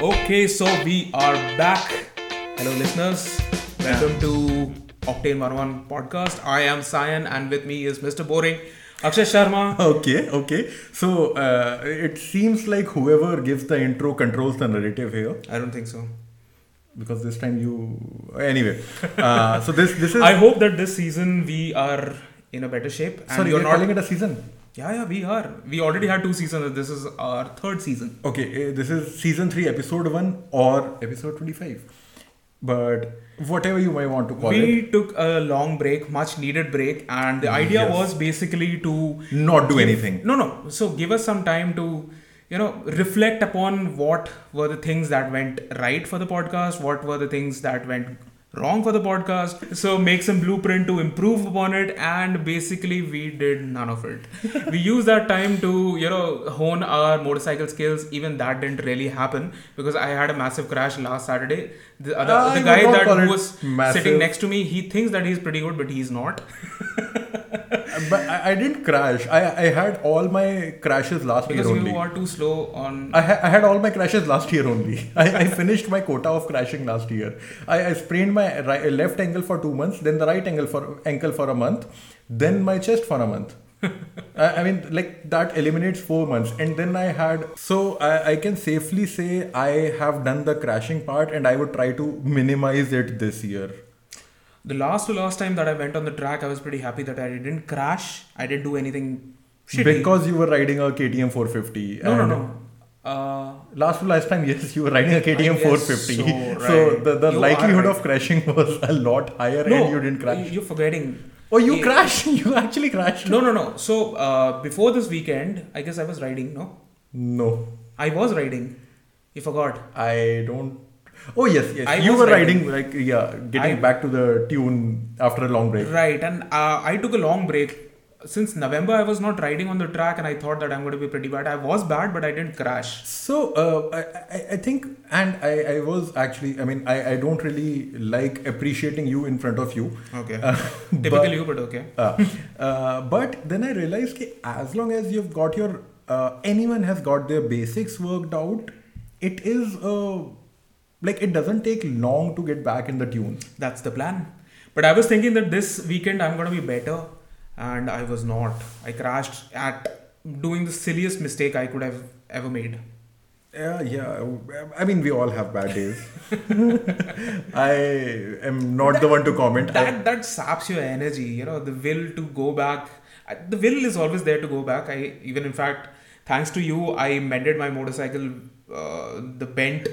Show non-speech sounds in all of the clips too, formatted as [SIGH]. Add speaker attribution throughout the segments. Speaker 1: Okay, so we are back. Hello, listeners. Welcome to Octane Marwan podcast. I am Cyan, and with me is Mr. Boring, Akshay Sharma.
Speaker 2: Okay, okay. So uh, it seems like whoever gives the intro controls the narrative here
Speaker 1: I don't think so.
Speaker 2: because this time you anyway. [LAUGHS] Uh, so this this is
Speaker 1: I hope that this season we are in a better shape. And
Speaker 2: sorry,
Speaker 1: you're
Speaker 2: we're
Speaker 1: not.
Speaker 2: calling it a season.
Speaker 1: Yeah, yeah, we are. We already had two seasons. This is our third season.
Speaker 2: Okay, uh, this is season three, episode one or episode twenty-five, but whatever you may want to call it.
Speaker 1: We took a long break, much needed break, and the idea
Speaker 2: Yes.
Speaker 1: was basically to
Speaker 2: Not do
Speaker 1: give-
Speaker 2: anything.
Speaker 1: No, no. So give us some time to, you know, reflect upon what were the things that went right for the podcast, what were the things that went wrong for the podcast. So make some blueprint to improve upon it, and basically we did none of it. we used that time to, you know, hone our motorcycle skills. Even that didn't really happen because I had a massive crash last Saturday. The other
Speaker 2: I
Speaker 1: the
Speaker 2: would
Speaker 1: guy
Speaker 2: not
Speaker 1: that
Speaker 2: call it
Speaker 1: was sitting
Speaker 2: massive.
Speaker 1: next to me, he thinks that he's pretty good, but he's not.
Speaker 2: [LAUGHS] But I, I didn't crash. I I had all my crashes last
Speaker 1: Because
Speaker 2: year
Speaker 1: you
Speaker 2: only.
Speaker 1: are too slow on
Speaker 2: I, ha- I had all my crashes last year only. [LAUGHS] I, I finished my quota of crashing last year. I, I sprained my ri- left ankle for two months, then the right ankle for ankle for a month, then my chest for a
Speaker 1: [LAUGHS]
Speaker 2: month. I, I mean, like that eliminates four months, and then I had so I, I can safely say I have done the crashing part, and I would try to minimize it this year.
Speaker 1: The last to last time that I went on the track, I was pretty happy that I didn't crash. I didn't do anything shitty.
Speaker 2: Because you were riding a KTM 450.
Speaker 1: no, no,
Speaker 2: and-
Speaker 1: no. Uh,
Speaker 2: Last to last time, [LAUGHS] yes, you were riding a KTM
Speaker 1: guess
Speaker 2: 450.
Speaker 1: so,
Speaker 2: [LAUGHS] So,
Speaker 1: right.
Speaker 2: the, the
Speaker 1: You are
Speaker 2: likelihood
Speaker 1: right.
Speaker 2: of crashing [LAUGHS] was a lot higher
Speaker 1: no,
Speaker 2: and you didn't crash.
Speaker 1: You're forgetting.
Speaker 2: oh, you
Speaker 1: Yeah.
Speaker 2: crashed? [LAUGHS] You actually crashed?
Speaker 1: No, no, no. So uh, before this weekend, I guess I was riding. No,
Speaker 2: No.
Speaker 1: I was riding. You forgot.
Speaker 2: I don't. Oh, yes, yes.
Speaker 1: I
Speaker 2: you
Speaker 1: was
Speaker 2: were
Speaker 1: riding.
Speaker 2: riding, like, yeah, getting
Speaker 1: I-
Speaker 2: back to the tune after a long break.
Speaker 1: Right, and uh, I took a long break. Since November, I was not riding on the track, and I thought that I'm going to be pretty bad. I was bad, but I didn't crash.
Speaker 2: So uh, I, I- I think, and I, I was actually, I mean, I, I don't really like appreciating you in front of you.
Speaker 1: Okay.
Speaker 2: Uh, [LAUGHS]
Speaker 1: Typical
Speaker 2: but-
Speaker 1: you, but okay.
Speaker 2: Uh, uh, but then I realized that as long as you've got your uh, anyone has got their basics worked out, it is uh, like it doesn't take long to get back in the tune.
Speaker 1: That's the plan. But I was thinking that this weekend I'm gonna be better, and I was not. I crashed at doing the silliest mistake I could have ever made.
Speaker 2: Yeah, yeah. I mean, we all have bad days. [LAUGHS] I am not the one to comment. I-
Speaker 1: That that saps your energy, you know, the will to go back. I- The will is always there to go back. I even in fact, thanks to you, I mended my motorcycle, uh, the
Speaker 2: [LAUGHS]
Speaker 1: bent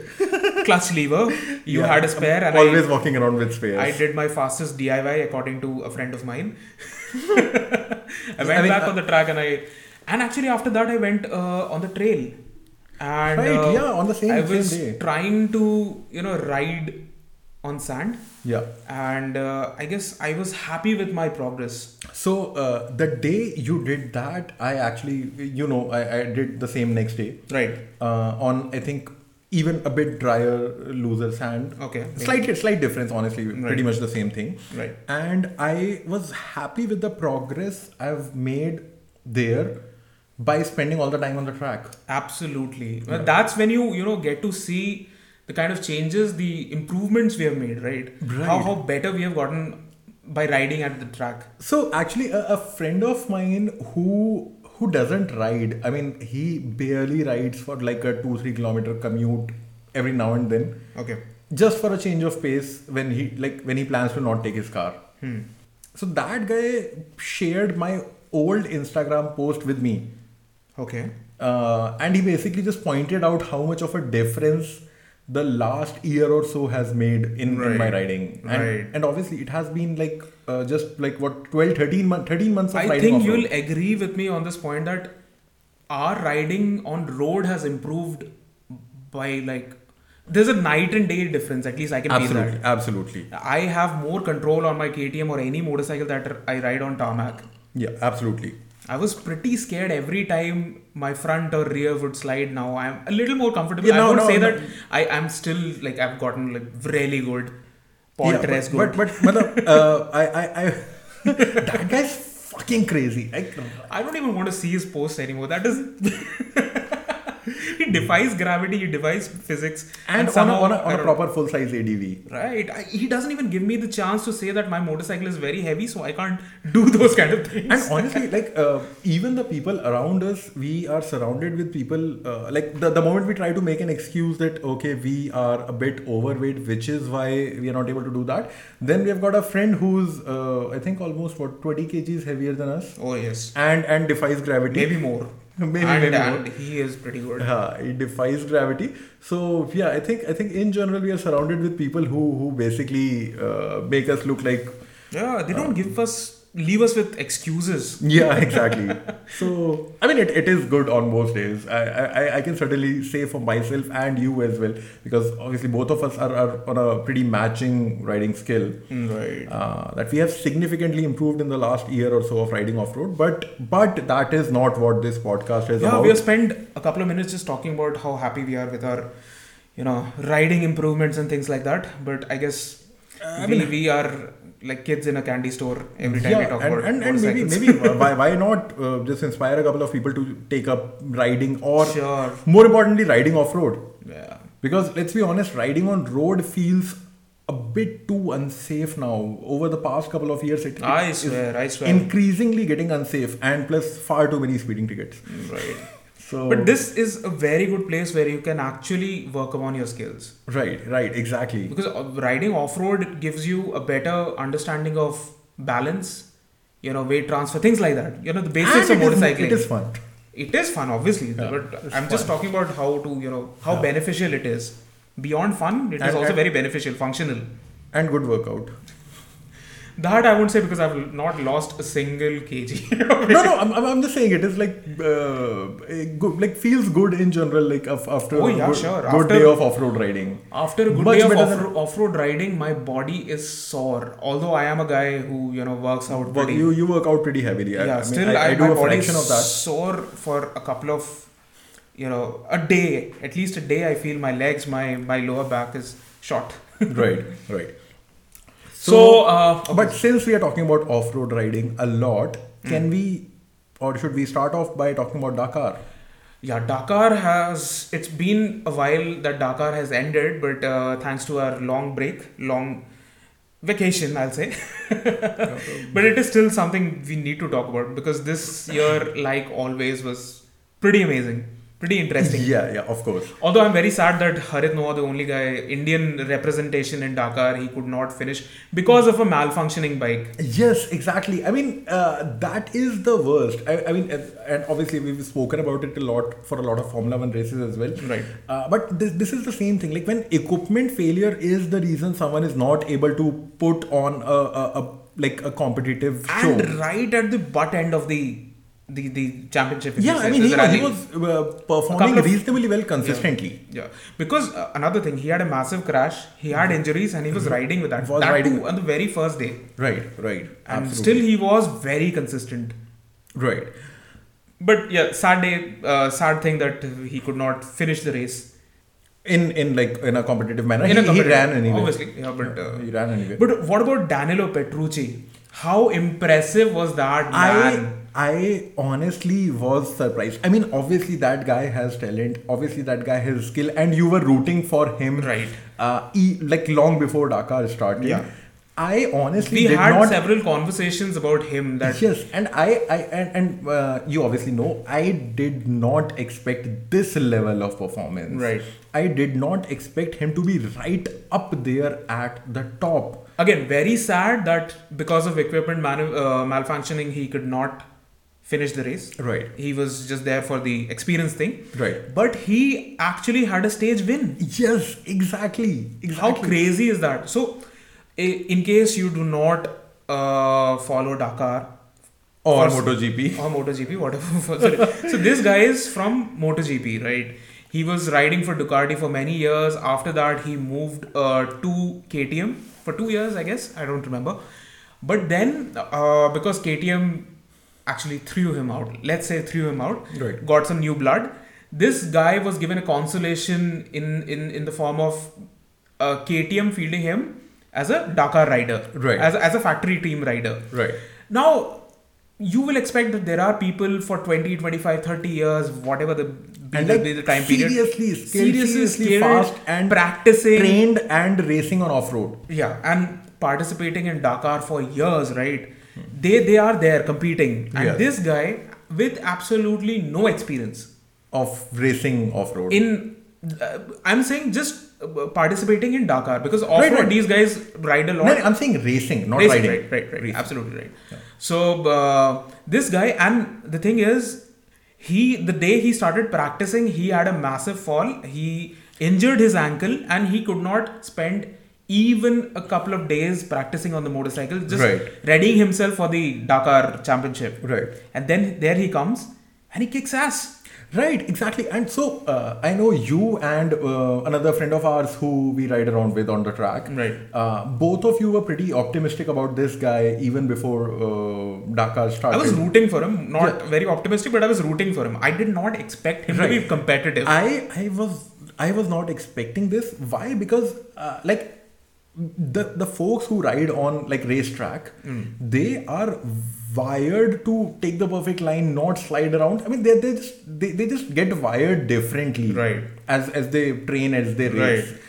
Speaker 1: clutch lever. You
Speaker 2: yeah,
Speaker 1: had a spare,
Speaker 2: I'm
Speaker 1: and
Speaker 2: always
Speaker 1: I,
Speaker 2: walking around with spares.
Speaker 1: I did my fastest DIY according to a friend of
Speaker 2: [LAUGHS]
Speaker 1: mine. I went
Speaker 2: I mean,
Speaker 1: back
Speaker 2: uh,
Speaker 1: on the track and I, and actually after that I went uh, on the trail, and
Speaker 2: Right,
Speaker 1: uh,
Speaker 2: yeah, on the same-
Speaker 1: I
Speaker 2: same
Speaker 1: was
Speaker 2: day.
Speaker 1: trying to you know ride on sand,
Speaker 2: Yeah.
Speaker 1: and uh, I guess I was happy with my progress.
Speaker 2: So uh, the day you did that, I actually, you know, I, I did the same next day.
Speaker 1: Right.
Speaker 2: uh, on I think even a bit drier looser sand.
Speaker 1: Okay. maybe.
Speaker 2: Slight slight difference, honestly, pretty
Speaker 1: Right.
Speaker 2: much the same thing.
Speaker 1: Right.
Speaker 2: And I was happy with the progress I've made there by spending all the time on the track.
Speaker 1: Absolutely. Well, That's when you you know get to see the kind of changes, the improvements we have made. Right.
Speaker 2: Right.
Speaker 1: How how better we have gotten by riding at the track.
Speaker 2: So actually, a, a friend of mine who who doesn't ride, I mean, he barely rides for like a two three kilometer commute every now and then,
Speaker 1: Okay.
Speaker 2: just for a change of pace when he like when he plans to not take his car.
Speaker 1: Hmm.
Speaker 2: So that guy shared my old Instagram post with me.
Speaker 1: Okay.
Speaker 2: Uh, and he basically just pointed out how much of a difference the last year or so has made in, in my
Speaker 1: Right.
Speaker 2: riding. And,
Speaker 1: Right.
Speaker 2: and obviously, it has been like uh, just like what 12, 13, month, 13 months of
Speaker 1: I
Speaker 2: riding.
Speaker 1: think
Speaker 2: off-road.
Speaker 1: you'll agree with me on this point that our riding on road has improved by like there's a night and day difference. At least I can feel
Speaker 2: Absolutely. Absolutely.
Speaker 1: that. I have more control on my KTM or any motorcycle that r- I ride on tarmac.
Speaker 2: Yeah, absolutely.
Speaker 1: I was pretty scared every time my front or rear would slide. Now I'm a little more comfortable.
Speaker 2: Yeah,
Speaker 1: I
Speaker 2: no,
Speaker 1: would
Speaker 2: no,
Speaker 1: say
Speaker 2: no.
Speaker 1: that I am still like I've gotten like really good, Pontres
Speaker 2: yeah,
Speaker 1: good.
Speaker 2: but, but, but, matlab, uh, I, I, I, [LAUGHS] that guy's fucking crazy. Like,
Speaker 1: I don't even want to see his posts anymore. That is [LAUGHS] He defies gravity, he defies physics.
Speaker 2: And on a,
Speaker 1: somehow-
Speaker 2: on a, on a
Speaker 1: I don't-
Speaker 2: proper full size ADV.
Speaker 1: Right. I, he doesn't even give me the chance to say that my motorcycle is very heavy, so I can't [LAUGHS] do those kind of things.
Speaker 2: And honestly, like uh, even the people around us, we are surrounded with people. Uh, like the, the moment we try to make an excuse that okay, we are a bit overweight, which is why we are not able to do that. Then we have got a friend who's uh, I think almost what 20 kgs heavier than us,
Speaker 1: [LAUGHS] oh, yes.
Speaker 2: and and defies gravity.
Speaker 1: Maybe more.
Speaker 2: [LAUGHS] Maybe,
Speaker 1: and,
Speaker 2: maybe
Speaker 1: and he is pretty good.
Speaker 2: Uh, it defies gravity. So yeah, I think I think in general we are surrounded with people who who basically uh, make us look like
Speaker 1: Yeah, they don't give us, leave us with excuses.
Speaker 2: yeah [LAUGHS] exactly. so I mean it, it is good on most days. I, I I- I can certainly say for myself and you as well because obviously both of us are, are on a pretty matching riding skill.
Speaker 1: Right.
Speaker 2: Uh, that we have significantly improved in the last year or so of riding off road, but but that is not what this podcast is
Speaker 1: Yeah,
Speaker 2: about.
Speaker 1: we have spent a couple of minutes just talking about how happy we are with our, you know, riding improvements and things like that. But I guess
Speaker 2: Uh,
Speaker 1: we, we are like kids in a candy store every time we talk
Speaker 2: and,
Speaker 1: about
Speaker 2: and, and maybe
Speaker 1: motorcycles. [LAUGHS]
Speaker 2: maybe uh, why why not uh, just inspire a couple of people to take up riding or
Speaker 1: sure.
Speaker 2: more importantly riding off road
Speaker 1: Yeah.
Speaker 2: because let's be honest riding on road feels a bit too unsafe now over the past couple of years it, it
Speaker 1: I
Speaker 2: is
Speaker 1: swear, I swear.
Speaker 2: increasingly getting unsafe and plus far too many speeding tickets
Speaker 1: right.
Speaker 2: so
Speaker 1: But this is a very good place where you can actually work upon your skills.
Speaker 2: right right exactly
Speaker 1: Because uh, riding off road gives you a better understanding of balance, you know, weight transfer, things like that. You know, the basics
Speaker 2: And
Speaker 1: of
Speaker 2: it is-
Speaker 1: motorcycling.
Speaker 2: it is fun
Speaker 1: it is fun obviously
Speaker 2: Yeah,
Speaker 1: but i'm
Speaker 2: it's
Speaker 1: just
Speaker 2: fun.
Speaker 1: talking about how to you know how
Speaker 2: Yeah.
Speaker 1: beneficial it is beyond fun it is
Speaker 2: And-
Speaker 1: also
Speaker 2: and-
Speaker 1: very beneficial functional
Speaker 2: and good workout
Speaker 1: that i won't say because i've not lost a single kg
Speaker 2: no, no, I'm, I'm I'm just saying it is like uh, a go, like feels good in general, like af- after
Speaker 1: Oh,
Speaker 2: a
Speaker 1: yeah,
Speaker 2: good,
Speaker 1: sure.
Speaker 2: good
Speaker 1: After-
Speaker 2: day of off-road riding.
Speaker 1: after a good
Speaker 2: Much
Speaker 1: day of
Speaker 2: better
Speaker 1: off-
Speaker 2: than-
Speaker 1: off-road riding my body is sore although i am a guy who you know works out
Speaker 2: Work,
Speaker 1: pretty
Speaker 2: you you work out pretty heavily. I,
Speaker 1: yeah
Speaker 2: I mean,
Speaker 1: still
Speaker 2: I, I do
Speaker 1: my
Speaker 2: a
Speaker 1: body
Speaker 2: fraction
Speaker 1: is
Speaker 2: of that.
Speaker 1: sore for a couple of you know a day at least a day i feel my legs my my lower back is shot
Speaker 2: right, right.
Speaker 1: [LAUGHS] so, uh, okay.
Speaker 2: But since we are talking about off-road riding a lot,
Speaker 1: Hmm.
Speaker 2: can we or should we start off by talking about Dakar?
Speaker 1: Yeah, Dakar has. It's been a while that Dakar has ended, but uh, thanks to our long break, long vacation, I'll say. [LAUGHS] but it is still something we need to talk about because this year, like always, was pretty amazing, pretty
Speaker 2: [LAUGHS]
Speaker 1: interesting.
Speaker 2: Yeah, yeah, of course.
Speaker 1: Although I'm very sad that Harit Noah, the only guy Indian representation in Dakar, he could not finish because of a malfunctioning bike.
Speaker 2: Yes, exactly. I mean, uh, that is the worst. I, I mean, and and obviously we've spoken about it a lot for a lot of Formula One races as well.
Speaker 1: Right.
Speaker 2: Uh, but this, this is the same thing. Like when equipment failure is the reason someone is not able to put on a, a, a like a competitive
Speaker 1: And
Speaker 2: show.
Speaker 1: right at the butt end of the the, the championship. if you
Speaker 2: Yeah,
Speaker 1: say,
Speaker 2: I mean,
Speaker 1: the
Speaker 2: he, was- he
Speaker 1: rally.
Speaker 2: was uh,
Speaker 1: couple
Speaker 2: performing
Speaker 1: of-
Speaker 2: reasonably well consistently.
Speaker 1: Yeah, because uh, another thing, he had a massive crash, he had injuries, and he was riding with that.
Speaker 2: Mm-hmm. Was
Speaker 1: that
Speaker 2: riding
Speaker 1: too, on the very first day,
Speaker 2: Right, right.
Speaker 1: and
Speaker 2: absolutely.
Speaker 1: still he was very consistent.
Speaker 2: Right.
Speaker 1: But yeah, sad day, uh, sad thing that he could not finish the race
Speaker 2: In in like in a competitive manner.
Speaker 1: in
Speaker 2: he,
Speaker 1: a competitive-
Speaker 2: he ran anyway.
Speaker 1: Obviously, yeah, but.
Speaker 2: Yeah,
Speaker 1: Uh,
Speaker 2: he ran anyway.
Speaker 1: but what about Danilo Petrucci? How impressive was that
Speaker 2: I
Speaker 1: man?
Speaker 2: I honestly was surprised. I mean, obviously that guy has talent. Obviously that guy has skill, and you were rooting for him,
Speaker 1: Right.
Speaker 2: Uh, e- like long before Dakar started.
Speaker 1: Yeah.
Speaker 2: I honestly
Speaker 1: we
Speaker 2: did
Speaker 1: had
Speaker 2: not.
Speaker 1: several conversations about him that
Speaker 2: Yes, and I, I and, and uh, you obviously know I did not expect this level of performance.
Speaker 1: Right.
Speaker 2: I did not expect him to be right up there at the top.
Speaker 1: again very sad that because of equipment manu- uh, malfunctioning he could not finish the race
Speaker 2: Right.
Speaker 1: he was just there for the experience thing
Speaker 2: Right.
Speaker 1: but he actually had a stage win
Speaker 2: Yes, exactly. Exactly.
Speaker 1: how crazy is that so i- in case you do not uh, follow dakar
Speaker 2: or
Speaker 1: First-
Speaker 2: MotoGP.
Speaker 1: or MotoGP, [LAUGHS] whatever. Sorry. so this guy is from MotoGP, right? He was riding for Ducati for many years. After that, he moved uh, to KTM for two years, I guess. I don't remember. But then, uh, because KTM actually threw him out, let's say threw him out,
Speaker 2: Right.
Speaker 1: got some new blood. This guy was given a consolation in in in the form of uh, KTM fielding him as a Dakar rider,
Speaker 2: Right.
Speaker 1: As as a factory team rider,
Speaker 2: Right.
Speaker 1: now, you will expect that there are people for 20 25 30 years whatever the
Speaker 2: And
Speaker 1: the,
Speaker 2: like
Speaker 1: the time period
Speaker 2: seriously, skilled,
Speaker 1: seriously
Speaker 2: seriously
Speaker 1: skilled,
Speaker 2: fast and
Speaker 1: practicing
Speaker 2: trained and racing on off road.
Speaker 1: yeah and participating in dakar for years right they they are there competing and
Speaker 2: Yeah.
Speaker 1: this guy with absolutely no experience
Speaker 2: Of racing off road.
Speaker 1: in uh, i'm saying just uh, participating in dakar because off road
Speaker 2: right.
Speaker 1: these guys ride a lot
Speaker 2: No, I'm saying racing, not
Speaker 1: Racing,
Speaker 2: riding.
Speaker 1: Right, right, right.
Speaker 2: Racing.
Speaker 1: Absolutely right. So uh, this guy, and the thing is, he the day he started practicing, he had a massive fall. He injured his ankle, and he could not spend even a couple of days practicing on the motorcycle, just
Speaker 2: Right.
Speaker 1: readying himself for the Dakar Championship.
Speaker 2: Right.
Speaker 1: And then there he comes, and he kicks ass.
Speaker 2: Right, exactly. And so uh, I know you and uh, another friend of ours who we ride around with on the track.
Speaker 1: Right.
Speaker 2: Uh, both of you were pretty optimistic about this guy even before uh, Dakar
Speaker 1: I
Speaker 2: started.
Speaker 1: was rooting for him, not very optimistic, but I was rooting for him. I did not expect him to
Speaker 2: Right.
Speaker 1: be competitive.
Speaker 2: I I was I was not expecting this. Why? Because uh, like the the folks who ride on like racetrack,
Speaker 1: Hmm.
Speaker 2: they are wired to take the perfect line, not slide around. I mean, they they just they, they just get wired differently.
Speaker 1: Right.
Speaker 2: As as they train, as they race.
Speaker 1: Right.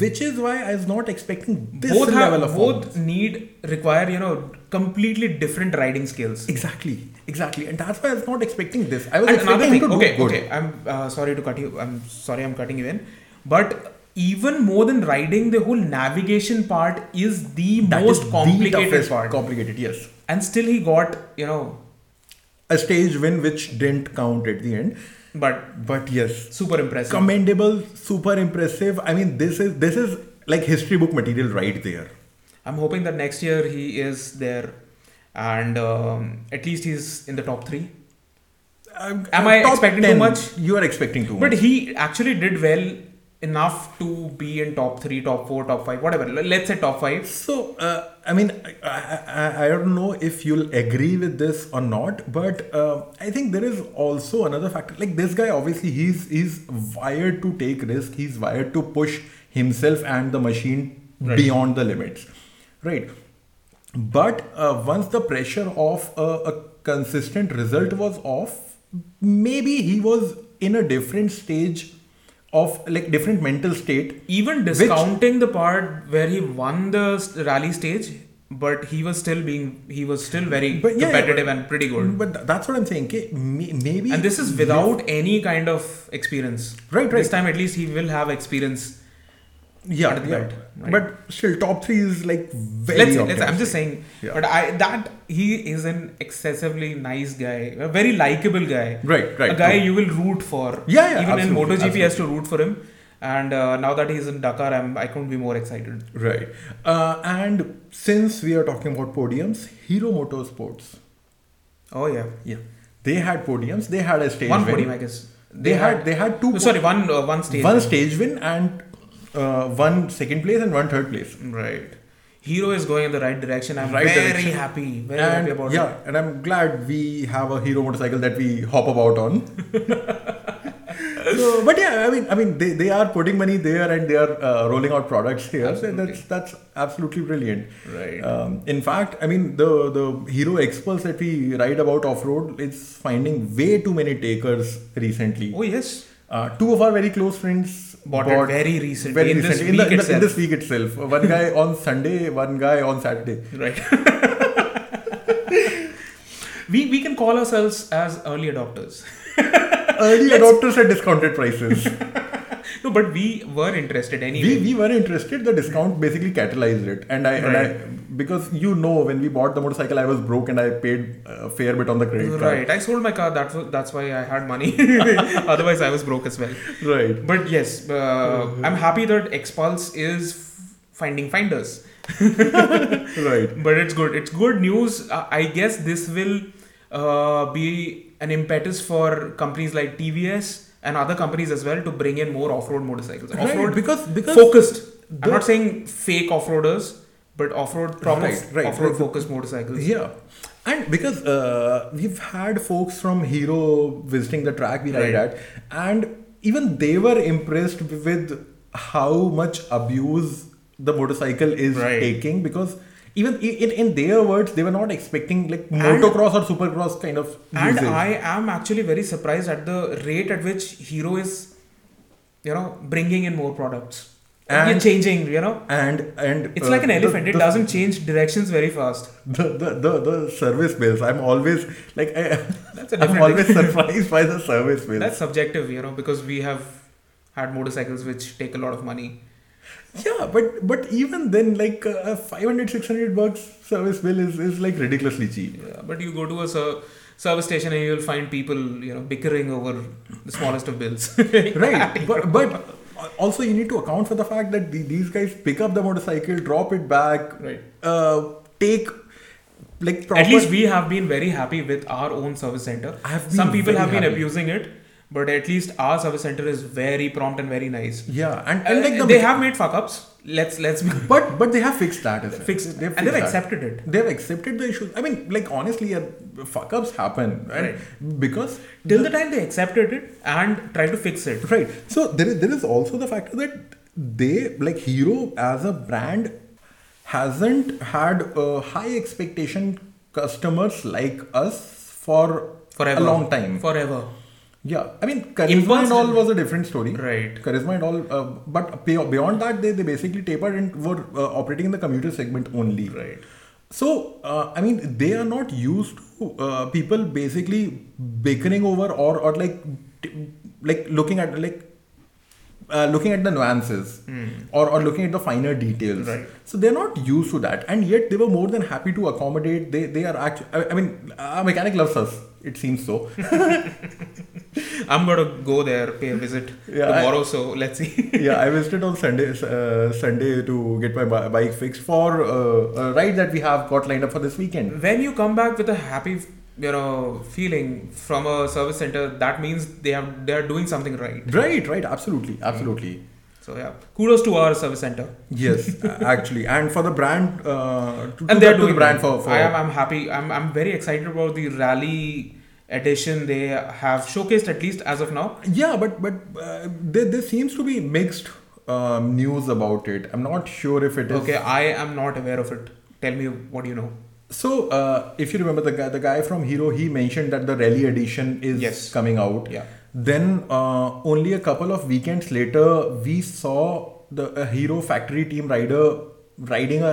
Speaker 2: Which is why I was not expecting this
Speaker 1: both have,
Speaker 2: level of
Speaker 1: both need require you know completely different riding skills.
Speaker 2: Exactly, exactly, and that's why I was not expecting this. I was
Speaker 1: And
Speaker 2: expecting
Speaker 1: another thing,
Speaker 2: him to do
Speaker 1: okay,
Speaker 2: good.
Speaker 1: okay, I'm uh, sorry to cut you. I'm sorry, I'm cutting you in, but even more than riding, the whole navigation part is the
Speaker 2: That is
Speaker 1: most
Speaker 2: the
Speaker 1: complicated
Speaker 2: toughest
Speaker 1: part,
Speaker 2: Complicated, yes.
Speaker 1: and still he got you know,
Speaker 2: a stage win which didn't count at the end
Speaker 1: but
Speaker 2: but yes
Speaker 1: super impressive.
Speaker 2: commendable super impressive i mean this is this is like history book material right there
Speaker 1: I'm hoping that next year he is there, and um, at least he's in the top three.
Speaker 2: am
Speaker 1: I expecting too much?
Speaker 2: you are expecting too
Speaker 1: But
Speaker 2: much
Speaker 1: he actually did well enough to be in top three, top four, top five, whatever. L- Let's say top five.
Speaker 2: so uh, i mean I, I, I- I don't know if you'll agree with this or not but uh, i think there is also another factor like this guy obviously he's he's wired to take risk he's wired to push himself and the machine
Speaker 1: Right.
Speaker 2: beyond the limits right But uh, once the pressure of a, a consistent result was off, maybe he was in a different stage of like different mental state.
Speaker 1: Even discounting the part where he won the s- rally stage, but he was still being he was still very
Speaker 2: But yeah, yeah,
Speaker 1: competitive and pretty good.
Speaker 2: Mm, But th- that's what I'm saying. Okay, may- maybe
Speaker 1: And this is without any kind of experience.
Speaker 2: Right,
Speaker 1: This
Speaker 2: right.
Speaker 1: time at least he will have experience.
Speaker 2: yeah,
Speaker 1: at the
Speaker 2: yeah.
Speaker 1: right, right.
Speaker 2: But still, top three is like very.
Speaker 1: Let's, let's I'm
Speaker 2: optimistic.
Speaker 1: just saying.
Speaker 2: Yeah.
Speaker 1: But I that he is an excessively nice guy, a very likable guy.
Speaker 2: right, right.
Speaker 1: a guy
Speaker 2: true.
Speaker 1: you will root for.
Speaker 2: Yeah, yeah,
Speaker 1: Even in
Speaker 2: absolutely,
Speaker 1: MotoGP, he has to root for him. And uh, now that he's in Dakar, I'm, I couldn't be more excited.
Speaker 2: Right. Uh, and since we are talking about podiums, Hero Motorsports.
Speaker 1: Oh yeah,
Speaker 2: Yeah. They had podiums. They had a stage
Speaker 1: one
Speaker 2: win.
Speaker 1: podium, I guess.
Speaker 2: They, had, they had two.
Speaker 1: oh, sorry, one uh, one stage.
Speaker 2: one stage win and uh, one second place and one third place.
Speaker 1: Right. Hero is going in the right direction. I'm
Speaker 2: Right
Speaker 1: very
Speaker 2: direction.
Speaker 1: happy. Very
Speaker 2: and
Speaker 1: happy about
Speaker 2: yeah,
Speaker 1: it.
Speaker 2: and I'm glad we have a hero motorcycle that we hop about on. so, but yeah, I mean, I mean, they, they are putting money there and they are uh, rolling out products here. So
Speaker 1: Absolutely.
Speaker 2: that's that's absolutely brilliant.
Speaker 1: Right.
Speaker 2: Um, in fact, I mean, the the hero expulse that we ride about off road, it's finding way too many takers recently.
Speaker 1: Oh yes.
Speaker 2: Uh, two of our very close friends
Speaker 1: Bought it very recently,
Speaker 2: very
Speaker 1: in this
Speaker 2: recently, in, the,
Speaker 1: week
Speaker 2: in, the,
Speaker 1: itself.
Speaker 2: in this week itself. Uh, One guy on Sunday, one guy on
Speaker 1: [LAUGHS]
Speaker 2: Saturday.
Speaker 1: Right. we we can call ourselves as early adopters. [LAUGHS]
Speaker 2: Early adopters at discounted prices.
Speaker 1: No, but we were interested anyway.
Speaker 2: we, we were interested. The discount basically catalyzed it, and I,
Speaker 1: Right.
Speaker 2: and I because you know when we bought the motorcycle, I was broke and I paid a fair bit on the credit
Speaker 1: Right. I sold my car. That was that's why I had [LAUGHS] money. Otherwise, I was broke as well.
Speaker 2: card. Right.
Speaker 1: But yes, uh, I'm happy that Expulse is f- finding finders.
Speaker 2: Right.
Speaker 1: But it's good. It's good news. Uh, I guess this will uh, be an impetus for companies like TVS and other companies as well to bring in more off-road motorcycles.
Speaker 2: Right,
Speaker 1: Off-road
Speaker 2: because because
Speaker 1: focused. I'm
Speaker 2: the-
Speaker 1: not saying fake off-roaders, but off-road proper
Speaker 2: Right, right,
Speaker 1: off-road
Speaker 2: right.
Speaker 1: focused motorcycles.
Speaker 2: Yeah. And because uh, we've had folks from Hero visiting the track we ride
Speaker 1: Right.
Speaker 2: at, and even they were impressed with how much abuse the motorcycle is
Speaker 1: Right.
Speaker 2: taking because even i- in, in their words, they were not expecting like motocross or supercross kind of
Speaker 1: and
Speaker 2: usage.
Speaker 1: I am actually very surprised at the rate at which Hero is, you know, bringing in more products.
Speaker 2: And-
Speaker 1: You're changing, you know.
Speaker 2: and and
Speaker 1: It's
Speaker 2: uh,
Speaker 1: like an
Speaker 2: the-
Speaker 1: elephant. it
Speaker 2: the-
Speaker 1: doesn't change directions very fast.
Speaker 2: the, the, the, the service bills. I'm always like I,
Speaker 1: That's a
Speaker 2: I'm
Speaker 1: different
Speaker 2: always surprised by the service bills.
Speaker 1: That's subjective, you know, because we have had motorcycles which take a lot of money.
Speaker 2: yeah, but but even then, like uh, 500, 600 bucks service bill is, is like ridiculously
Speaker 1: [LAUGHS]
Speaker 2: cheap.
Speaker 1: Yeah, but you go to a ser- service station and you'll find people, you know, bickering over the smallest of bills. [LAUGHS]
Speaker 2: right, but but also you need to account for the fact that the, these guys pick up the motorcycle, drop it back,
Speaker 1: Right.
Speaker 2: uh, take like proper.
Speaker 1: At least we have been very happy with our own service center.
Speaker 2: I have been
Speaker 1: Some people
Speaker 2: very
Speaker 1: have been
Speaker 2: happy.
Speaker 1: abusing it, but at least our service center is very prompt and very nice.
Speaker 2: yeah, and, and like
Speaker 1: Uh,
Speaker 2: the
Speaker 1: they have made fuck ups. Let's let's be [LAUGHS]
Speaker 2: but but they have fixed that as well.
Speaker 1: fixed,
Speaker 2: They've
Speaker 1: and they've
Speaker 2: fixed that.
Speaker 1: accepted it.
Speaker 2: They've accepted the issues. I mean, like honestly, uh, fuck ups happen, and because
Speaker 1: Till the time they accepted it and tried to fix it.
Speaker 2: Right. So there is there is also the factor that they like Hero as a brand hasn't had uh, high expectation customers like us for
Speaker 1: Forever.
Speaker 2: a long time.
Speaker 1: Forever.
Speaker 2: yeah, I mean charisma
Speaker 1: Impulse
Speaker 2: and all
Speaker 1: didn't-
Speaker 2: was a different story.
Speaker 1: Right.
Speaker 2: Charisma and all, uh, but pay- beyond that, they, they basically tapered and were uh, operating in the commuter segment only.
Speaker 1: Right.
Speaker 2: So, uh, I mean, they are not used to uh, people basically bickering over or, or like t- like looking at like uh, looking at the nuances or, or looking at the finer details.
Speaker 1: Hmm. Right.
Speaker 2: So they're not used to that, and yet they were more than happy to accommodate. They they are actually. I, I mean, a mechanic loves us. It seems so.
Speaker 1: I'm gonna go there, pay a visit
Speaker 2: Yeah, I-
Speaker 1: tomorrow. so let's see. [LAUGHS]
Speaker 2: yeah, I visited on Sunday uh, Sunday to get my bi- bike fixed for uh, a ride that we have got lined up for this weekend.
Speaker 1: when you come back with a happy, you know, feeling from a service center, that means they have they are doing something right.
Speaker 2: Right, right, absolutely, absolutely.
Speaker 1: So yeah, kudos to our service center.
Speaker 2: Yes, [LAUGHS] a- actually, and for the brand, uh, to,
Speaker 1: And
Speaker 2: to
Speaker 1: they're
Speaker 2: the- to
Speaker 1: doing
Speaker 2: the brand
Speaker 1: it.
Speaker 2: for, for
Speaker 1: I am. I'm happy. I'm. I'm very excited about the rally edition they have showcased at least as of now.
Speaker 2: yeah, but but uh, there, there seems to be mixed um, news about it. I'm not sure if it is.
Speaker 1: Okay, I am not aware of it. Tell me what you know.
Speaker 2: So uh, if you remember the guy, the guy from Hero, he mentioned that the rally edition is
Speaker 1: Yes.
Speaker 2: coming out.
Speaker 1: Yeah.
Speaker 2: Then uh, only a couple of weekends later, we saw the a Hero Factory Team rider riding a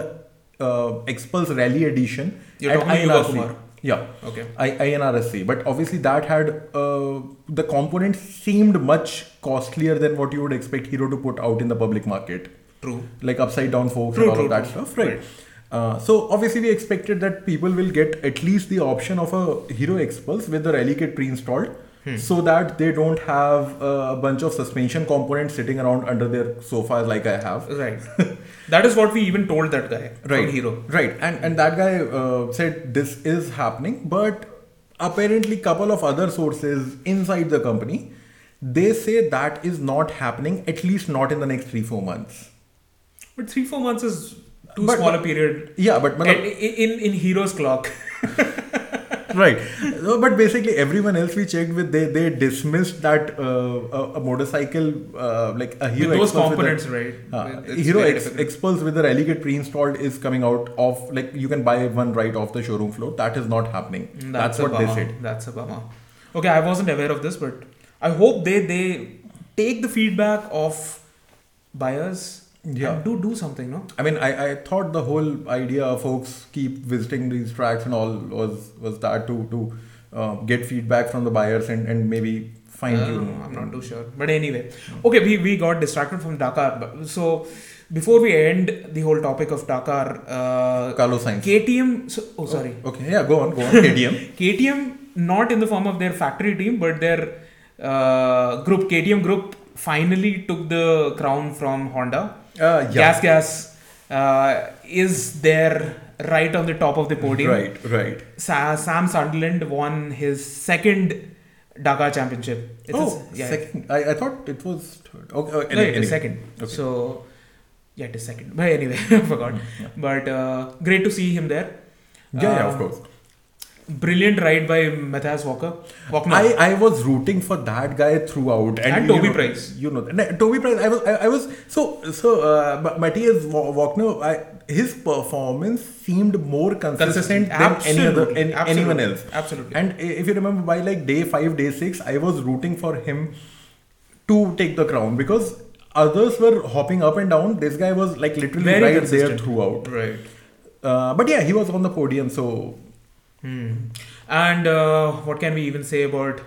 Speaker 2: uh, Expulse Rally Edition
Speaker 1: You're
Speaker 2: at
Speaker 1: talking Yuga
Speaker 2: INRC.
Speaker 1: Kumar.
Speaker 2: Yeah.
Speaker 1: Okay.
Speaker 2: I, INRSC. But obviously, that had uh, the component seemed much costlier than what you would expect Hero to put out in the public market,
Speaker 1: True.
Speaker 2: like upside down forks
Speaker 1: True,
Speaker 2: and all
Speaker 1: true,
Speaker 2: of that
Speaker 1: true.
Speaker 2: stuff, right? Uh, so obviously we expected that people will get at least the option of a hero expulse with the rally kit pre-installed
Speaker 1: Hmm.
Speaker 2: so that they don't have uh, a bunch of suspension components sitting around under their sofas like i have [LAUGHS]
Speaker 1: Right. that is what we even told that guy. from
Speaker 2: right
Speaker 1: Hero.
Speaker 2: right and and that guy uh, said this is happening but apparently couple of other sources inside the company they say that is not happening at least not in the next 3 4 months
Speaker 1: But three four months is too
Speaker 2: But-
Speaker 1: small a period.
Speaker 2: yeah but
Speaker 1: And
Speaker 2: matlab-
Speaker 1: i- in in Hero's clock.
Speaker 2: [LAUGHS] right No, but basically everyone else we checked with they they dismissed that uh, a, a motorcycle uh, like a [LAUGHS] hero
Speaker 1: with those
Speaker 2: Expulse with a-
Speaker 1: components, right?
Speaker 2: Uh,
Speaker 1: It's
Speaker 2: Hero
Speaker 1: very
Speaker 2: Ex-
Speaker 1: difficult.
Speaker 2: Expulse with the Rally Kit pre-installed is coming out of like you can buy one right off the showroom floor. That is not happening. That's,
Speaker 1: a
Speaker 2: what they
Speaker 1: bummer.
Speaker 2: said.
Speaker 1: Mm, That's a bummer. Okay, I wasn't aware of this, but I hope they they take the feedback of buyers
Speaker 2: Yeah.
Speaker 1: and do do something, no?
Speaker 2: I mean, I, I thought the whole idea of folks keep visiting these tracks and all was was that to to uh, get feedback from the buyers and and maybe fine Mm.
Speaker 1: Uh,
Speaker 2: tune.
Speaker 1: I'm not too sure. But anyway, okay, we, we got distracted from Dakar. but- So before we end the whole topic of Dakar, uh,
Speaker 2: Carlos Sainz.
Speaker 1: KTM. So, oh, sorry,
Speaker 2: Okay, yeah, go on, go on.
Speaker 1: [LAUGHS]
Speaker 2: KTM.
Speaker 1: KTM not in the form of their factory team, but their uh, group KTM group finally took the crown from Honda.
Speaker 2: Uh, yeah.
Speaker 1: Gas Gas uh, is there right on the top of the podium.
Speaker 2: Right, right.
Speaker 1: Sa- Sam Sunderland won his second Dakar championship. It's
Speaker 2: oh,
Speaker 1: his- yeah,
Speaker 2: second. I, I thought it was third.
Speaker 1: no,
Speaker 2: Okay, uh, anyway,
Speaker 1: it
Speaker 2: anyway.
Speaker 1: is second.
Speaker 2: Okay.
Speaker 1: So, yeah, it is second. But anyway, [LAUGHS] I forgot.
Speaker 2: yeah.
Speaker 1: But uh, great to see him there.
Speaker 2: Yeah, yeah, of
Speaker 1: Um,
Speaker 2: course.
Speaker 1: Brilliant ride by Matthias Walker. Walkner.
Speaker 2: I, I was rooting for that guy throughout,
Speaker 1: And
Speaker 2: you
Speaker 1: Toby
Speaker 2: know-
Speaker 1: Price.
Speaker 2: You know, that. No, Toby Price. I was I, I was so so. Uh, Ma- Matthias Wa- Walkner. I, his performance seemed more consistent,
Speaker 1: Consistent.
Speaker 2: than any other
Speaker 1: Absolutely.
Speaker 2: an-
Speaker 1: Absolutely.
Speaker 2: anyone else.
Speaker 1: Absolutely.
Speaker 2: And i- if you remember, by like day five, day six, I was rooting for him to take the crown because others were hopping up and down. This guy was like literally
Speaker 1: Very
Speaker 2: right there
Speaker 1: consistent.
Speaker 2: throughout.
Speaker 1: right.
Speaker 2: Uh, but yeah, he was on the podium, so
Speaker 1: Hmm. And uh, what can we even say about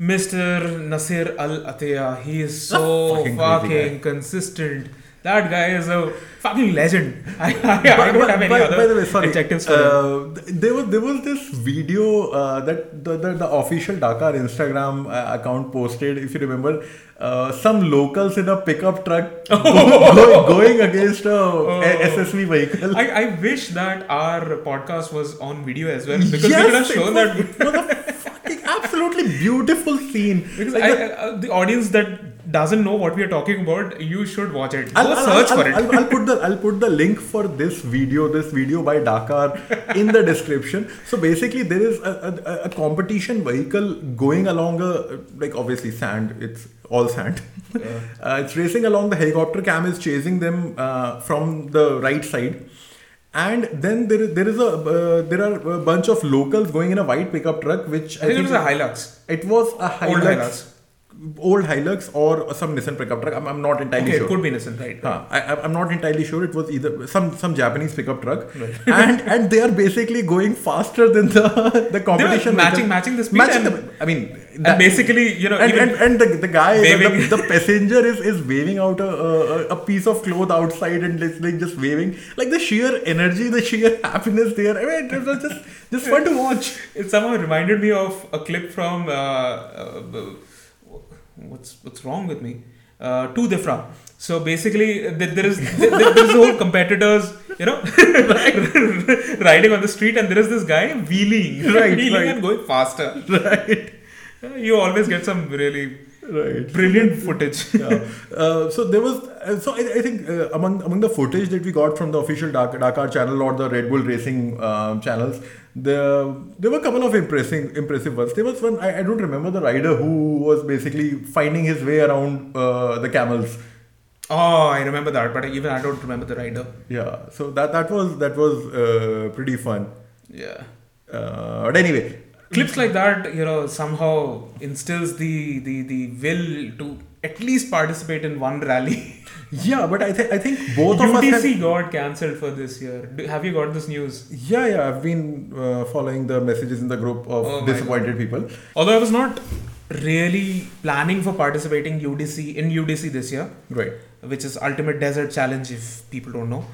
Speaker 1: Mr. Nasir Al Atiyah? He is so
Speaker 2: Fucking
Speaker 1: fucking,
Speaker 2: crazy
Speaker 1: consistent. That guy is a fucking legend. [LAUGHS] I, I, I
Speaker 2: By-
Speaker 1: don't
Speaker 2: by-
Speaker 1: have any
Speaker 2: by-
Speaker 1: other
Speaker 2: by the way, sorry.
Speaker 1: adjectives for him.
Speaker 2: Uh, th- there was there was this video uh, that the, the, the official Dakar Instagram uh, account posted. If you remember, uh, some locals in a
Speaker 1: [LAUGHS]
Speaker 2: pickup truck
Speaker 1: Oh.
Speaker 2: go, go- going against a a- SSV vehicle.
Speaker 1: I, I wish that our podcast was on video as well because we could have
Speaker 2: it
Speaker 1: shown
Speaker 2: was-
Speaker 1: that
Speaker 2: it was a fucking absolutely beautiful scene.
Speaker 1: Because
Speaker 2: Like
Speaker 1: I,
Speaker 2: the-
Speaker 1: I- uh, the audience that doesn't know what we are talking about, you should watch it. Go search for it.
Speaker 2: I'll, I'll put the I'll put the link for this video, this video by Dakar, in the description. So basically, there is a, a, a competition vehicle going along a like obviously sand. It's all sand. [LAUGHS] Uh, it's racing along. The helicopter cam is chasing them uh, from the right side. And then there is there is a uh, there are a bunch of locals going in a white pickup truck, which
Speaker 1: I think it was a Hilux.
Speaker 2: it was a Hilux,
Speaker 1: Old Hilux.
Speaker 2: old Hilux or some Nissan pickup truck. I'm, I'm not entirely
Speaker 1: Okay,
Speaker 2: sure.
Speaker 1: it could be innocent, right?
Speaker 2: Huh. I, I- I'm not entirely sure. It was either some some Japanese pickup truck, [LAUGHS] and and they are basically going faster than the the competition.
Speaker 1: matching-
Speaker 2: vehicle.
Speaker 1: matching the speed
Speaker 2: Matching
Speaker 1: and-
Speaker 2: the- I mean,
Speaker 1: and basically, you know,
Speaker 2: and,
Speaker 1: even
Speaker 2: and, and the, the guy, the-
Speaker 1: waving.
Speaker 2: The, the passenger is is waving out a, a a piece of cloth outside and it's like just waving. Like the sheer energy, the sheer [LAUGHS] happiness there. I mean, it was just just fun to watch.
Speaker 1: [LAUGHS] it somehow reminded me of a clip from uh, uh, what's what's wrong with me uh, to Defra. So basically, uh, there there is there, there is whole competitors, you know, [LAUGHS] riding on the street, and there is this guy wheeling, [LAUGHS]
Speaker 2: Right,
Speaker 1: wheeling
Speaker 2: right.
Speaker 1: and going
Speaker 2: [LAUGHS]
Speaker 1: faster. Right. You always get some really
Speaker 2: Right.
Speaker 1: brilliant footage.
Speaker 2: [LAUGHS] Yeah. uh, so there was uh, so I, I think uh, among among the footage that we got from the official Dakar, Dakar channel or the Red Bull Racing um, channels, the there were a couple of impressing impressive ones. There was one I, I don't remember the rider who was basically finding his way around uh, the camels.
Speaker 1: Oh, I remember that, but even I don't remember the rider.
Speaker 2: Yeah, so that that was that was uh, pretty fun.
Speaker 1: Yeah.
Speaker 2: Uh, but anyway,
Speaker 1: clips like that you know somehow instills the the the will to at least participate in one rally
Speaker 2: yeah, but I think I think both of us. Have,
Speaker 1: UTC got cancelled for this year Do, have you got this news
Speaker 2: yeah, yeah, I've been uh, following the messages in the group of
Speaker 1: Oh my
Speaker 2: disappointed people.
Speaker 1: although i was not really planning for participating udc in udc this year
Speaker 2: Right.
Speaker 1: which is ultimate desert challenge if people don't know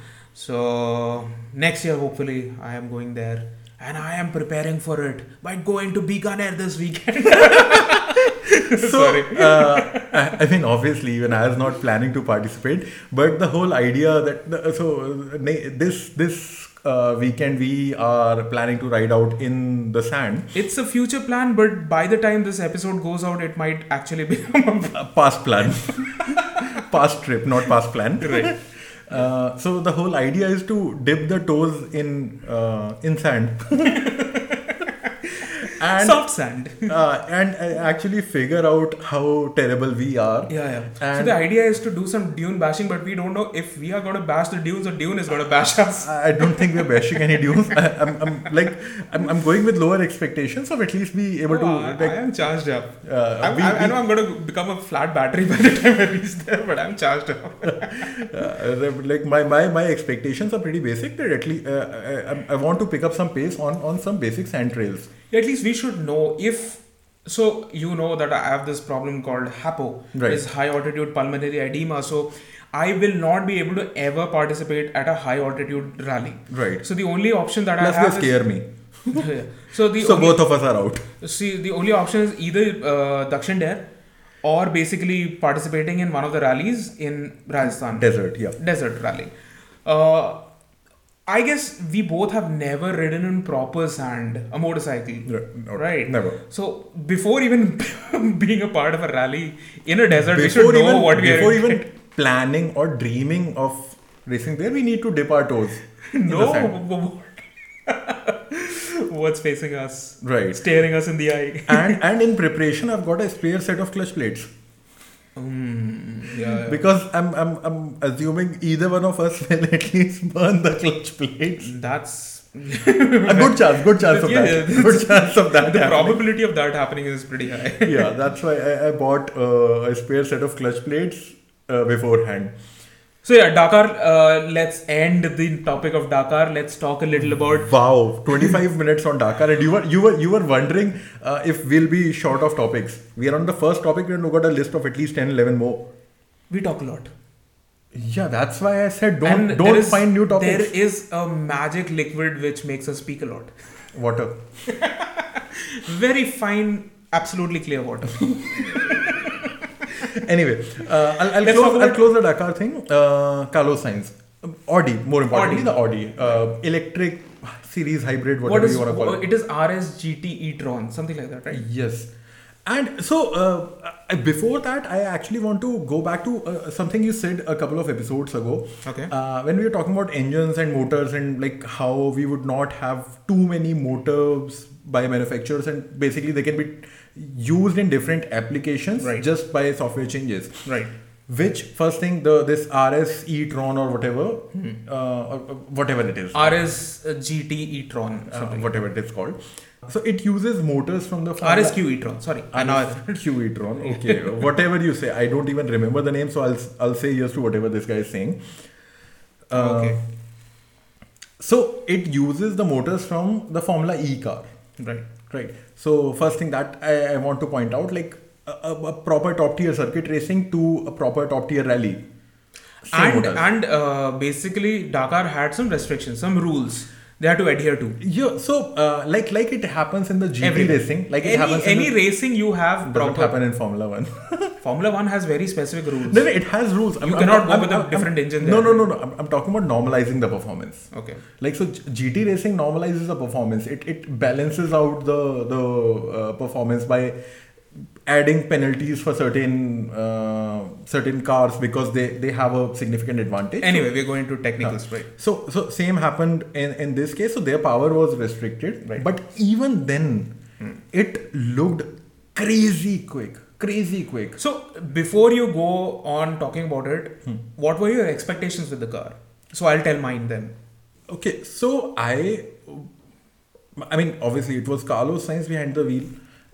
Speaker 1: so next year hopefully i am going there and i am preparing for it by going to Bikaner this weekend
Speaker 2: [LAUGHS] so, uh, I, I mean, obviously, even I was not planning to participate, but the whole idea that the, so uh, na- this this uh, weekend we are planning to ride out in the sand.
Speaker 1: It's a future plan, but by the time this episode goes out, it might actually [LAUGHS] become a
Speaker 2: Uh, past [LAUGHS] plan, past trip, not past plan. Right. [LAUGHS] Uh, so the whole idea is to dip the toes in uh, in sand. [LAUGHS] and
Speaker 1: soft sand.
Speaker 2: uh, and uh, actually figure out how terrible we are.
Speaker 1: Yeah, yeah. so
Speaker 2: And-
Speaker 1: the idea is to do some dune bashing, but we don't know if we are gonna bash the dunes or dune is gonna bash us.
Speaker 2: I I don't think we're bashing any dunes. [LAUGHS] I, I'm, I'm like, I'm, I'm going with lower expectations of at least be able
Speaker 1: Oh, I,
Speaker 2: to. Like,
Speaker 1: I am charged up.
Speaker 2: uh,
Speaker 1: I,
Speaker 2: we-
Speaker 1: I, I
Speaker 2: we-
Speaker 1: know I'm gonna become a flat battery [LAUGHS] by the time I reach there, but I'm charged up.
Speaker 2: [LAUGHS] uh, like my, my, my expectations are pretty basic. That at least uh, I, I- I want to pick up some pace on, on some basic sand trails.
Speaker 1: At least we should know if. So you know that I have this problem called HAPO,
Speaker 2: Right.
Speaker 1: is high altitude pulmonary edema. So I will not be able to ever participate at a high altitude rally.
Speaker 2: Right.
Speaker 1: So the only option that
Speaker 2: Plus
Speaker 1: I have
Speaker 2: they
Speaker 1: [LAUGHS]
Speaker 2: scare me.
Speaker 1: is so the
Speaker 2: So
Speaker 1: only,
Speaker 2: both of us are out.
Speaker 1: see the only option is either uh, Dakshin Dare or basically participating in one of the rallies in Rajasthan
Speaker 2: Desert. Yeah.
Speaker 1: desert rally. Uh, I guess we both have never ridden in proper sand a motorcycle,
Speaker 2: Right, not-
Speaker 1: right?
Speaker 2: never.
Speaker 1: So before even [LAUGHS] being a part of a rally in a desert, we
Speaker 2: Before
Speaker 1: should know
Speaker 2: even
Speaker 1: what we
Speaker 2: before
Speaker 1: are. [LAUGHS]
Speaker 2: even [LAUGHS] planning or dreaming of racing there, we need to dip our toes. in the
Speaker 1: no,
Speaker 2: sand.
Speaker 1: what, [LAUGHS] what's facing us,
Speaker 2: Right.
Speaker 1: staring us in the eye.
Speaker 2: and and in preparation, I've got a spare set of clutch plates
Speaker 1: Mm, yeah.
Speaker 2: because I'm I'm I'm assuming either one of us will at least burn the clutch plates. [LAUGHS]
Speaker 1: That's
Speaker 2: A good chance, good chance of
Speaker 1: Yeah,
Speaker 2: that.
Speaker 1: yeah.
Speaker 2: Good chance of that.
Speaker 1: the
Speaker 2: happening.
Speaker 1: probability of that happening is pretty high.
Speaker 2: yeah, that's why I, I bought uh, a spare set of clutch plates uh, beforehand.
Speaker 1: So yeah, Dakar. Uh, let's end the topic of Dakar. Let's talk a little about.
Speaker 2: Wow, 25 minutes on Dakar, and you were you were you were wondering uh, if we'll be short of topics. We are on the first topic, and we got a list of at least 10, 11 more.
Speaker 1: We talk a lot.
Speaker 2: Yeah, that's why I said don't
Speaker 1: And there
Speaker 2: don't
Speaker 1: is-
Speaker 2: find new topics.
Speaker 1: There is a magic liquid which makes us speak a lot.
Speaker 2: Water.
Speaker 1: Very fine, absolutely clear water.
Speaker 2: Anyway, uh,
Speaker 1: Let's talk
Speaker 2: I'll, I'll, close, I'll
Speaker 1: about-
Speaker 2: close the Dakar thing. Uh, Carlos Sainz, Um, Audi, more importantly, the Audi uh, electric series hybrid, whatever
Speaker 1: what is
Speaker 2: you want to call it.
Speaker 1: it is RSGT e-tron, E something like that, right?
Speaker 2: Yes. And so, uh, I- before that, I actually want to go back to uh, something you said a couple of episodes ago.
Speaker 1: Okay.
Speaker 2: Uh, when we were talking about engines and motors and like how we would not have too many motors by manufacturers and basically they can be used in different applications
Speaker 1: Right.
Speaker 2: just by software changes.
Speaker 1: Right.
Speaker 2: Which first thing the this RS e-tron or whatever uh, or or whatever it is
Speaker 1: RSGT e-tron,
Speaker 2: uh,
Speaker 1: E something.
Speaker 2: whatever it is called. So it uses motors from the Formula-
Speaker 1: RSQ e-tron. E Sorry. I know I-
Speaker 2: [LAUGHS] Q e-tron. Okay, whatever you say, I don't even remember the name, so I'll I'll say yes to whatever this guy is saying. Uh,
Speaker 1: okay.
Speaker 2: So it uses the motors from the Formula E car,
Speaker 1: Right.
Speaker 2: right? So first thing that I, I want to point out, like a, a- a proper top tier circuit racing to a proper top tier rally. Same
Speaker 1: and
Speaker 2: motors.
Speaker 1: and uh, basically Dakar had some restrictions, some rules they had to adhere to.
Speaker 2: yeah, so uh, like like it happens in the GT
Speaker 1: Everywhere.
Speaker 2: racing, like it
Speaker 1: any
Speaker 2: happens
Speaker 1: any
Speaker 2: in the,
Speaker 1: racing you have
Speaker 2: doesn't
Speaker 1: proper
Speaker 2: happen in
Speaker 1: [LAUGHS]
Speaker 2: Formula One.
Speaker 1: Formula One has very specific rules.
Speaker 2: No, no, it has rules. I'm,
Speaker 1: You
Speaker 2: I'm
Speaker 1: cannot
Speaker 2: not-
Speaker 1: go
Speaker 2: I'm-
Speaker 1: with a
Speaker 2: I'm-
Speaker 1: different engine
Speaker 2: No, no,
Speaker 1: there.
Speaker 2: no, no. I'm, I'm talking about normalizing the performance.
Speaker 1: Okay.
Speaker 2: Like so, G- GT racing normalizes the performance. It it balances out the the uh, performance by adding penalties for certain uh, certain cars because they they have a significant advantage.
Speaker 1: Anyway, we're going to technicals, right?
Speaker 2: So so same happened in in this case. So their power was restricted.
Speaker 1: Right. Hmm.
Speaker 2: But even then, it looked crazy quick, crazy quick.
Speaker 1: So before you go on talking about it, what were your expectations with the car? So I'll tell mine then.
Speaker 2: Okay, so I, I mean, obviously it was Carlos Sainz behind the wheel.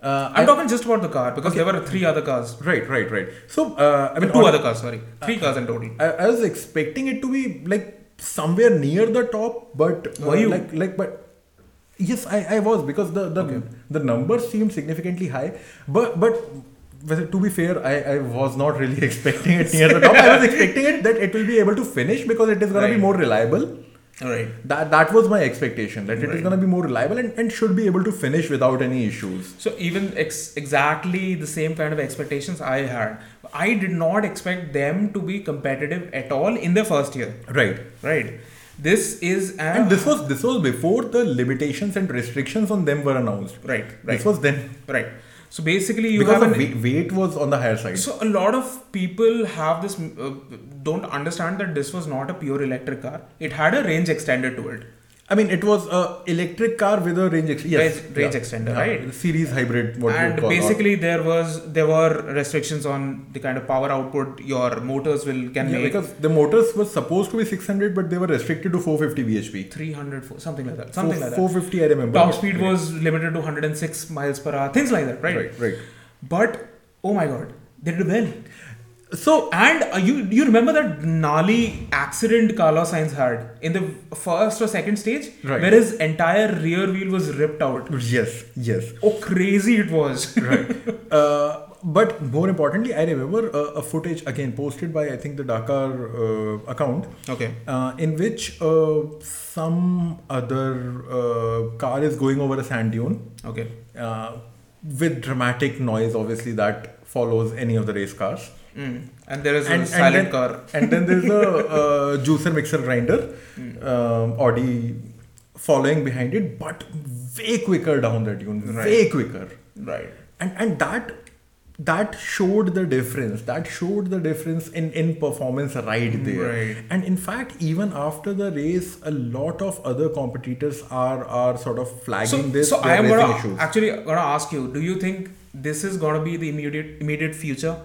Speaker 2: Uh,
Speaker 1: I'm
Speaker 2: I-
Speaker 1: talking just about the car because there were three other cars,
Speaker 2: right, right, right. So uh, I mean,
Speaker 1: two
Speaker 2: on-
Speaker 1: other cars, sorry, three cars in total.
Speaker 2: I, I was expecting it to be like somewhere near the top, but
Speaker 1: Were you?
Speaker 2: like like but yes, I, I was because the the the numbers seemed significantly high, but but. well, To be fair, I, I was not really [LAUGHS] expecting it near the top. I was expecting it that it will be able to finish because it is going to be
Speaker 1: Right.
Speaker 2: more reliable.
Speaker 1: All right.
Speaker 2: That that was my expectation that it is
Speaker 1: Right.
Speaker 2: going to be more reliable and, and should be able to finish without any issues.
Speaker 1: So even ex- exactly the same kind of expectations I had. I did not expect them to be competitive at all in their first year.
Speaker 2: Right.
Speaker 1: Right. This is a,
Speaker 2: And this was this was before the limitations and restrictions on them were announced.
Speaker 1: right, right,
Speaker 2: This was then
Speaker 1: right. So basically, you
Speaker 2: because
Speaker 1: have
Speaker 2: the
Speaker 1: an
Speaker 2: wei- weight was on the higher side.
Speaker 1: So a lot of people have this uh, don't understand that this was not a pure electric car. It had a range extended to it.
Speaker 2: I mean, it was a electric car with a range extender. Yes,
Speaker 1: Range- range extender, right.
Speaker 2: Series hybrid, what you
Speaker 1: and
Speaker 2: would call. or-
Speaker 1: basically there was there were restrictions on the kind of power output your motors will can
Speaker 2: yeah,
Speaker 1: make
Speaker 2: because the motors were supposed to be 600, but they were restricted to 450 bhp.
Speaker 1: 300 fo- something like that. Something
Speaker 2: Four-
Speaker 1: like that.
Speaker 2: 450, I remember.
Speaker 1: Top speed was limited to 106 miles per hour. Things like that, right?
Speaker 2: right, right.
Speaker 1: But oh my god, they did well.
Speaker 2: So
Speaker 1: And uh, you you remember that gnarly accident Carlos Sainz had in the first or second stage,
Speaker 2: Right.
Speaker 1: where his entire rear wheel was ripped out.
Speaker 2: yes, yes. [LAUGHS]
Speaker 1: Oh, crazy it was!
Speaker 2: right. Uh, but more importantly, I remember uh, a footage again posted by I think the Dakar uh, account,
Speaker 1: okay.
Speaker 2: uh, in which uh, some other uh, car is going over a sand dune
Speaker 1: Okay.
Speaker 2: uh, with dramatic noise, obviously that follows any of the race cars.
Speaker 1: Mm. And there is
Speaker 2: And-
Speaker 1: a
Speaker 2: and
Speaker 1: silent
Speaker 2: then-
Speaker 1: car.
Speaker 2: And then there's a
Speaker 1: [LAUGHS]
Speaker 2: uh, juicer mixer grinder,
Speaker 1: Hmm.
Speaker 2: um, Audi following behind it, but way quicker down the dune, way quicker
Speaker 1: Right.
Speaker 2: and and that that showed the difference that showed the difference in in performance right there
Speaker 1: Hmm, Right.
Speaker 2: and in fact even after the race a lot of other competitors are are sort of
Speaker 1: So,
Speaker 2: flagging this
Speaker 1: so
Speaker 2: their
Speaker 1: I am
Speaker 2: racing
Speaker 1: gonna
Speaker 2: issues.
Speaker 1: actually gonna ask you: Do you think this is gonna be the immediate immediate future?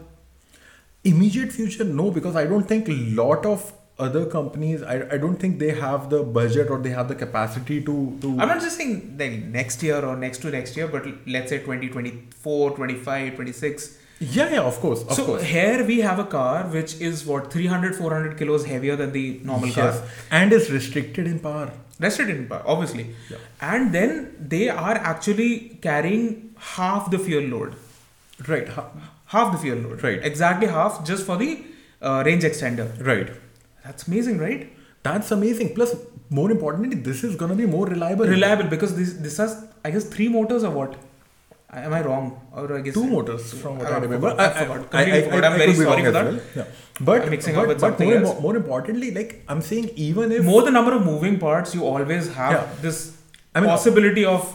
Speaker 2: immediate future no because i don't think lot of other companies I, I don't think they have the budget or they have the capacity to to
Speaker 1: I'm not just saying like next year or next to next year, but l- let's say 2024, 25, 26.
Speaker 2: yeah yeah of course of
Speaker 1: so [LAUGHS]
Speaker 2: course
Speaker 1: here we have a car which is what 300, 400 kilos heavier than the normal
Speaker 2: Yes.
Speaker 1: car,
Speaker 2: and is restricted in power
Speaker 1: rested in power, obviously.
Speaker 2: Yeah.
Speaker 1: And then they are actually carrying half the fuel load,
Speaker 2: right ha-
Speaker 1: half the fuel load,
Speaker 2: Right.
Speaker 1: Exactly half, just for the uh, range extender.
Speaker 2: right
Speaker 1: That's amazing, right?
Speaker 2: that's amazing plus more importantly this is gonna be more reliable
Speaker 1: reliable because this this has I guess three motors or what? I- Am I wrong? Or I guess
Speaker 2: two motors from what
Speaker 1: I
Speaker 2: I, remember.
Speaker 1: forgot, I forgot. Completely forgot. I'm
Speaker 2: I
Speaker 1: very
Speaker 2: could be
Speaker 1: sorry
Speaker 2: wrong
Speaker 1: for
Speaker 2: as well. Yeah. But
Speaker 1: I'm mixing up
Speaker 2: but,
Speaker 1: with
Speaker 2: but
Speaker 1: something
Speaker 2: more,
Speaker 1: else.
Speaker 2: impo- more importantly, like I'm saying, even if
Speaker 1: more the number of moving parts, you always have
Speaker 2: Yeah.
Speaker 1: this
Speaker 2: I mean-
Speaker 1: possibility of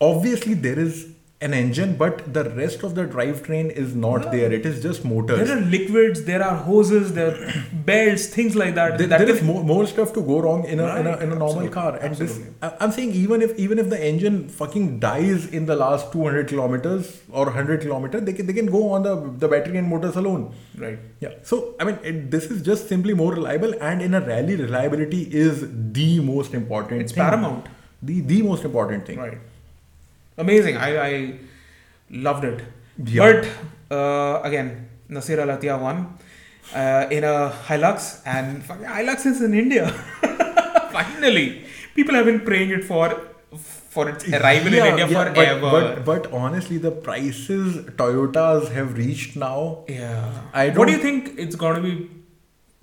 Speaker 2: obviously there is an engine, but the rest of the drivetrain is not there. It is just motors.
Speaker 1: there are liquids, there are hoses, there
Speaker 2: [COUGHS]
Speaker 1: are belts, things like that.
Speaker 2: There-
Speaker 1: that
Speaker 2: there
Speaker 1: can-
Speaker 2: is more, more stuff to go wrong in a, in a,
Speaker 1: Right,
Speaker 2: in a normal
Speaker 1: absolutely,
Speaker 2: car and
Speaker 1: absolutely.
Speaker 2: this I- i'm saying even if even if the engine fucking dies in the last 200 kilometers or 100 kilometers they can, they can go on the the battery and motors alone
Speaker 1: right.
Speaker 2: Yeah. So I mean, it, this is just simply more reliable, and in a rally, reliability is the most important.
Speaker 1: It's
Speaker 2: thing.
Speaker 1: paramount.
Speaker 2: The the most important thing.
Speaker 1: Right. Amazing. I, I loved it.
Speaker 2: Yeah.
Speaker 1: But uh, again, Nasir Alatia won uh, in a Hilux, and fucking Hilux is in India. [LAUGHS] Finally, people have been praying it for for its arrival
Speaker 2: Yeah,
Speaker 1: in India
Speaker 2: yeah, but-
Speaker 1: forever.
Speaker 2: But, but honestly, the prices Toyotas have reached now.
Speaker 1: yeah.
Speaker 2: I
Speaker 1: what do you
Speaker 2: don't-
Speaker 1: think it's gonna be?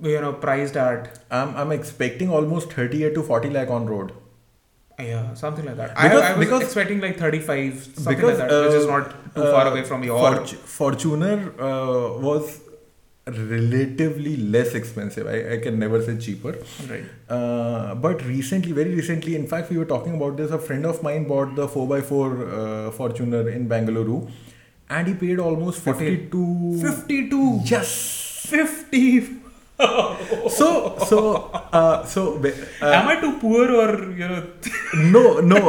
Speaker 1: You know, priced at
Speaker 2: I'm I'm expecting almost 38 to 40 lakh on road.
Speaker 1: yeah, something like that.
Speaker 2: Because-
Speaker 1: I, I was
Speaker 2: because-
Speaker 1: expecting like thirty-five, something
Speaker 2: because
Speaker 1: like that, which is
Speaker 2: uh,
Speaker 1: not too
Speaker 2: uh,
Speaker 1: far away from your.
Speaker 2: Fortu- Fortuner uh, was relatively less expensive. I, I can never say cheaper.
Speaker 1: right.
Speaker 2: Uh, but recently, very recently, in fact, we were talking about this. A friend of mine bought the 4x4 uh, Fortuner in Bangalore and he paid almost 52.
Speaker 1: 52
Speaker 2: Yes!
Speaker 1: 50
Speaker 2: So, so, uh, so, be- uh,
Speaker 1: am i too poor or you know
Speaker 2: no, no.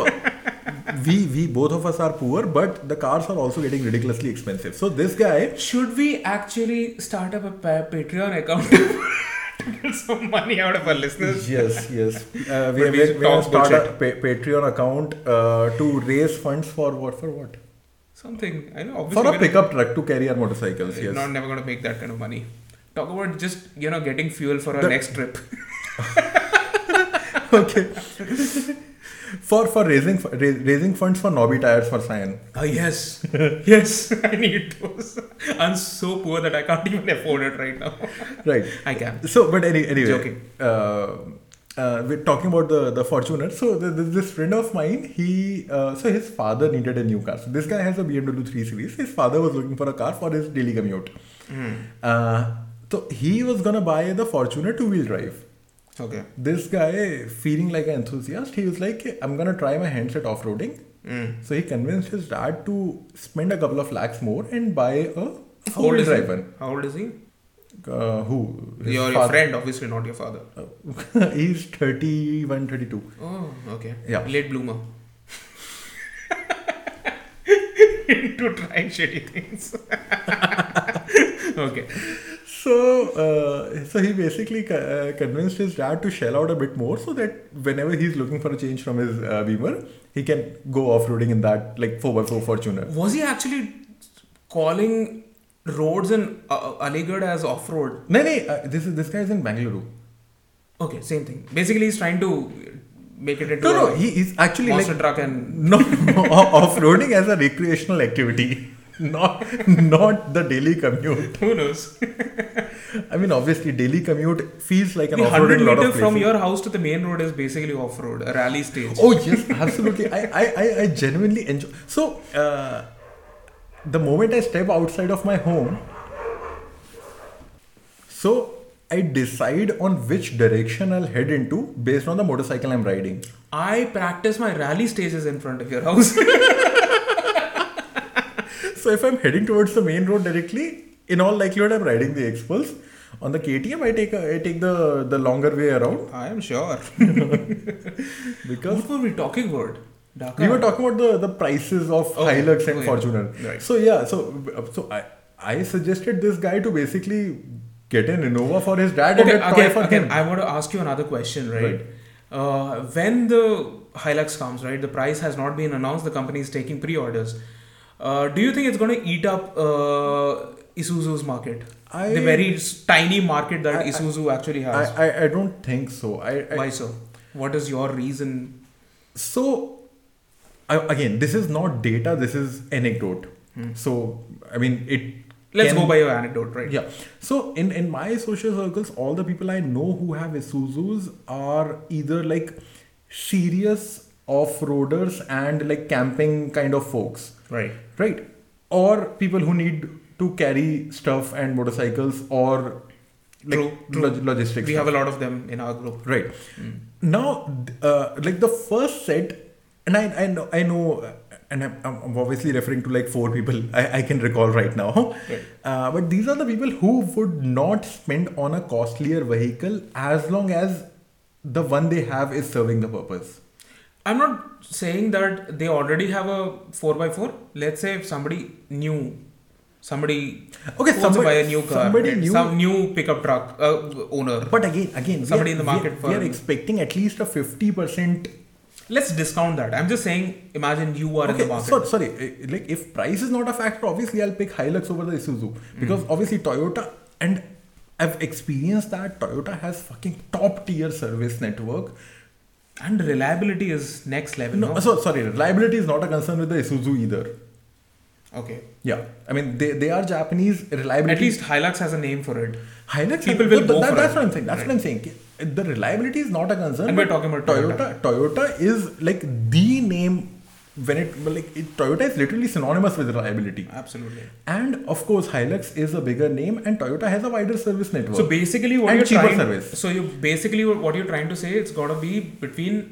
Speaker 2: We, we both of us are poor, but the cars are also getting ridiculously expensive. So, this guy,
Speaker 1: should we actually start up a pa- patreon account [LAUGHS] to get some money out of our listeners
Speaker 2: yes, yes, uh, we,
Speaker 1: But we
Speaker 2: we,
Speaker 1: should
Speaker 2: we have
Speaker 1: talk
Speaker 2: started a pa- Patreon account uh, to raise funds for what? For what?
Speaker 1: something i know obviously
Speaker 2: For a
Speaker 1: we're
Speaker 2: pickup truck to carry our motorcycles, yes.
Speaker 1: not never going to make that kind of money talk about just you know getting fuel for our
Speaker 2: The-
Speaker 1: next trip
Speaker 2: [LAUGHS] okay for for raising fu- ra- raising funds for nobby tires for cyan
Speaker 1: oh yes [LAUGHS] yes i need those i'm so poor that i can't even afford it right now
Speaker 2: right
Speaker 1: i can
Speaker 2: so but any, anyway
Speaker 1: Joking.
Speaker 2: Uh, uh, we're talking about the the fortuner so the, the, this friend of mine he uh, so his father needed a new car so this guy has a bmw 3 series his father was looking for a car for his daily commute
Speaker 1: Hmm.
Speaker 2: uh, so he was gonna buy the fortuner two wheel drive
Speaker 1: okay
Speaker 2: this guy feeling like an enthusiast he was like i'm gonna try my hands at off-roading
Speaker 1: Mm.
Speaker 2: So he convinced his dad to spend a couple of lakhs more and buy a
Speaker 1: How
Speaker 2: four-wheel
Speaker 1: old is he?
Speaker 2: drive one.
Speaker 1: how old is he
Speaker 2: Uh, who? His
Speaker 1: your, your
Speaker 2: father-
Speaker 1: friend obviously not your father
Speaker 2: He's 31, 32.
Speaker 1: Oh, okay.
Speaker 2: Yeah.
Speaker 1: Late bloomer. [LAUGHS] Into trying shitty things. [LAUGHS] okay.
Speaker 2: So, uh, so he basically co- uh, convinced his dad to shell out a bit more so that whenever he's looking for a change from his uh, Beamer, he can go off-roading in that like 4x4 Fortuner.
Speaker 1: Was he actually calling roads in uh, Aligarh as off road?
Speaker 2: No, no, uh, this is this guy is in Bangalore.
Speaker 1: Okay, same thing. Basically, he's trying to make it into
Speaker 2: No, no,
Speaker 1: a
Speaker 2: he is actually like
Speaker 1: monster truck and.
Speaker 2: No, no [LAUGHS] off-roading as a recreational activity, [LAUGHS] not not the daily commute.
Speaker 1: Who knows?
Speaker 2: I mean, obviously, daily commute feels like an
Speaker 1: The
Speaker 2: off-road
Speaker 1: 100
Speaker 2: in a lot
Speaker 1: meter
Speaker 2: of
Speaker 1: from
Speaker 2: places.
Speaker 1: your house to the main road is basically off road, a rally stage.
Speaker 2: Oh yes, absolutely. I, I, I, I genuinely enjoy. So, uh, the moment I step outside of my home, so I decide on which direction I'll head into based on the motorcycle I'm riding. [LAUGHS]
Speaker 1: I practice my rally stages in front of your house.
Speaker 2: So if I'm heading towards the main road directly, in all likelihood, I'm riding the X Pulse. On the KTM, I take a, I take the the longer way around
Speaker 1: I am [LAUGHS] sure.
Speaker 2: because
Speaker 1: what were we talking about? Dhaka.
Speaker 2: we were talking about the the prices of
Speaker 1: Okay.
Speaker 2: Hilux and
Speaker 1: Oh, yeah.
Speaker 2: Fortuner.
Speaker 1: Right.
Speaker 2: So yeah, so so I I suggested this guy to basically get an Innova for his dad
Speaker 1: Okay,
Speaker 2: and a toy
Speaker 1: again,
Speaker 2: for
Speaker 1: again
Speaker 2: him.
Speaker 1: I want to ask you another question, right?
Speaker 2: Right.
Speaker 1: Uh, when the Hilux comes, right, the price has not been announced, the company is taking pre orders. Uh, do you think it's going to eat up uh, Isuzu's market?
Speaker 2: I-
Speaker 1: the very s- tiny market that
Speaker 2: I- I-
Speaker 1: Isuzu actually
Speaker 2: I,
Speaker 1: has.
Speaker 2: I I don't think so. I, I
Speaker 1: Why so? What is your reason?
Speaker 2: so I, again this is not data this is anecdote so i mean it
Speaker 1: Hmm. Let's
Speaker 2: can-
Speaker 1: go by your anecdote, right?
Speaker 2: yeah so in in my social circles all the people i know who have isuzus are either like serious off-roaders and like camping kind of folks
Speaker 1: Right.
Speaker 2: right or people who need to carry stuff and motorcycles or like
Speaker 1: True, true.
Speaker 2: log- logistics
Speaker 1: We
Speaker 2: stuff.
Speaker 1: have a lot of them in our group.
Speaker 2: Right. Now, uh, like the first set, and I, I know, I know, and I'm, I'm obviously referring to like four people [LAUGHS] I, I can recall right now.
Speaker 1: Right.
Speaker 2: Uh, but these are the people who would not spend on a costlier vehicle as long as the one they have is serving the purpose.
Speaker 1: I'm not saying that they already have a 4x4. Let's say if somebody new, somebody
Speaker 2: Okay,
Speaker 1: who wants to
Speaker 2: somebody-
Speaker 1: buy a new car,
Speaker 2: somebody
Speaker 1: right?
Speaker 2: new-
Speaker 1: some new pickup truck uh, owner.
Speaker 2: But again, again, we
Speaker 1: Somebody
Speaker 2: are-
Speaker 1: in the
Speaker 2: we are-
Speaker 1: market
Speaker 2: We
Speaker 1: for-
Speaker 2: are expecting at least a fifty percent
Speaker 1: Let's discount that. I'm just saying, imagine you are in the
Speaker 2: Okay,
Speaker 1: market.
Speaker 2: so, sorry, eh, like if price is not a factor, obviously I'll pick Hilux over the Isuzu because obviously Toyota and I've experienced that Toyota has fucking top tier service network.
Speaker 1: and reliability is next level. No,
Speaker 2: No, so sorry, reliability is not a concern with the Isuzu either.
Speaker 1: okay.
Speaker 2: Yeah, I mean they, they are Japanese reliability.
Speaker 1: At least Hilux has a name for it.
Speaker 2: Hilux.
Speaker 1: people will
Speaker 2: but
Speaker 1: go
Speaker 2: that-
Speaker 1: for
Speaker 2: That's
Speaker 1: it.
Speaker 2: what I'm saying. That's what I'm saying. The reliability is not a concern.
Speaker 1: And we're
Speaker 2: but
Speaker 1: talking about
Speaker 2: Toyota. Toyota is like the name when it like it, Toyota is literally synonymous with reliability.
Speaker 1: Absolutely.
Speaker 2: And of course, Hilux is a bigger name, and Toyota has a wider service network.
Speaker 1: So basically, what
Speaker 2: And
Speaker 1: you're
Speaker 2: cheaper
Speaker 1: trying,
Speaker 2: service.
Speaker 1: So you basically what you're trying to say, it's got to be between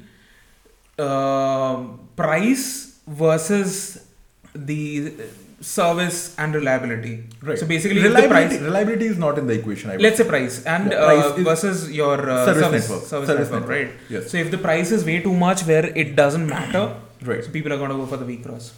Speaker 1: uh, price versus the uh, service and reliability.
Speaker 2: right.
Speaker 1: So basically, if the
Speaker 2: reliability,
Speaker 1: price.
Speaker 2: reliability is not in the equation. I would
Speaker 1: Let's say price and
Speaker 2: Yeah, price
Speaker 1: uh,
Speaker 2: is-
Speaker 1: versus your uh,
Speaker 2: Service
Speaker 1: service,
Speaker 2: network.
Speaker 1: service
Speaker 2: Service
Speaker 1: network,
Speaker 2: network.
Speaker 1: right?
Speaker 2: Yes.
Speaker 1: So if the price is way too much, where it doesn't matter,
Speaker 2: Right.
Speaker 1: So people are gonna go for the weak cross.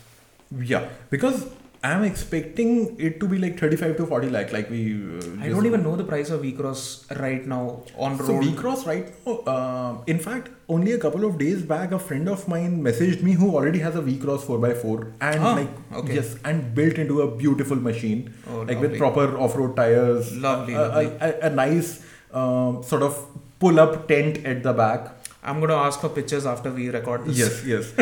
Speaker 2: say. Yeah, because I'm expecting it to be like 35 to 40 lakh, like we. Uh,
Speaker 1: I don't
Speaker 2: just-
Speaker 1: even know the price of V-Cross right now on
Speaker 2: So
Speaker 1: road.
Speaker 2: Vcross right now. Uh, in fact, only a couple of days back, a friend of mine messaged me who already has a Vcross 4x4 and
Speaker 1: Ah,
Speaker 2: like
Speaker 1: okay.
Speaker 2: yes, and built into a beautiful machine,
Speaker 1: Oh,
Speaker 2: like
Speaker 1: lovely.
Speaker 2: with proper off-road tires,
Speaker 1: Lovely,
Speaker 2: a, a-
Speaker 1: lovely.
Speaker 2: a, a nice um, sort of pull-up tent at the back.
Speaker 1: I'm gonna ask for pictures after we record this.
Speaker 2: Yes, yes.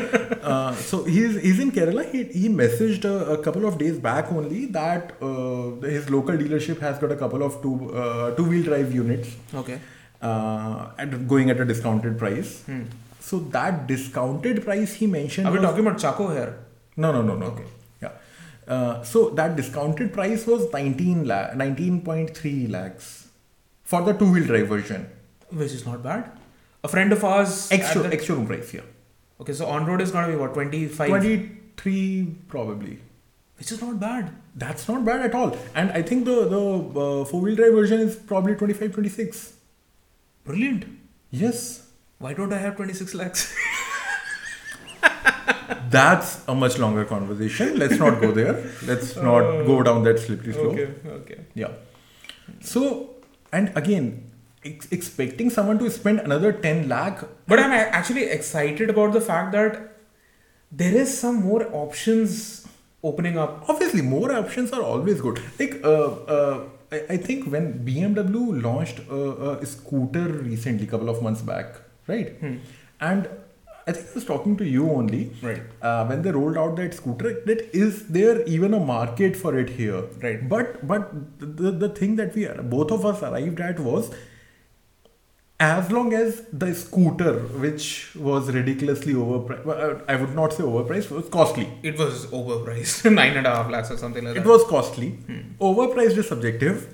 Speaker 2: uh, so he's he's in Kerala. He he messaged a, a couple of days back only that uh, his local dealership has got a couple of two uh, two wheel drive units
Speaker 1: Okay.
Speaker 2: uh, and going at a discounted price.
Speaker 1: Hmm.
Speaker 2: So that discounted price he mentioned.
Speaker 1: Are we
Speaker 2: was-
Speaker 1: talking about Chaco here?
Speaker 2: No, no, no, no. Okay. Yeah. Uh, so that discounted price was 19 lakh, 19.3 lakhs for the two wheel drive version.
Speaker 1: Which is not bad. A friend of ours. at
Speaker 2: Extra,
Speaker 1: the-
Speaker 2: extra room price, yeah.
Speaker 1: okay, so on road is gonna be what, 25?
Speaker 2: 23 probably.
Speaker 1: Which is not bad.
Speaker 2: That's not bad at all. And I think the, the uh, four wheel drive version is probably 25, 26.
Speaker 1: Brilliant.
Speaker 2: Yes.
Speaker 1: Why don't I have 26 lakhs?
Speaker 2: [LAUGHS] That's a much longer conversation. Let's not go there. Let's not go down that slippery slope.
Speaker 1: okay.
Speaker 2: Yeah. So, and again, ex- expecting someone to spend another 10 lakh.
Speaker 1: But I'm a- actually excited about the fact that there is some more options opening up.
Speaker 2: Obviously, more options are always good. Like, uh, uh, I, I think when BMW launched uh, a, a scooter recently, couple of months back, right?
Speaker 1: Hmm.
Speaker 2: And I think I was talking to you only.
Speaker 1: Right.
Speaker 2: Uh, when they rolled out that scooter, that is there even a market for it here?
Speaker 1: Right.
Speaker 2: But but the, the thing that we both of us arrived at was as long as the scooter, which was ridiculously overpriced, well, I I would not say overpriced, was costly.
Speaker 1: It was overpriced. [LAUGHS] Nine and a half lakhs or something like
Speaker 2: It
Speaker 1: that.
Speaker 2: was costly.
Speaker 1: Hmm.
Speaker 2: Overpriced is subjective.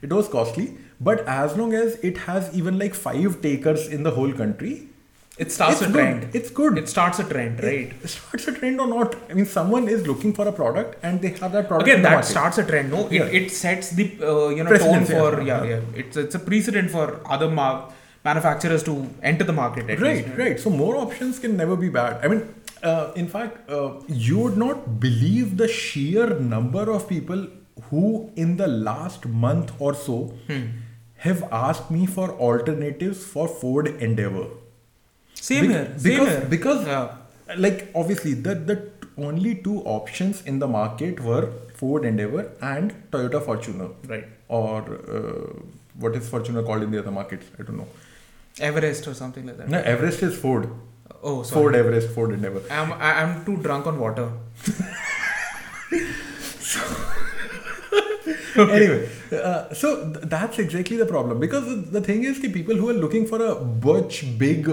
Speaker 2: It was costly. But as long as it has even like five takers in the whole country,
Speaker 1: It starts
Speaker 2: it's
Speaker 1: a
Speaker 2: good.
Speaker 1: trend.
Speaker 2: It's good.
Speaker 1: It starts a trend, right?
Speaker 2: It starts a trend or not. I mean, someone is looking for a product and they have that product.
Speaker 1: Again,
Speaker 2: in the
Speaker 1: that
Speaker 2: market.
Speaker 1: starts a trend. No, it,
Speaker 2: Yeah.
Speaker 1: it sets the uh, you know
Speaker 2: Precedence,
Speaker 1: tone for
Speaker 2: yeah.
Speaker 1: yeah, yeah. It's it's a precedent for other mar- manufacturers to enter the market. At
Speaker 2: Right,
Speaker 1: least.
Speaker 2: right. So more options can never be bad. I mean, uh, in fact, uh, you would not believe the sheer number of people who, in the last month or so,
Speaker 1: Hmm.
Speaker 2: have asked me for alternatives for Ford Endeavor.
Speaker 1: Same
Speaker 2: Bec-
Speaker 1: here. Same
Speaker 2: because
Speaker 1: here.
Speaker 2: because
Speaker 1: Yeah.
Speaker 2: like obviously the the t- only two options in the market were Ford Endeavor and Toyota Fortuner.
Speaker 1: Right.
Speaker 2: Or uh, what is Fortuner called in the other markets? I don't know.
Speaker 1: Everest or something like that.
Speaker 2: No, Everest is Ford.
Speaker 1: Oh, sorry.
Speaker 2: Mm-hmm. Ford Everest, Ford Endeavor.
Speaker 1: I'm I- I'm too drunk on water. [LAUGHS]
Speaker 2: anyway, uh, so th- that's exactly the problem because the- the thing is, ki people who are looking for a butch big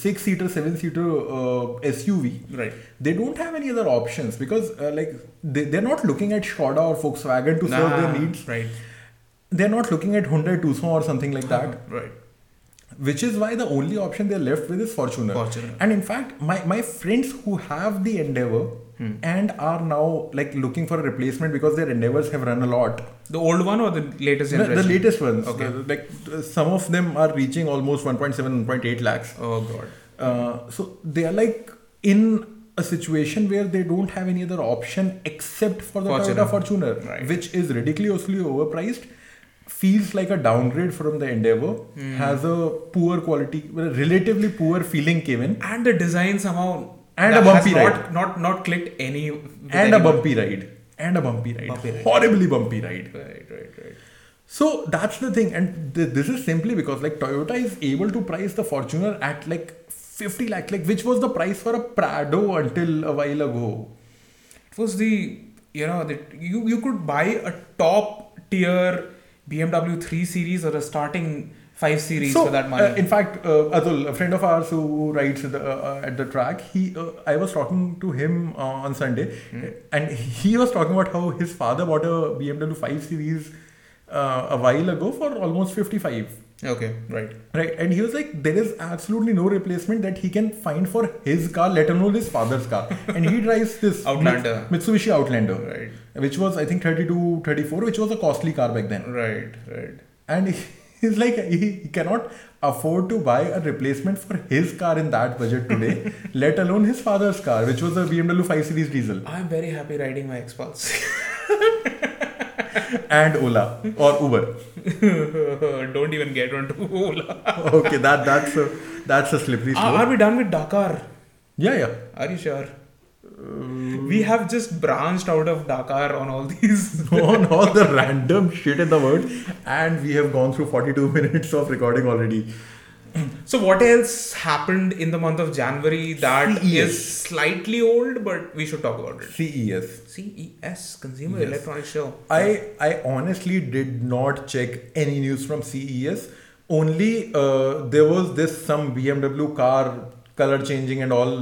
Speaker 2: six seater, seven seater uh, SUV,
Speaker 1: Right.
Speaker 2: they don't have any other options because uh, like they, they're not looking at Skoda or Volkswagen to serve their needs.
Speaker 1: Right.
Speaker 2: They're not looking at Hyundai Tucson or something like that,
Speaker 1: Right.
Speaker 2: which is why the only option they're left with is Fortuner.
Speaker 1: Fortuner.
Speaker 2: And in fact, my, my friends who have the Endeavor
Speaker 1: Hmm.
Speaker 2: and are now like looking for a replacement because their Endeavors have run a lot.
Speaker 1: The old one or the latest
Speaker 2: No,
Speaker 1: generation?
Speaker 2: the latest ones.
Speaker 1: Okay.
Speaker 2: The- like uh, some of them are reaching almost 1.7, 1.8 lakhs.
Speaker 1: Oh god.
Speaker 2: Uh, so they are like in a situation where they don't have any other option except for the Toyota
Speaker 1: Fortuner.
Speaker 2: Fortuner,
Speaker 1: Right.
Speaker 2: which is ridiculously overpriced. Feels like a downgrade from the Endeavor. Has a poor quality, well, relatively poor feeling came in,
Speaker 1: And the design somehow
Speaker 2: And
Speaker 1: that
Speaker 2: a bumpy
Speaker 1: has not,
Speaker 2: ride.
Speaker 1: not not clicked any with
Speaker 2: and a
Speaker 1: anyone.
Speaker 2: bumpy ride, and a bumpy ride,
Speaker 1: Bumpy ride.
Speaker 2: horribly bumpy ride.
Speaker 1: Right, right, right.
Speaker 2: So that's the thing, and th- this is simply because like Toyota is able to price the Fortuner at like 50 lakh, like which was the price for a Prado until a while ago.
Speaker 1: It was the you know that you you could buy a top tier BMW 3 series or a starting 5 series
Speaker 2: so
Speaker 1: for that money.
Speaker 2: uh, in fact, uh, Atul, a friend of ours who rides the, uh, uh, at the track, he uh, I was talking to him uh, on Sunday,
Speaker 1: Hmm.
Speaker 2: and he was talking about how his father bought a BMW 5 Series uh, a while ago for almost 55.
Speaker 1: okay, right.
Speaker 2: Right, and he was like, there is absolutely no replacement that he can find for his car, let alone his father's car. And he drives
Speaker 1: [LAUGHS]
Speaker 2: this
Speaker 1: Outlander.
Speaker 2: Mits- Mitsubishi Outlander,
Speaker 1: Right.
Speaker 2: which was, I think, 32, 34, which was a costly car back then.
Speaker 1: Right, right.
Speaker 2: And [LAUGHS] he- he's like, he he cannot afford to buy a replacement for his car in that budget today, [LAUGHS] let alone his father's car, which was a BMW 5 Series diesel
Speaker 1: I'm very happy riding my Xbox. [LAUGHS]
Speaker 2: and Ola or
Speaker 1: [LAUGHS]
Speaker 2: Uber.
Speaker 1: Don't even get onto [LAUGHS] Ola.
Speaker 2: okay, that that's a, that's a slippery
Speaker 1: Are,
Speaker 2: slope.
Speaker 1: are we done with Dakar?
Speaker 2: yeah, yeah.
Speaker 1: Are you sure? we have just branched out of Dakar on all [LAUGHS] these.
Speaker 2: [LAUGHS] on all the random shit in the world and we have gone through 42 [LAUGHS] minutes of recording already
Speaker 1: So, what else happened in the month of January that is
Speaker 2: CES.
Speaker 1: slightly old, but we should talk about it?
Speaker 2: ces
Speaker 1: CES, Consumer
Speaker 2: Yes.
Speaker 1: Electronics Show.
Speaker 2: E i i honestly did not check any news from ces only uh, there was this some bmw car color changing and all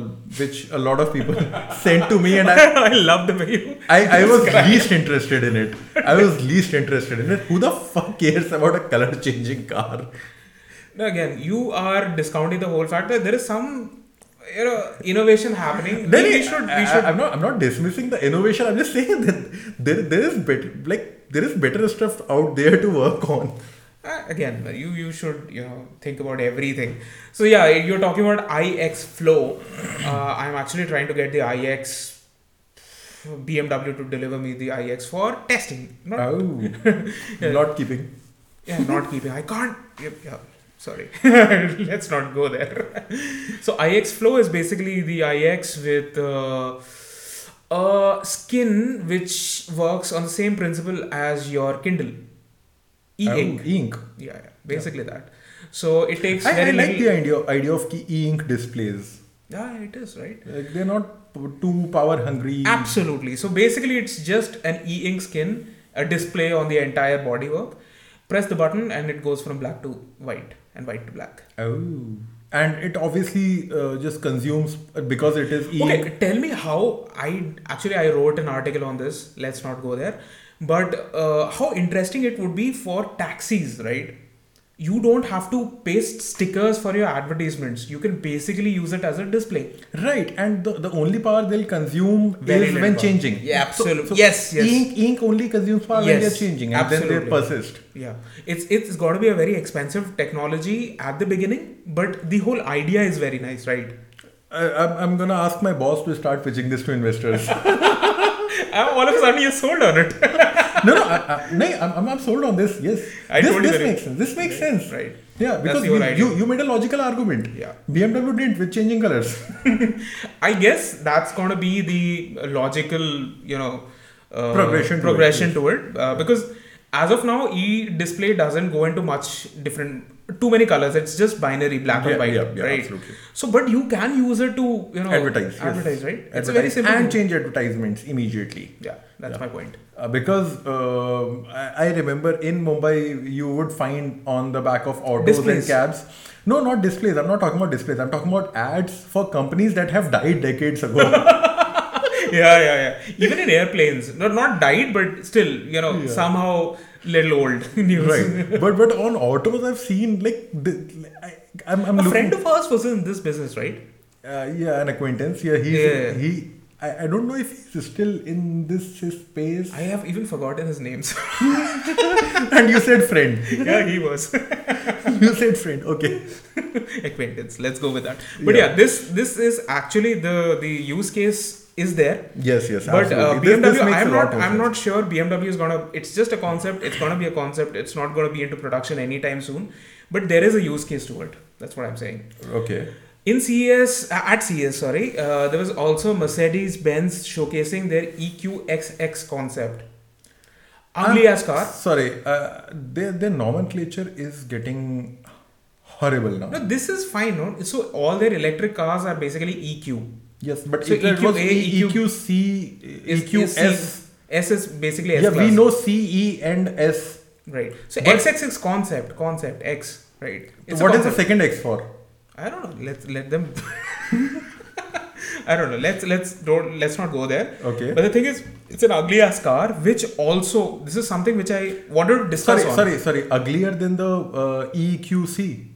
Speaker 2: which a lot of people [LAUGHS] sent to me and i
Speaker 1: [LAUGHS] I love the way you.
Speaker 2: I, I was least interested in it. I was least interested in it. Who the fuck cares about a color changing car?
Speaker 1: No, again, you are discounting the whole fact that there is some you know, innovation happening.
Speaker 2: Then
Speaker 1: we, we
Speaker 2: it-
Speaker 1: should.
Speaker 2: I,
Speaker 1: We should
Speaker 2: am not. I'm not dismissing the innovation. I'm just saying that there, there is better. Like there is better stuff out there to work on.
Speaker 1: Uh, again you you should you know think about everything so yeah you're talking about ix flow uh, i'm actually trying to get the ix bmw to deliver me the ix for testing not, [LAUGHS]
Speaker 2: Oh, not keeping.
Speaker 1: yeah not keeping i can't yep, yeah sorry [LAUGHS] let's not go there [LAUGHS] so ix flow is basically the ix with uh, a skin which works on the same principle as your kindle e-ink
Speaker 2: Oh, ink.
Speaker 1: yeah, yeah basically that so it takes
Speaker 2: I, I
Speaker 1: very
Speaker 2: like
Speaker 1: little
Speaker 2: the idea idea of key ink displays.
Speaker 1: yeah it is right
Speaker 2: Like they're not p- too power hungry.
Speaker 1: absolutely so basically it's just an e-ink skin a display on the entire bodywork press the button and it goes from black to white and white to black
Speaker 2: Oh, and it obviously uh, just consumes uh, because it is e ink.
Speaker 1: okay tell me how i actually i wrote an article on this let's not go there but uh, how interesting it would be for taxis right you don't have to paste stickers for your advertisements. You can basically use it as a display.
Speaker 2: Right, and the, the only power they'll consume
Speaker 1: Very
Speaker 2: is
Speaker 1: little
Speaker 2: when
Speaker 1: power.
Speaker 2: changing.
Speaker 1: Yeah,
Speaker 2: So-
Speaker 1: absolutely.
Speaker 2: so
Speaker 1: Yes, yes.
Speaker 2: Ink, ink only consumes power when
Speaker 1: Yes,
Speaker 2: they're changing, and then they
Speaker 1: absolutely.
Speaker 2: persist.
Speaker 1: Yeah, it's it's got to be a very expensive technology at the beginning, but the whole idea is very nice, right? [LAUGHS]
Speaker 2: I, I'm, I'm gonna ask my boss to start pitching this to
Speaker 1: [LAUGHS]
Speaker 2: investors.
Speaker 1: Uh, all of a sudden, you're sold on it,
Speaker 2: no, no, I, I, no I'm, I'm- I'm sold on this. Yes,
Speaker 1: I
Speaker 2: this,
Speaker 1: told you
Speaker 2: this
Speaker 1: that it-
Speaker 2: makes sense. This makes sense.
Speaker 1: right?
Speaker 2: Yeah, because
Speaker 1: the whole
Speaker 2: you,
Speaker 1: idea.
Speaker 2: you, you made a logical argument.
Speaker 1: Yeah.
Speaker 2: BMW didn't with changing colors.
Speaker 1: [LAUGHS] I guess that's going to be the logical, you know, uh,
Speaker 2: Progression to it,
Speaker 1: progression to it, uh, because as of now, e display doesn't go into much different, too many colors. It's just binary, black
Speaker 2: Yeah,
Speaker 1: and white,
Speaker 2: yeah, yeah,
Speaker 1: right?
Speaker 2: absolutely.
Speaker 1: So, but you can use it to, you know,
Speaker 2: advertise. yes.
Speaker 1: advertise, right? It's a
Speaker 2: Advertise
Speaker 1: very simple.
Speaker 2: And
Speaker 1: thing.
Speaker 2: change advertisements immediately.
Speaker 1: yeah, that's my point. [LAUGHS]
Speaker 2: Uh, because um I, I remember in Mumbai, you would find on the back of autos
Speaker 1: Displays.
Speaker 2: and cabs. No, not displays. I'm not talking about displays. I'm talking about ads for companies that have died
Speaker 1: [LAUGHS]
Speaker 2: decades ago.
Speaker 1: yeah, yeah, yeah. Even in airplanes, not not died, but still, you know, somehow little old [LAUGHS] news.
Speaker 2: [LAUGHS] right. But but on autos, I've seen like the, I, I'm, I'm
Speaker 1: A
Speaker 2: looking.
Speaker 1: friend of ours was in this business, right?
Speaker 2: Uh, yeah, an acquaintance. Yeah, he's
Speaker 1: Yeah.
Speaker 2: he. I, I don't know if he's still in this space.
Speaker 1: I have even forgotten his name. [LAUGHS] so-
Speaker 2: [LAUGHS] and you said friend.
Speaker 1: yeah, [LAUGHS] he was
Speaker 2: You said friend. Okay.
Speaker 1: acquaintance. Let's go with that. But yeah.
Speaker 2: Yeah.
Speaker 1: this this is actually the the use case is there.
Speaker 2: Yes, yes.
Speaker 1: But uh,
Speaker 2: absolutely. This-
Speaker 1: BMW,
Speaker 2: this makes
Speaker 1: I'm
Speaker 2: a lot
Speaker 1: not.
Speaker 2: of
Speaker 1: I'm
Speaker 2: sense.
Speaker 1: not sure BMW is gonna. It's just a concept. It's gonna be a concept. It's not gonna be into production anytime soon. But there is a use case to it. That's what I'm saying.
Speaker 2: Okay.
Speaker 1: In CES, uh, at CES, sorry, uh, there was also Mercedes Benz showcasing their E EQXX concept. Ugly
Speaker 2: I'm
Speaker 1: as car.
Speaker 2: Sorry, uh, their their nomenclature is getting horrible now.
Speaker 1: No, this is fine. No? So all their electric cars are basically E EQ.
Speaker 2: Yes, but
Speaker 1: So
Speaker 2: it, it was
Speaker 1: EQA,
Speaker 2: E-
Speaker 1: EQ
Speaker 2: EQC,
Speaker 1: Is- is
Speaker 2: EQS.
Speaker 1: C- S is basically S
Speaker 2: Yeah,
Speaker 1: class.
Speaker 2: we know C, E, and S.
Speaker 1: Right. So
Speaker 2: But-
Speaker 1: XXX concept, concept X. Right.
Speaker 2: What
Speaker 1: It's
Speaker 2: is
Speaker 1: a
Speaker 2: the
Speaker 1: concept.
Speaker 2: second X for?
Speaker 1: I don't know. Let's let them. [LAUGHS] I don't know. Let's let's don't let's not go there.
Speaker 2: Okay.
Speaker 1: But the thing is, it's an ugly ass car, which also this is something which I wanted to discuss.
Speaker 2: Sorry,
Speaker 1: on.
Speaker 2: sorry, sorry. Uglier than the uh, EQC.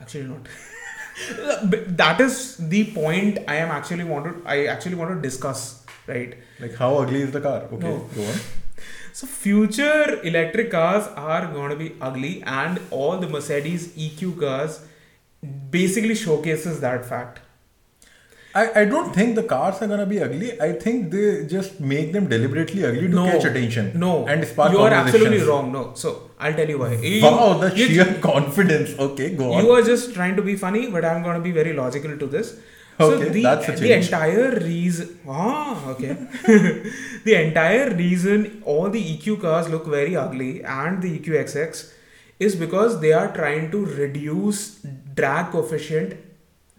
Speaker 1: actually not [LAUGHS] But that is the point i am actually wanted i actually want to discuss right
Speaker 2: Like how ugly is the car? Okay,
Speaker 1: No.
Speaker 2: go on.
Speaker 1: so future electric cars are going to be ugly and all the mercedes eq cars basically showcases that fact
Speaker 2: I, I don't think the cars are gonna be ugly. I think they just make them deliberately ugly to catch attention.
Speaker 1: no
Speaker 2: and spark
Speaker 1: you are
Speaker 2: conversations.
Speaker 1: absolutely wrong no so i'll tell you why You-
Speaker 2: Wow, the
Speaker 1: you-
Speaker 2: sheer confidence. Okay, go on.
Speaker 1: you are just trying to be funny but i'm going to be very logical to this so
Speaker 2: Okay,
Speaker 1: the,
Speaker 2: that's a
Speaker 1: the
Speaker 2: change.
Speaker 1: entire reason ah okay [LAUGHS] the entire reason all the eq cars look very ugly and the E eqxx is because they are trying to reduce drag coefficient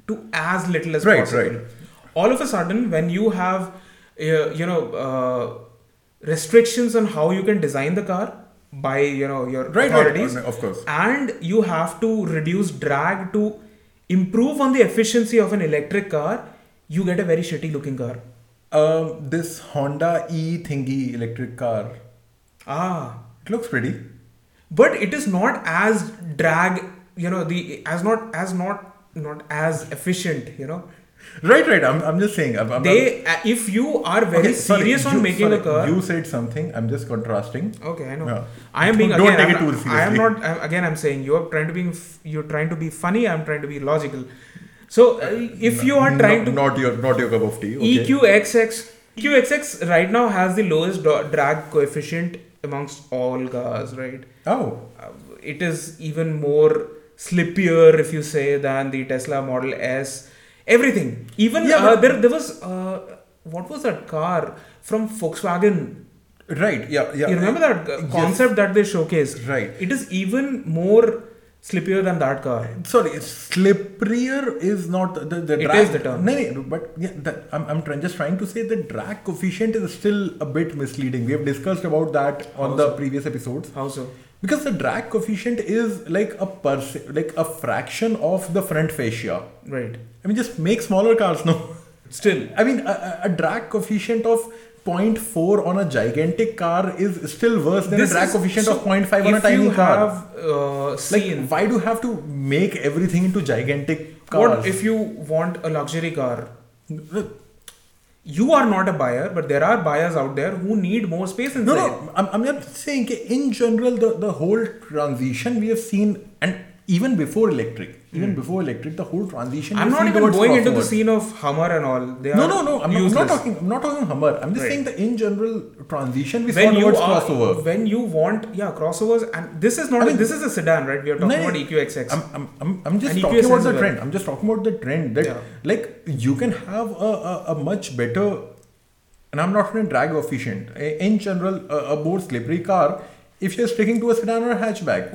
Speaker 1: to as little as
Speaker 2: Right,
Speaker 1: possible
Speaker 2: right.
Speaker 1: all of a sudden when you have uh, you know uh, restrictions on how you can design the car by you know your
Speaker 2: right, right.
Speaker 1: authorities
Speaker 2: Of course.
Speaker 1: and you have to reduce drag to improve on the efficiency of an electric car you get a very shitty looking car
Speaker 2: Um, this Honda E thingy electric car.
Speaker 1: ah
Speaker 2: It looks pretty.
Speaker 1: but it is not as drag you know the as not as not not as efficient you know
Speaker 2: Right, right. I'm, I'm just saying. I'm, I'm I'm-
Speaker 1: they uh, if you are very
Speaker 2: Okay, sorry,
Speaker 1: serious on
Speaker 2: you-
Speaker 1: making
Speaker 2: sorry,
Speaker 1: a car
Speaker 2: You said something. I'm just contrasting.
Speaker 1: okay i know
Speaker 2: No.
Speaker 1: i am being
Speaker 2: Don't
Speaker 1: again,
Speaker 2: take
Speaker 1: I'm,
Speaker 2: it too
Speaker 1: i am
Speaker 2: seriously.
Speaker 1: not I'm, again i'm saying you are trying to be f- you're trying to be funny i'm trying to be logical so uh, if you are trying
Speaker 2: No-
Speaker 1: to
Speaker 2: not your not your cup of tea.
Speaker 1: E
Speaker 2: Okay.
Speaker 1: EQXX EQXX right now has the lowest do- drag coefficient amongst all cars, right?
Speaker 2: Oh,
Speaker 1: Uh, it is even more slippier, if you say, than the Tesla Model S. Everything. Even
Speaker 2: Yeah,
Speaker 1: uh,
Speaker 2: but-
Speaker 1: there, there was uh, what was that car from Volkswagen?
Speaker 2: right. Yeah, yeah.
Speaker 1: you remember that uh,
Speaker 2: Yes.
Speaker 1: concept that they showcased?
Speaker 2: Right.
Speaker 1: It is even more slippier than that car.
Speaker 2: Sorry, slipperier is not the the, the
Speaker 1: It
Speaker 2: drag.
Speaker 1: is the term.
Speaker 2: No, no, but yeah, that, I'm I'm trying, just trying to say the drag coefficient is still a bit misleading. We have discussed about that on the previous episodes
Speaker 1: How so?
Speaker 2: because the drag coefficient is like a perc- like a fraction of the front fascia.
Speaker 1: Right.
Speaker 2: I mean, just make smaller cars now. [LAUGHS]
Speaker 1: Still,
Speaker 2: I mean, a- a, a drag coefficient of 0.4 on a gigantic car is still worse than
Speaker 1: This
Speaker 2: a drag
Speaker 1: is-
Speaker 2: coefficient
Speaker 1: so
Speaker 2: of 0.5 on
Speaker 1: if
Speaker 2: a
Speaker 1: you
Speaker 2: tiny car.
Speaker 1: have uh, seen
Speaker 2: Like, why do you have to make everything into gigantic cars?
Speaker 1: what if you want a luxury car you are not a buyer but there are buyers out there who need more space inside
Speaker 2: No, no, I'm, I'm just saying that in general, the, the whole transition we have seen, and even before electric, even before electric, the whole transition.
Speaker 1: Hmm. i'm
Speaker 2: we've
Speaker 1: not
Speaker 2: seen
Speaker 1: even
Speaker 2: towards
Speaker 1: going into the
Speaker 2: Crawford.
Speaker 1: scene of hummer and all they are
Speaker 2: No, no, no. I'm not, I'm not
Speaker 1: useless.
Speaker 2: talking. I'm not talking Hummer. I'm just
Speaker 1: Right.
Speaker 2: saying the in general transition we saw
Speaker 1: when you
Speaker 2: towards
Speaker 1: are,
Speaker 2: crossover.
Speaker 1: when you want yeah crossovers and this is not
Speaker 2: I mean-
Speaker 1: this is a sedan right we are talking
Speaker 2: No,
Speaker 1: about E eqxx
Speaker 2: I'm, I'm, I'm, I'm just
Speaker 1: And E
Speaker 2: talking
Speaker 1: EQS
Speaker 2: about
Speaker 1: as
Speaker 2: the
Speaker 1: well.
Speaker 2: trend. I'm just talking about the trend that
Speaker 1: Yeah.
Speaker 2: like you can have a, a, a much better, and I'm not going to drag efficient. a- In general, a, a more slippery car if you're sticking to a sedan or a hatchback.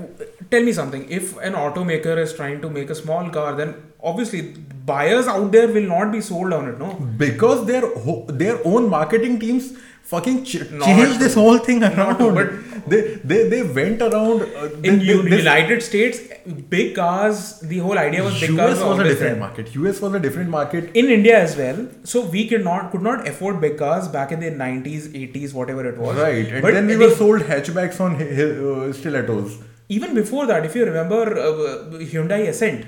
Speaker 1: tell me something if an automaker is trying to make a small car then obviously buyers out there will not be sold on it no
Speaker 2: because their ho- their own marketing teams fucking ch-
Speaker 1: Not
Speaker 2: changed this whole thing around.
Speaker 1: true, but-
Speaker 2: they, they they went around. Uh,
Speaker 1: in
Speaker 2: they-
Speaker 1: U-
Speaker 2: they- this-
Speaker 1: United States, big cars. The whole idea was big cars
Speaker 2: US
Speaker 1: were
Speaker 2: was a
Speaker 1: always
Speaker 2: different market. US was a different market.
Speaker 1: there. In India as well, so we could not could not afford big cars back in the nineties, eighties, whatever it was.
Speaker 2: Right, and
Speaker 1: but
Speaker 2: then we
Speaker 1: the-
Speaker 2: were sold hatchbacks on hi- hi- uh, stilettos.
Speaker 1: even before that. If you remember uh, Hyundai Ascent,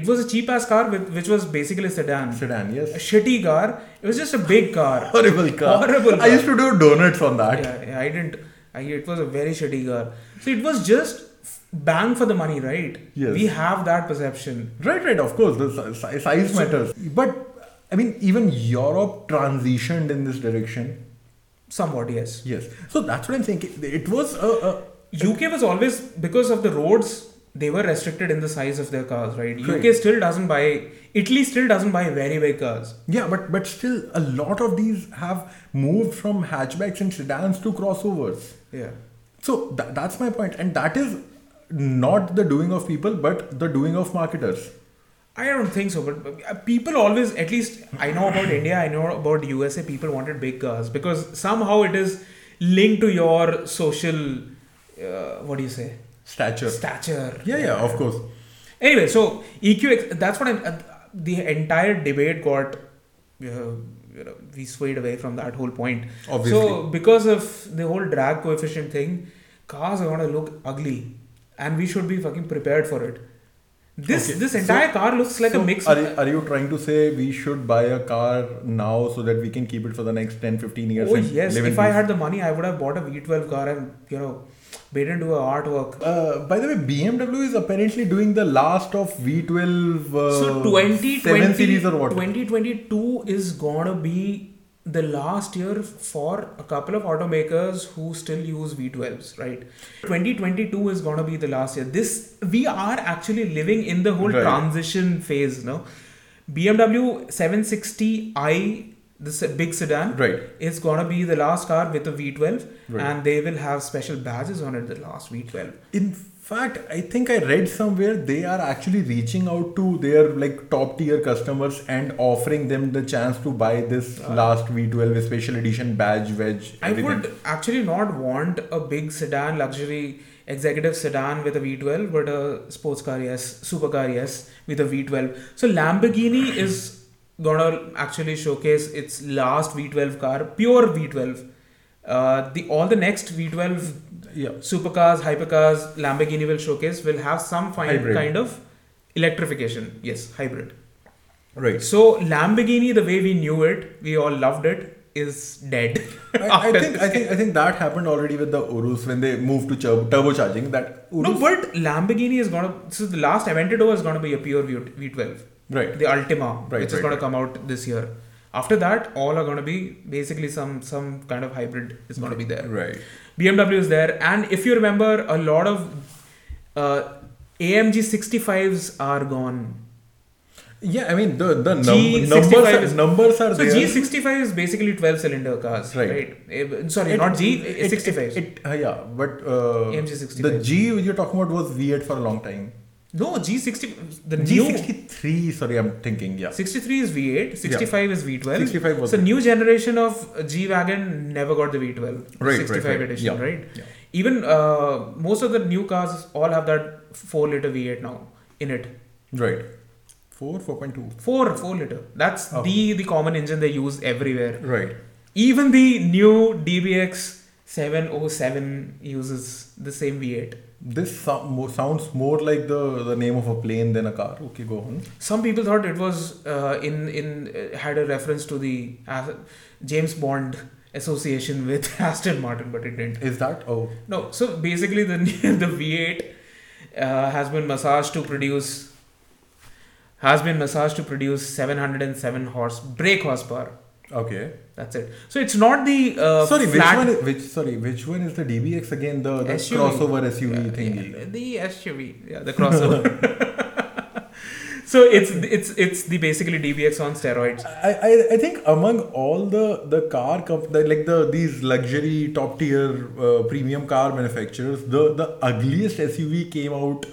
Speaker 1: it was a cheap ass car with, which was basically a sedan,
Speaker 2: Sedan,
Speaker 1: a
Speaker 2: yes.
Speaker 1: shitty car. It was just a big car.
Speaker 2: [LAUGHS] Horrible car.
Speaker 1: Horrible
Speaker 2: I
Speaker 1: car.
Speaker 2: used to do donuts on that.
Speaker 1: yeah, yeah, I didn't. I, it was a very shitty car. So it was just f- bang for the money, right?
Speaker 2: Yes.
Speaker 1: We have that perception.
Speaker 2: Right, right, of course. The si- si- size matters. But, I mean, even Europe transitioned in this direction.
Speaker 1: Somewhat, yes.
Speaker 2: Yes. So that's what I'm saying. It was a. a
Speaker 1: UK was always because of the roads they were restricted in the size of their cars, right? UK
Speaker 2: Right.
Speaker 1: still doesn't buy Italy still doesn't buy very big cars.
Speaker 2: Yeah, but but still, a lot of these have moved from hatchbacks and sedans to crossovers.
Speaker 1: Yeah.
Speaker 2: So tha- that's my point, and that is not the doing of people, but the doing of marketers.
Speaker 1: I don't think so, but but, uh, people always, at least I know about India, I know about USA, people wanted big cars because somehow it is linked to your social, uh, what do you say,
Speaker 2: Stature.
Speaker 1: stature.
Speaker 2: yeah, yeah, of course.
Speaker 1: Anyway, so EQX, that's what I'm. Uh, the entire debate got, uh, you know, we swayed away from that whole point. So
Speaker 2: Obviously.
Speaker 1: because of the whole drag coefficient thing, cars are gonna look ugly, and we should be fucking prepared for it. This
Speaker 2: Okay,
Speaker 1: this
Speaker 2: so-
Speaker 1: entire car looks like
Speaker 2: So
Speaker 1: a mix.
Speaker 2: Are,
Speaker 1: of-
Speaker 2: you- are you trying to say we should buy a car now so that we can keep it for the next 10, 15 years?
Speaker 1: oh
Speaker 2: and
Speaker 1: yes,
Speaker 2: live in
Speaker 1: if I
Speaker 2: peace?
Speaker 1: had the money, I would have bought a V12 car and you know, made into a artwork.
Speaker 2: Uh, by the way, BMW is apparently doing the last of V12 uh,
Speaker 1: so
Speaker 2: 7
Speaker 1: 2020,
Speaker 2: series or what?
Speaker 1: 2022 is gonna be the last year for a couple of automakers who still use V12s, right? 2022 is gonna be the last year. This we are actually living in the whole
Speaker 2: Right.
Speaker 1: transition phase, no? BMW 760i, this big sedan,
Speaker 2: Right.
Speaker 1: is gonna be the last car with a V12,
Speaker 2: Right.
Speaker 1: and they will have special badges on it. The last V12.
Speaker 2: In fact, I think I read somewhere they are actually reaching out to their like top tier customers and offering them the chance to buy this last V12 special edition badge wedge.
Speaker 1: Uh, I
Speaker 2: everything.
Speaker 1: would actually not want a big sedan, luxury executive sedan with a V12, but a sports car, yes, supercar, yes, with a V12. So Lamborghini is gonna actually showcase its last V12 car, pure V12. Uh, the all the next V12
Speaker 2: Yeah.
Speaker 1: supercars, hypercars, Lamborghini will showcase will have some fine
Speaker 2: Hybrid.
Speaker 1: kind of electrification. Yes, hybrid.
Speaker 2: Right.
Speaker 1: So Lamborghini, the way we knew it, we all loved it, is dead.
Speaker 2: I, I
Speaker 1: After
Speaker 2: think I think I think that happened already with the Urus when they moved to turbo turbocharging. That Urus,
Speaker 1: No, but Lamborghini is gonna. So the last Aventador is gonna be a pure V- V12,
Speaker 2: right.
Speaker 1: the Ultima,
Speaker 2: Right,
Speaker 1: which is
Speaker 2: right,
Speaker 1: gonna come out this year. After that, all are gonna be basically some some kind of hybrid is gonna be there.
Speaker 2: Right.
Speaker 1: BMW is there, and if you remember, a lot of uh, AMG 65s are gone.
Speaker 2: Yeah, I mean the the num-
Speaker 1: G65
Speaker 2: numbers are,
Speaker 1: is-
Speaker 2: numbers are
Speaker 1: So
Speaker 2: there.
Speaker 1: G65 is basically 12 cylinder cars,
Speaker 2: Right.
Speaker 1: right? Eh, Sorry,
Speaker 2: It-
Speaker 1: not G
Speaker 2: it- it-
Speaker 1: 65.
Speaker 2: It, uh, yeah, but uh,
Speaker 1: AMG 65.
Speaker 2: the G you're talking about was V8 for a long time.
Speaker 1: No, G60 the new
Speaker 2: G63, sorry, I'm thinking, yeah.
Speaker 1: 63 is V8, 65 is V12.
Speaker 2: 65 was
Speaker 1: so
Speaker 2: it.
Speaker 1: new generation of G wagon never got the V12.
Speaker 2: Right,
Speaker 1: 65
Speaker 2: right, right.
Speaker 1: edition,
Speaker 2: Yeah.
Speaker 1: right?
Speaker 2: Yeah.
Speaker 1: Even uh, most of the new cars all have that four liter V8 now in it.
Speaker 2: Right. 4, 4.2.
Speaker 1: Four four liter. That's
Speaker 2: Oh.
Speaker 1: the the common engine they use everywhere.
Speaker 2: Right.
Speaker 1: Even the new DBX 707 uses the same V8.
Speaker 2: This so- mo- sounds more like the, the name of a plane than a car. Okay, go on.
Speaker 1: Some people thought it was uh, in in uh, had a reference to the uh, James Bond association with [LAUGHS] Aston Martin, but it didn't.
Speaker 2: Is that? Oh,
Speaker 1: No, so basically the [LAUGHS] the V8 uh, has been massaged to produce has been massaged to produce 707 horse brake horsepower.
Speaker 2: okay.
Speaker 1: That's it. So it's not the uh,
Speaker 2: sorry, which
Speaker 1: flat
Speaker 2: one? Is, which sorry, which one is the DBX again? The, the
Speaker 1: SUV.
Speaker 2: crossover SUV
Speaker 1: Yeah,
Speaker 2: thingy.
Speaker 1: yeah, the SUV, yeah, the crossover. [LAUGHS] so it's it's it's the basically DBX on steroids.
Speaker 2: I, I, I think among all the the car comp- the, like the these luxury top tier uh, premium car manufacturers the the ugliest SUV came out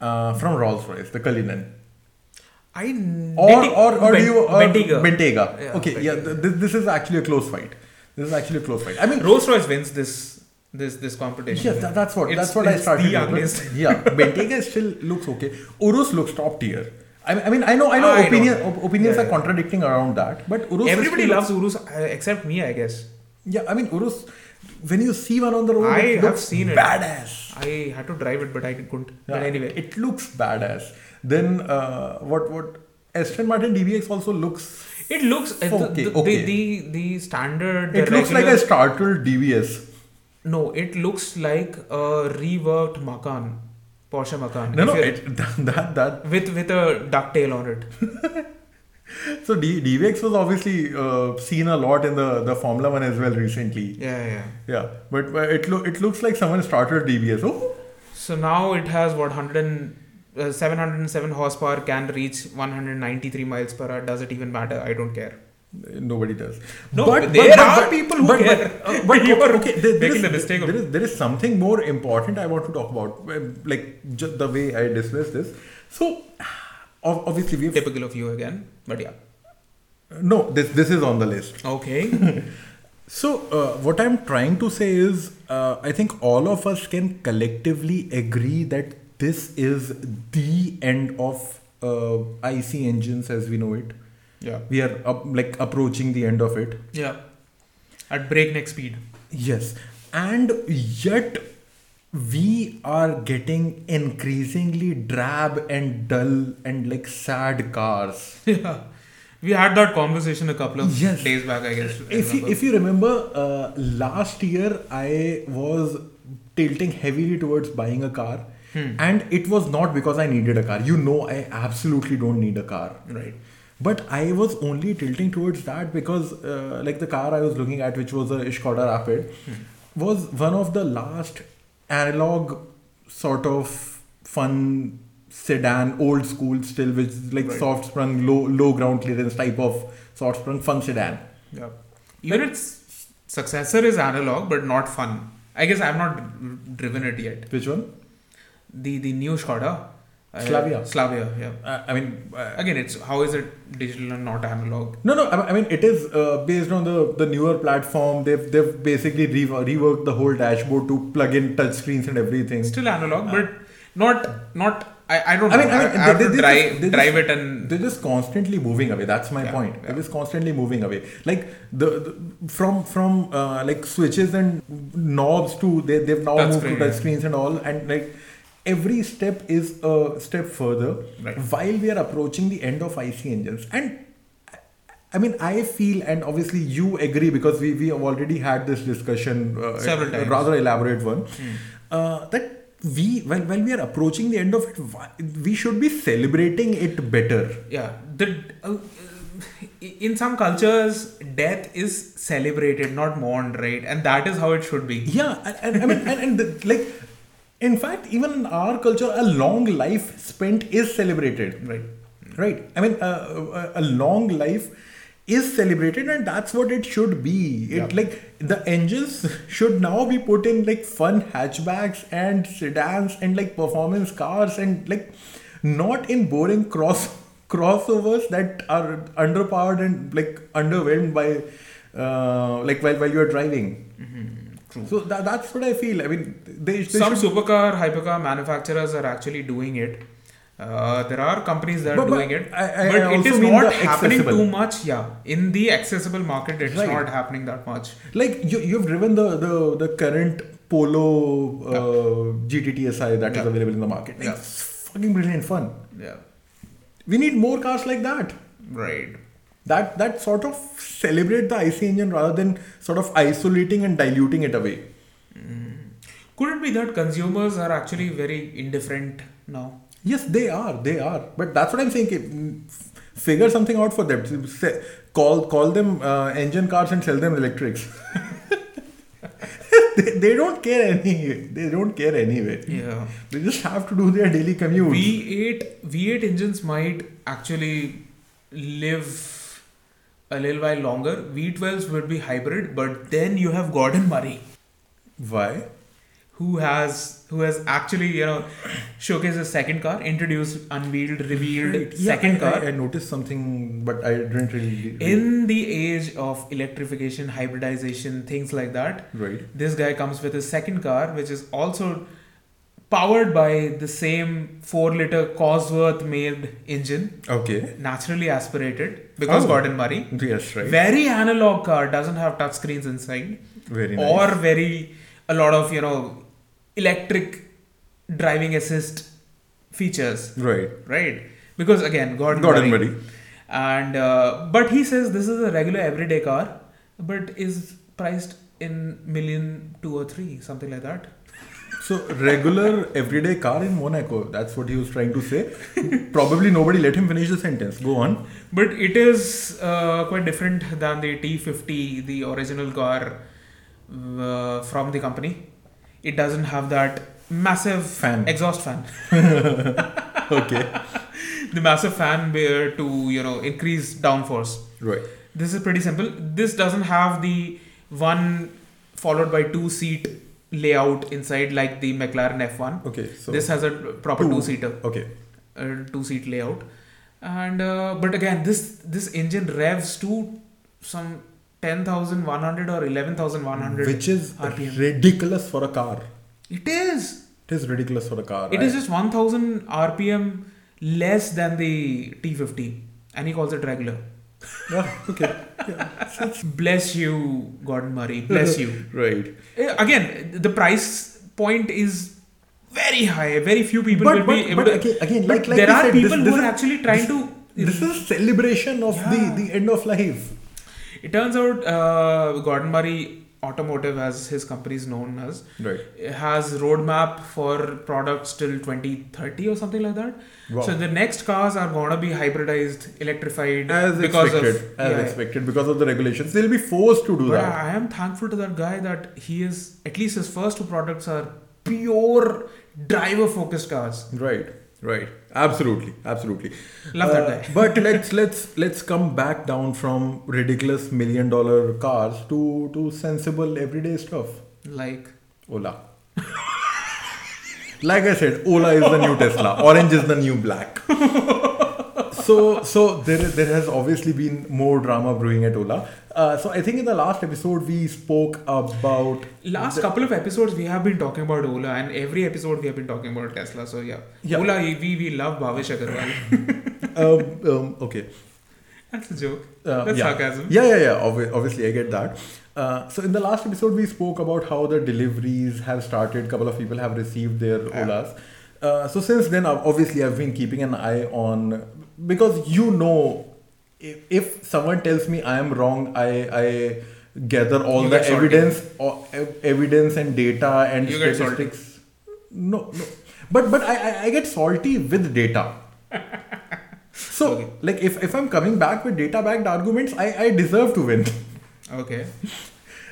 Speaker 2: uh, from Rolls Royce the Cullinan
Speaker 1: I
Speaker 2: or or, or do you or
Speaker 1: Bentiga.
Speaker 2: Bentayga.
Speaker 1: Yeah,
Speaker 2: okay yeah th- this, this is actually a close fight this is actually a close fight I mean
Speaker 1: Rolls Royce wins this this this competition.
Speaker 2: yes that, that's what
Speaker 1: It's-
Speaker 2: that's what I
Speaker 1: it's
Speaker 2: started
Speaker 1: The
Speaker 2: with, but
Speaker 1: ugliest.
Speaker 2: [LAUGHS] yeah Bentayga still looks okay Urus looks top tier I mean, I mean I know I know
Speaker 1: I don't
Speaker 2: opinion,
Speaker 1: know.
Speaker 2: op- opinions
Speaker 1: Yeah,
Speaker 2: are
Speaker 1: yeah.
Speaker 2: contradicting around that but Urus is
Speaker 1: Everybody
Speaker 2: still-
Speaker 1: loves Urus uh, except me, I guess.
Speaker 2: Yeah, I mean, Urus, when you see one on the road,
Speaker 1: I
Speaker 2: it
Speaker 1: have
Speaker 2: looks
Speaker 1: seen it.
Speaker 2: badass.
Speaker 1: I had to drive it, but I couldn't.
Speaker 2: Yeah,
Speaker 1: But anyway,
Speaker 2: it looks badass. Then uh, what? What? Aston Martin DBX also looks.
Speaker 1: it looks uh, the-
Speaker 2: Okay,
Speaker 1: the,
Speaker 2: okay.
Speaker 1: The, the the standard. the
Speaker 2: It looks like
Speaker 1: regular-
Speaker 2: a startled DBS.
Speaker 1: No, it looks like a reworked Macan, Porsche Macan.
Speaker 2: No,
Speaker 1: If
Speaker 2: no,
Speaker 1: you're-
Speaker 2: it, [LAUGHS] that that.
Speaker 1: with with a ducktail on it.
Speaker 2: So D, DBX was obviously uh, seen a lot in the the Formula One as well recently.
Speaker 1: Yeah, yeah.
Speaker 2: Yeah, but uh, it lo- it looks like someone started DBS. Oh,
Speaker 1: So now it has what 100 and, uh, 707 horsepower can reach 193 miles per hour. Does it even matter? I don't care.
Speaker 2: nobody does.
Speaker 1: No, there are people who
Speaker 2: but,
Speaker 1: care. [LAUGHS]
Speaker 2: But, uh, but
Speaker 1: You
Speaker 2: okay,
Speaker 1: are
Speaker 2: okay, there- there
Speaker 1: making
Speaker 2: is-
Speaker 1: the mistake of-
Speaker 2: there is there is something more important I want to talk about, uh, like just the way I discuss this. So, ob- obviously we've
Speaker 1: Typical of you again, but yeah.
Speaker 2: no this this is on the list.
Speaker 1: Okay.
Speaker 2: So uh, what I'm trying to say is, uh, I think all of us can collectively agree that this is the end of uh, IC engines as we know it.
Speaker 1: [LAUGHS] yeah.
Speaker 2: We are up, like approaching the end of it.
Speaker 1: Yeah. At breakneck speed.
Speaker 2: Yes. And yet, we are getting increasingly drab and dull and like sad cars.
Speaker 1: yeah. We had that conversation a couple of
Speaker 2: Yes.
Speaker 1: days back, I guess.
Speaker 2: If you, if you remember, uh, last year I was tilting heavily towards buying a car.
Speaker 1: Hmm.
Speaker 2: And it was not because I needed a car. You know, I absolutely don't need a car.
Speaker 1: right.
Speaker 2: But I was only tilting towards that because, uh, like, the car I was looking at, which was a Skoda Rapid,
Speaker 1: Hmm.
Speaker 2: was one of the last analog sort of fun sedan, old school still, which is like
Speaker 1: Right.
Speaker 2: soft sprung, low low ground clearance type of soft sprung fun sedan.
Speaker 1: Yeah. Even its successor is analog, but not fun. I guess I've not dr- driven it yet.
Speaker 2: Which one?
Speaker 1: The the new Skoda. uh,
Speaker 2: Slavia.
Speaker 1: Slavia. Yeah.
Speaker 2: I mean, uh,
Speaker 1: Again, it's how is it digital and not analog?
Speaker 2: no, no. I I mean, it is uh, based on the the newer platform. They've they've basically re- reworked the whole dashboard to plug in touch screens and everything.
Speaker 1: It's still analog, but not not. I, I don't.
Speaker 2: I mean,
Speaker 1: know.
Speaker 2: I mean,
Speaker 1: have
Speaker 2: they-
Speaker 1: to
Speaker 2: they
Speaker 1: drive
Speaker 2: just- they
Speaker 1: drive it and
Speaker 2: they're just constantly moving away that's my
Speaker 1: Yeah,
Speaker 2: point they're
Speaker 1: yeah.
Speaker 2: just constantly moving away like the, the from from uh, like switches and knobs to they, they've now
Speaker 1: Touch
Speaker 2: moved
Speaker 1: screen,
Speaker 2: to touch
Speaker 1: yeah.
Speaker 2: screens and all and like every step is a step further
Speaker 1: Right.
Speaker 2: while we are approaching the end of ic engines and I mean, I feel, and obviously you agree because we, we have already had this discussion, uh,
Speaker 1: Several
Speaker 2: a
Speaker 1: times. Hmm.
Speaker 2: rather elaborate one, uh, that we, when, when we are approaching the end of it, why- we should be celebrating it better.
Speaker 1: yeah. The uh, in some cultures, death is celebrated, not mourned, right? And that is how it should be.
Speaker 2: Yeah, and, and I mean, and, and the, like, in fact, even in our culture, a long life spent is celebrated,
Speaker 1: Right.
Speaker 2: right? I mean, uh, a, a long life is celebrated, and that's what it should be. It
Speaker 1: Yeah.
Speaker 2: like the engines should now be put in like fun hatchbacks and sedans and like performance cars and like not in boring cross [LAUGHS] crossovers that are underpowered and like underwhelmed by uh, like while while you are driving.
Speaker 1: True.
Speaker 2: So tha- that's what I feel. I mean, they, they
Speaker 1: Some
Speaker 2: should.
Speaker 1: supercar, hypercar manufacturers are actually doing it. Uh, there are companies that
Speaker 2: But-
Speaker 1: are
Speaker 2: but
Speaker 1: doing it,
Speaker 2: I- I-
Speaker 1: but
Speaker 2: I
Speaker 1: it
Speaker 2: also
Speaker 1: is
Speaker 2: mean
Speaker 1: not
Speaker 2: the
Speaker 1: happening too
Speaker 2: accessible.
Speaker 1: much. Yeah, in the accessible market, it's
Speaker 2: Right.
Speaker 1: not happening that much.
Speaker 2: Like you, you've driven the the, the current Polo uh, GTTSI that is
Speaker 1: Yeah.
Speaker 2: available in the market.
Speaker 1: Yeah.
Speaker 2: It's fucking brilliant fun.
Speaker 1: Yeah,
Speaker 2: We need more cars like that.
Speaker 1: right.
Speaker 2: That that sort of celebrate the IC engine rather than sort of isolating and diluting it away.
Speaker 1: Could it be that consumers are actually very indifferent now?
Speaker 2: Yes, they are. They are. But that's what I'm saying. ki- mm, f- Figure something out for them. Say- Call call them uh, engine cars and sell them electrics. [LAUGHS] they, they don't care any. They don't care anyway.
Speaker 1: Yeah.
Speaker 2: They just have to do their daily commute.
Speaker 1: V8 V8 engines might actually live a little while longer. V12s would be hybrid, but then you have Gordon Murray,
Speaker 2: Why?
Speaker 1: who has who has actually you know showcased his second car, introduced, unveiled, revealed second
Speaker 2: I,
Speaker 1: car.
Speaker 2: I, I noticed something, but I didn't really.
Speaker 1: in the age of electrification, hybridization, things like that,
Speaker 2: right.
Speaker 1: this guy comes with his second car, which is also powered by the same 4 liter Cosworth made engine.
Speaker 2: Okay.
Speaker 1: naturally aspirated because
Speaker 2: Oh.
Speaker 1: Gordon Murray.
Speaker 2: Yes. Right.
Speaker 1: Very analog car doesn't have touch screens inside,
Speaker 2: Very nice.
Speaker 1: or very a lot of you know electric driving assist features,
Speaker 2: right.
Speaker 1: right? Because again, Gordon,
Speaker 2: Gordon
Speaker 1: Murray,
Speaker 2: Murray.
Speaker 1: and uh, but he says this is a regular everyday car, but is priced in million two or three something like that.
Speaker 2: So regular everyday car in Monaco. That's what he was trying to say. Probably nobody let him finish the sentence. Go on.
Speaker 1: But it is uh, quite different than the T50, the original car uh, from the company. It doesn't have that massive
Speaker 2: Fan.
Speaker 1: exhaust fan,
Speaker 2: [LAUGHS] Okay.
Speaker 1: the massive fan where to you know increase downforce.
Speaker 2: right.
Speaker 1: This is pretty simple. This doesn't have the one followed by two seat layout inside like the McLaren F1.
Speaker 2: Okay. So
Speaker 1: this has a proper
Speaker 2: Two.
Speaker 1: two seater.
Speaker 2: Okay.
Speaker 1: uh, two seat layout and uh, but again this this engine revs to some 10100 or 11100
Speaker 2: Which is
Speaker 1: RPM.
Speaker 2: ridiculous for a car.
Speaker 1: it is
Speaker 2: It is ridiculous for a car.
Speaker 1: it is just 1000 rpm less than the t50 and he calls it regular
Speaker 2: Yeah, okay. Yeah.
Speaker 1: bless you gordon murray
Speaker 2: [LAUGHS]
Speaker 1: bless you
Speaker 2: Right.
Speaker 1: Uh, again the price point is very high very few people
Speaker 2: But-
Speaker 1: will be
Speaker 2: but-
Speaker 1: able
Speaker 2: but
Speaker 1: to
Speaker 2: again- again,
Speaker 1: but
Speaker 2: like- like
Speaker 1: there
Speaker 2: we
Speaker 1: are
Speaker 2: said, this-
Speaker 1: people who
Speaker 2: this
Speaker 1: are
Speaker 2: is-
Speaker 1: actually trying to
Speaker 2: This is celebration of
Speaker 1: Yeah.
Speaker 2: the the end of life.
Speaker 1: It turns out uh, Gordon Murray Automotive, as his company is known as,
Speaker 2: Right.
Speaker 1: has roadmap for products till 2030 or something like that.
Speaker 2: Wow.
Speaker 1: So the next cars are gonna be hybridized, electrified,
Speaker 2: As
Speaker 1: because
Speaker 2: expected.
Speaker 1: of
Speaker 2: as
Speaker 1: yeah.
Speaker 2: expected. Because of the regulations, they'll be forced to do
Speaker 1: But
Speaker 2: that.
Speaker 1: I am thankful to that guy that he is at least his first two products are pure driver focused cars.
Speaker 2: Right. Right. Absolutely. Absolutely. Uh,
Speaker 1: Love that guy.
Speaker 2: but let's let's let's come back down from ridiculous million dollar cars to to sensible everyday stuff.
Speaker 1: Like [LAUGHS]
Speaker 2: Ola. like I said, Ola is the new Tesla. Orange is the new black. so so there there has obviously been more drama brewing at Ola. Uh, so I think in the last episode we spoke about
Speaker 1: last couple of episodes we have been talking about Ola and every episode we have been talking about Tesla. So yeah.
Speaker 2: Yeah.
Speaker 1: Ola we, we love Bhavesh
Speaker 2: [LAUGHS]
Speaker 1: Agarwal.
Speaker 2: um, um, okay.
Speaker 1: That's a joke.
Speaker 2: Uh,
Speaker 1: That's
Speaker 2: yeah.
Speaker 1: sarcasm.
Speaker 2: Yeah, yeah, yeah. Obvi- obviously, I get that. Uh, so in the last episode, we spoke about how the deliveries have started. couple of people have received their
Speaker 1: Yeah.
Speaker 2: Olas. Uh, so since then, I've- obviously, I've been keeping an eye on because you know, if, if someone tells me I am wrong, I I gather all
Speaker 1: You
Speaker 2: the
Speaker 1: get salty.
Speaker 2: evidence, or, ev- evidence and data and
Speaker 1: You get salty.
Speaker 2: statistics. No, no, but but I, I I get salty with
Speaker 1: [LAUGHS]
Speaker 2: data. So,
Speaker 1: Okay.
Speaker 2: like, if, if I'm coming back with data backed arguments, I, I deserve to win. [LAUGHS]
Speaker 1: Okay.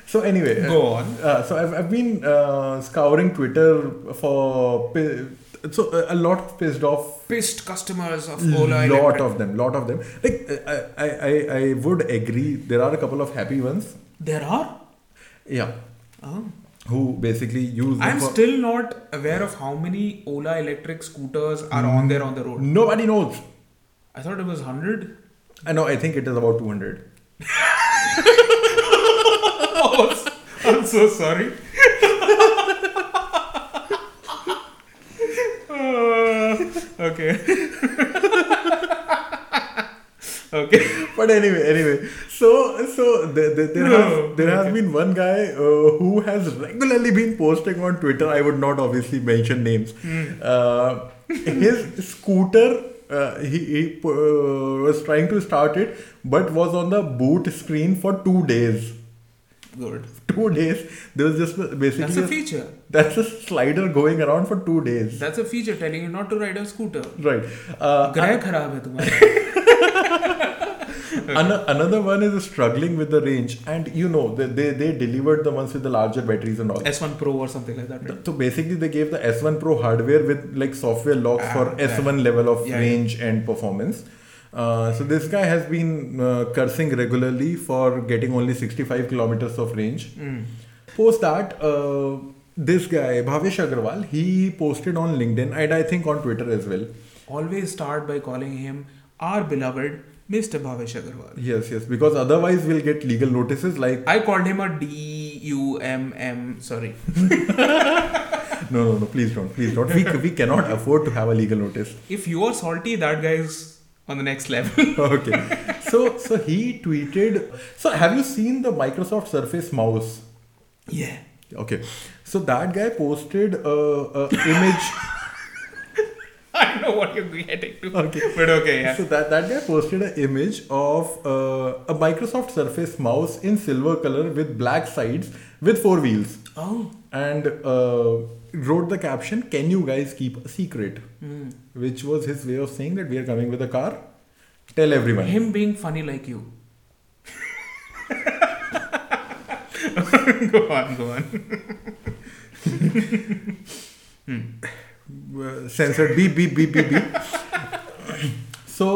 Speaker 2: So, anyway, uh,
Speaker 1: Go on.
Speaker 2: Uh, so I've, I've been uh, scouring Twitter for pi- so uh, a lot of pissed off.
Speaker 1: Pissed customers of Ola.
Speaker 2: Lot
Speaker 1: Electric.
Speaker 2: of them, lot of them. Like uh, I, I, I- I would agree. There are a couple of happy ones.
Speaker 1: There are.
Speaker 2: Yeah,
Speaker 1: Oh.
Speaker 2: who basically use. them
Speaker 1: I'm
Speaker 2: for-
Speaker 1: still not aware of how many Ola electric scooters are on there on the road.
Speaker 2: Nobody knows.
Speaker 1: I thought it was hundred. [LAUGHS]
Speaker 2: I know. I think it is about two hundred.
Speaker 1: I'm so sorry. [LAUGHS] Uh, Okay. [LAUGHS] okay.
Speaker 2: But anyway, anyway, so so there, there, there,
Speaker 1: No,
Speaker 2: has, there has
Speaker 1: okay.
Speaker 2: been one guy uh, who has regularly been posting on Twitter. I would not obviously mention names.
Speaker 1: Hmm.
Speaker 2: Uh, his scooter, uh, he, he uh, was trying to start it, but was on the boot screen for two days. [LAUGHS]
Speaker 1: Good.
Speaker 2: Two days. There was just basically
Speaker 1: That's a feature.
Speaker 2: that's a slider going around for two days.
Speaker 1: That's a feature telling you not to ride a scooter.
Speaker 2: right. Uh,
Speaker 1: ग्रह खराब है तुम्हारा
Speaker 2: An- another one is struggling with the range, and you know they, they they delivered the ones with the larger batteries and all.
Speaker 1: S1 Pro or something like that. right?
Speaker 2: So basically, they gave the S1 Pro hardware with like software locks
Speaker 1: Ah,
Speaker 2: for
Speaker 1: yeah.
Speaker 2: S1 level of
Speaker 1: Yeah, yeah.
Speaker 2: range and performance. Uh, so this guy has been uh, cursing regularly for getting only 65 kilometers of range.
Speaker 1: Mm.
Speaker 2: Post that, uh, this guy Bhavesh Agarwal, he posted on LinkedIn and I think on Twitter as well.
Speaker 1: Always start by calling him our beloved Mr. Bhavesh Agarwal.
Speaker 2: Yes, yes, because otherwise we'll get legal notices like
Speaker 1: I called him a D U M M. Sorry. [LAUGHS]
Speaker 2: No, no, no, please don't. Please don't. We, we cannot afford to have a legal notice. [LAUGHS]
Speaker 1: If you are salty, that guy's on the next level. [LAUGHS]
Speaker 2: Okay. So, so he tweeted. So, have you seen the Microsoft Surface mouse?
Speaker 1: yeah.
Speaker 2: Okay. So, that guy posted a, a image.
Speaker 1: [LAUGHS] I know what you're getting to.
Speaker 2: Okay.
Speaker 1: But okay, yeah.
Speaker 2: So, that, that guy posted an image of uh, a Microsoft Surface mouse in silver color with black sides with four wheels
Speaker 1: [LAUGHS] Oh.
Speaker 2: and uh, wrote the caption, Can you guys keep a secret?
Speaker 1: Mm.
Speaker 2: Which was his way of saying that we are coming with a car. Tell everyone.
Speaker 1: Him being funny like you. [LAUGHS] go on, go on.
Speaker 2: uh, censored beep beep beep beep beep so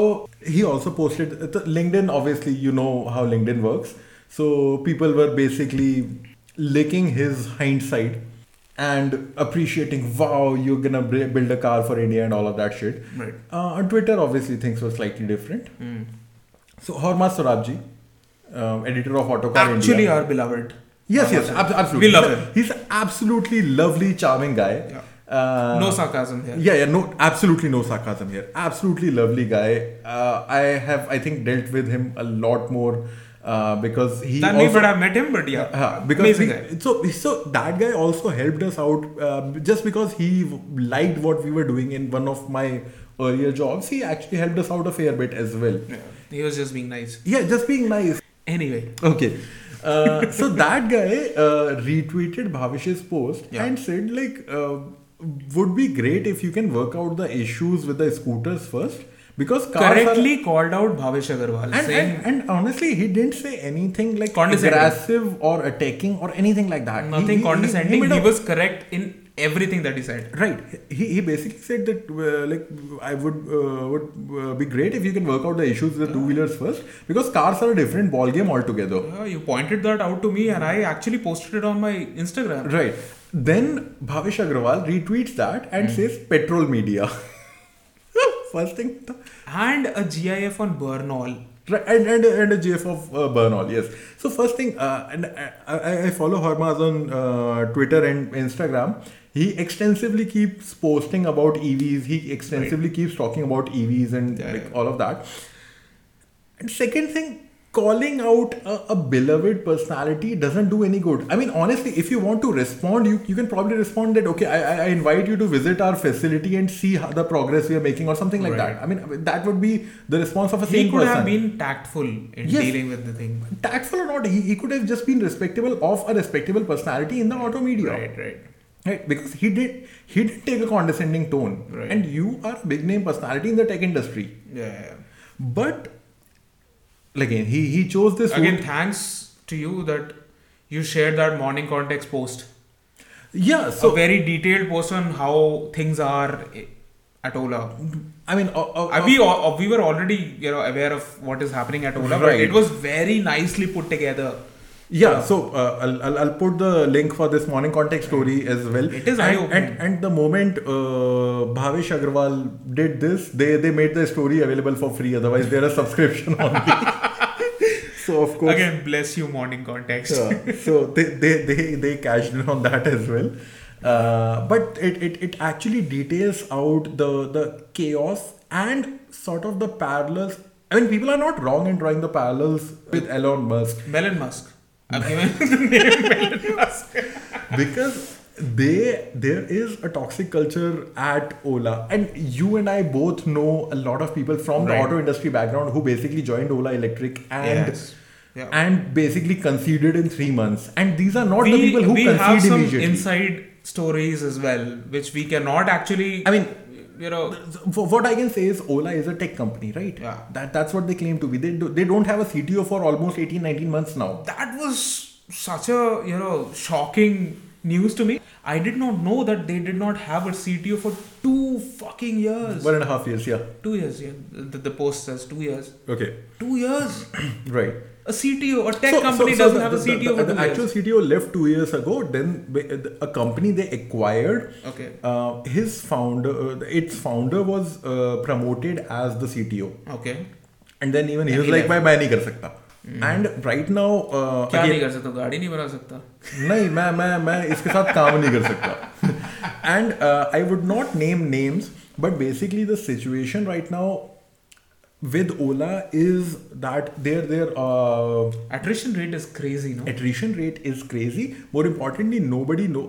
Speaker 2: he also posted the linkedin obviously you know how linkedin works so people were basically licking his hindsight and appreciating wow you're gonna bri- build a car for india and all of that shit
Speaker 1: Right.
Speaker 2: uh, on twitter obviously things were slightly different
Speaker 1: Mm.
Speaker 2: so horma sorabji um, editor of
Speaker 1: [LAUGHS]
Speaker 2: autocar
Speaker 1: Actually,
Speaker 2: india
Speaker 1: our beloved.
Speaker 2: yes yes
Speaker 1: Horma
Speaker 2: ab-
Speaker 1: Sorabji.
Speaker 2: absolutely
Speaker 1: We love
Speaker 2: He's a-
Speaker 1: him.
Speaker 2: he's an absolutely lovely charming guy
Speaker 1: Yeah.
Speaker 2: uh,
Speaker 1: no sarcasm here.
Speaker 2: yeah, yeah, no, absolutely no sarcasm here. Absolutely lovely guy. Uh, I have, I think, dealt with him a lot more uh, because he
Speaker 1: Than me,
Speaker 2: also.
Speaker 1: but I've met him, but yeah. [LAUGHS]
Speaker 2: Uh, because
Speaker 1: Amazing
Speaker 2: he,
Speaker 1: guy.
Speaker 2: so so that guy also helped us out uh, just because he w- liked what we were doing in one of my earlier jobs. He actually helped us out a fair bit as well.
Speaker 1: yeah. He was just being nice.
Speaker 2: Yeah, just being nice.
Speaker 1: Anyway.
Speaker 2: Okay. Uh, so that guy uh, retweeted Bhavish's post
Speaker 1: Yeah.
Speaker 2: and said, like, uh, would be great if you can work out the issues with the scooters first because cars Are,
Speaker 1: correctly called out Bhavesh Agarwal
Speaker 2: and,
Speaker 1: saying
Speaker 2: and, and honestly, he didn't say anything like
Speaker 1: Condescending.
Speaker 2: aggressive or attacking or anything like that. He-
Speaker 1: nothing
Speaker 2: he- he- he
Speaker 1: condescending.
Speaker 2: made
Speaker 1: He,
Speaker 2: a-
Speaker 1: was correct in everything that he said.
Speaker 2: right. He, he basically said that uh, like I would uh, would uh, be great if you can work out the issues with the two wheelers first because cars are a different ball game altogether.
Speaker 1: Yeah, "Oh, you pointed that out to me, and I actually posted it on my Instagram.
Speaker 2: Right. Then Bhavish Agrawal retweets that and says petrol media. [LAUGHS] First thing.
Speaker 1: And a GIF on Bernal.
Speaker 2: Right, and, and, and a GF of uh, Bernal, yes. So first thing, uh, and I, I- I follow Hormaz on uh, Twitter and Instagram. He extensively keeps posting about EVs. He extensively keeps talking about EVs and
Speaker 1: Yeah,
Speaker 2: like,
Speaker 1: yeah.
Speaker 2: all of that. And second thing, calling out a, a beloved personality doesn't do any good. I mean, honestly, if you want to respond, you, you can probably respond that, okay, I, I- I invite you to visit our facility and see how the progress we are making or something like
Speaker 1: Right.
Speaker 2: that. I mean, that would be the response of a
Speaker 1: He
Speaker 2: sane
Speaker 1: could
Speaker 2: person.
Speaker 1: have been tactful in
Speaker 2: Yes.
Speaker 1: dealing with the thing.
Speaker 2: Tactful or not, he, he could have just been respectable of a respectable personality in the auto media.
Speaker 1: Right, right.
Speaker 2: Right, because he did he did take a condescending tone,
Speaker 1: Right.
Speaker 2: and you are a big name personality in the tech industry.
Speaker 1: Yeah.
Speaker 2: But again, he he chose this
Speaker 1: Again,
Speaker 2: route.
Speaker 1: thanks to you that you shared that morning context post.
Speaker 2: Yeah,
Speaker 1: a
Speaker 2: so
Speaker 1: very detailed post on how things are i- at Ola.
Speaker 2: I mean, uh, uh,
Speaker 1: Uh, we al- uh, we were already you know aware of what is happening at Ola, but
Speaker 2: Right.
Speaker 1: it was very nicely put together.
Speaker 2: Yeah, so uh, I'll, I'll, I'll put the link for this morning context story as well.
Speaker 1: It is
Speaker 2: and,
Speaker 1: eye-opening.
Speaker 2: and, and the moment uh, Bhavesh Agarwal did this, they, they made the story available for free. Otherwise, there are subscription
Speaker 1: [LAUGHS]
Speaker 2: only. so of course,
Speaker 1: Again, bless you, morning context.
Speaker 2: yeah, so they, they, they, they cashed in on that as well. Uh, but it, it, it actually details out the, the chaos and sort of the parallels. I mean, people are not wrong in drawing the parallels with Elon Musk
Speaker 1: Melon
Speaker 2: [LAUGHS]
Speaker 1: Musk. I've given the name Melon Musk.
Speaker 2: because they there is a toxic culture at Ola, and you and I both know a lot of people from the
Speaker 1: Right.
Speaker 2: auto industry background who basically joined Ola Electric and
Speaker 1: Yes. Yeah.
Speaker 2: and basically conceded in three months. And these are not the people
Speaker 1: [LAUGHS]
Speaker 2: who
Speaker 1: we have
Speaker 2: concede
Speaker 1: some
Speaker 2: immediately.
Speaker 1: inside stories as well, which we cannot actually.
Speaker 2: I mean,
Speaker 1: you know,
Speaker 2: So what I can say is Ola is a tech company, right?
Speaker 1: Yeah.
Speaker 2: That that's what they claim to be. They do, they don't have a CTO for almost 18 19 months now.
Speaker 1: that was such a you know shocking news to me. I did not know that they did not have a CTO for two fucking years.
Speaker 2: One and a half years, yeah.
Speaker 1: two years. Yeah, the, the post says two years.
Speaker 2: Okay. [CLEARS THROAT]
Speaker 1: Two years.
Speaker 2: Right.
Speaker 1: A CTO, a tech
Speaker 2: So- so-
Speaker 1: company
Speaker 2: so
Speaker 1: doesn't
Speaker 2: the-
Speaker 1: have a
Speaker 2: the-
Speaker 1: CTO
Speaker 2: The,
Speaker 1: for
Speaker 2: the,
Speaker 1: two
Speaker 2: actual
Speaker 1: years.
Speaker 2: CTO left two years ago. Then ba- a company they acquired.
Speaker 1: Okay.
Speaker 2: Uh, his founder, uh, its founder was uh, promoted as the CTO,
Speaker 1: Okay.
Speaker 2: and then even he
Speaker 1: And he
Speaker 2: was like,
Speaker 1: left. Hmm.
Speaker 2: "मैं मैं नहीं कर सकता." And right now, uh,
Speaker 1: क्या
Speaker 2: again-
Speaker 1: नहीं कर सकता गाड़ी नहीं बना सकता
Speaker 2: नहीं मैं मैं मैं इसके साथ काम नहीं कर सकता uh, and I would not name names but basically the situation right now with Ola is that there there
Speaker 1: attrition rate is crazy no
Speaker 2: uh, attrition rate is crazy more importantly nobody know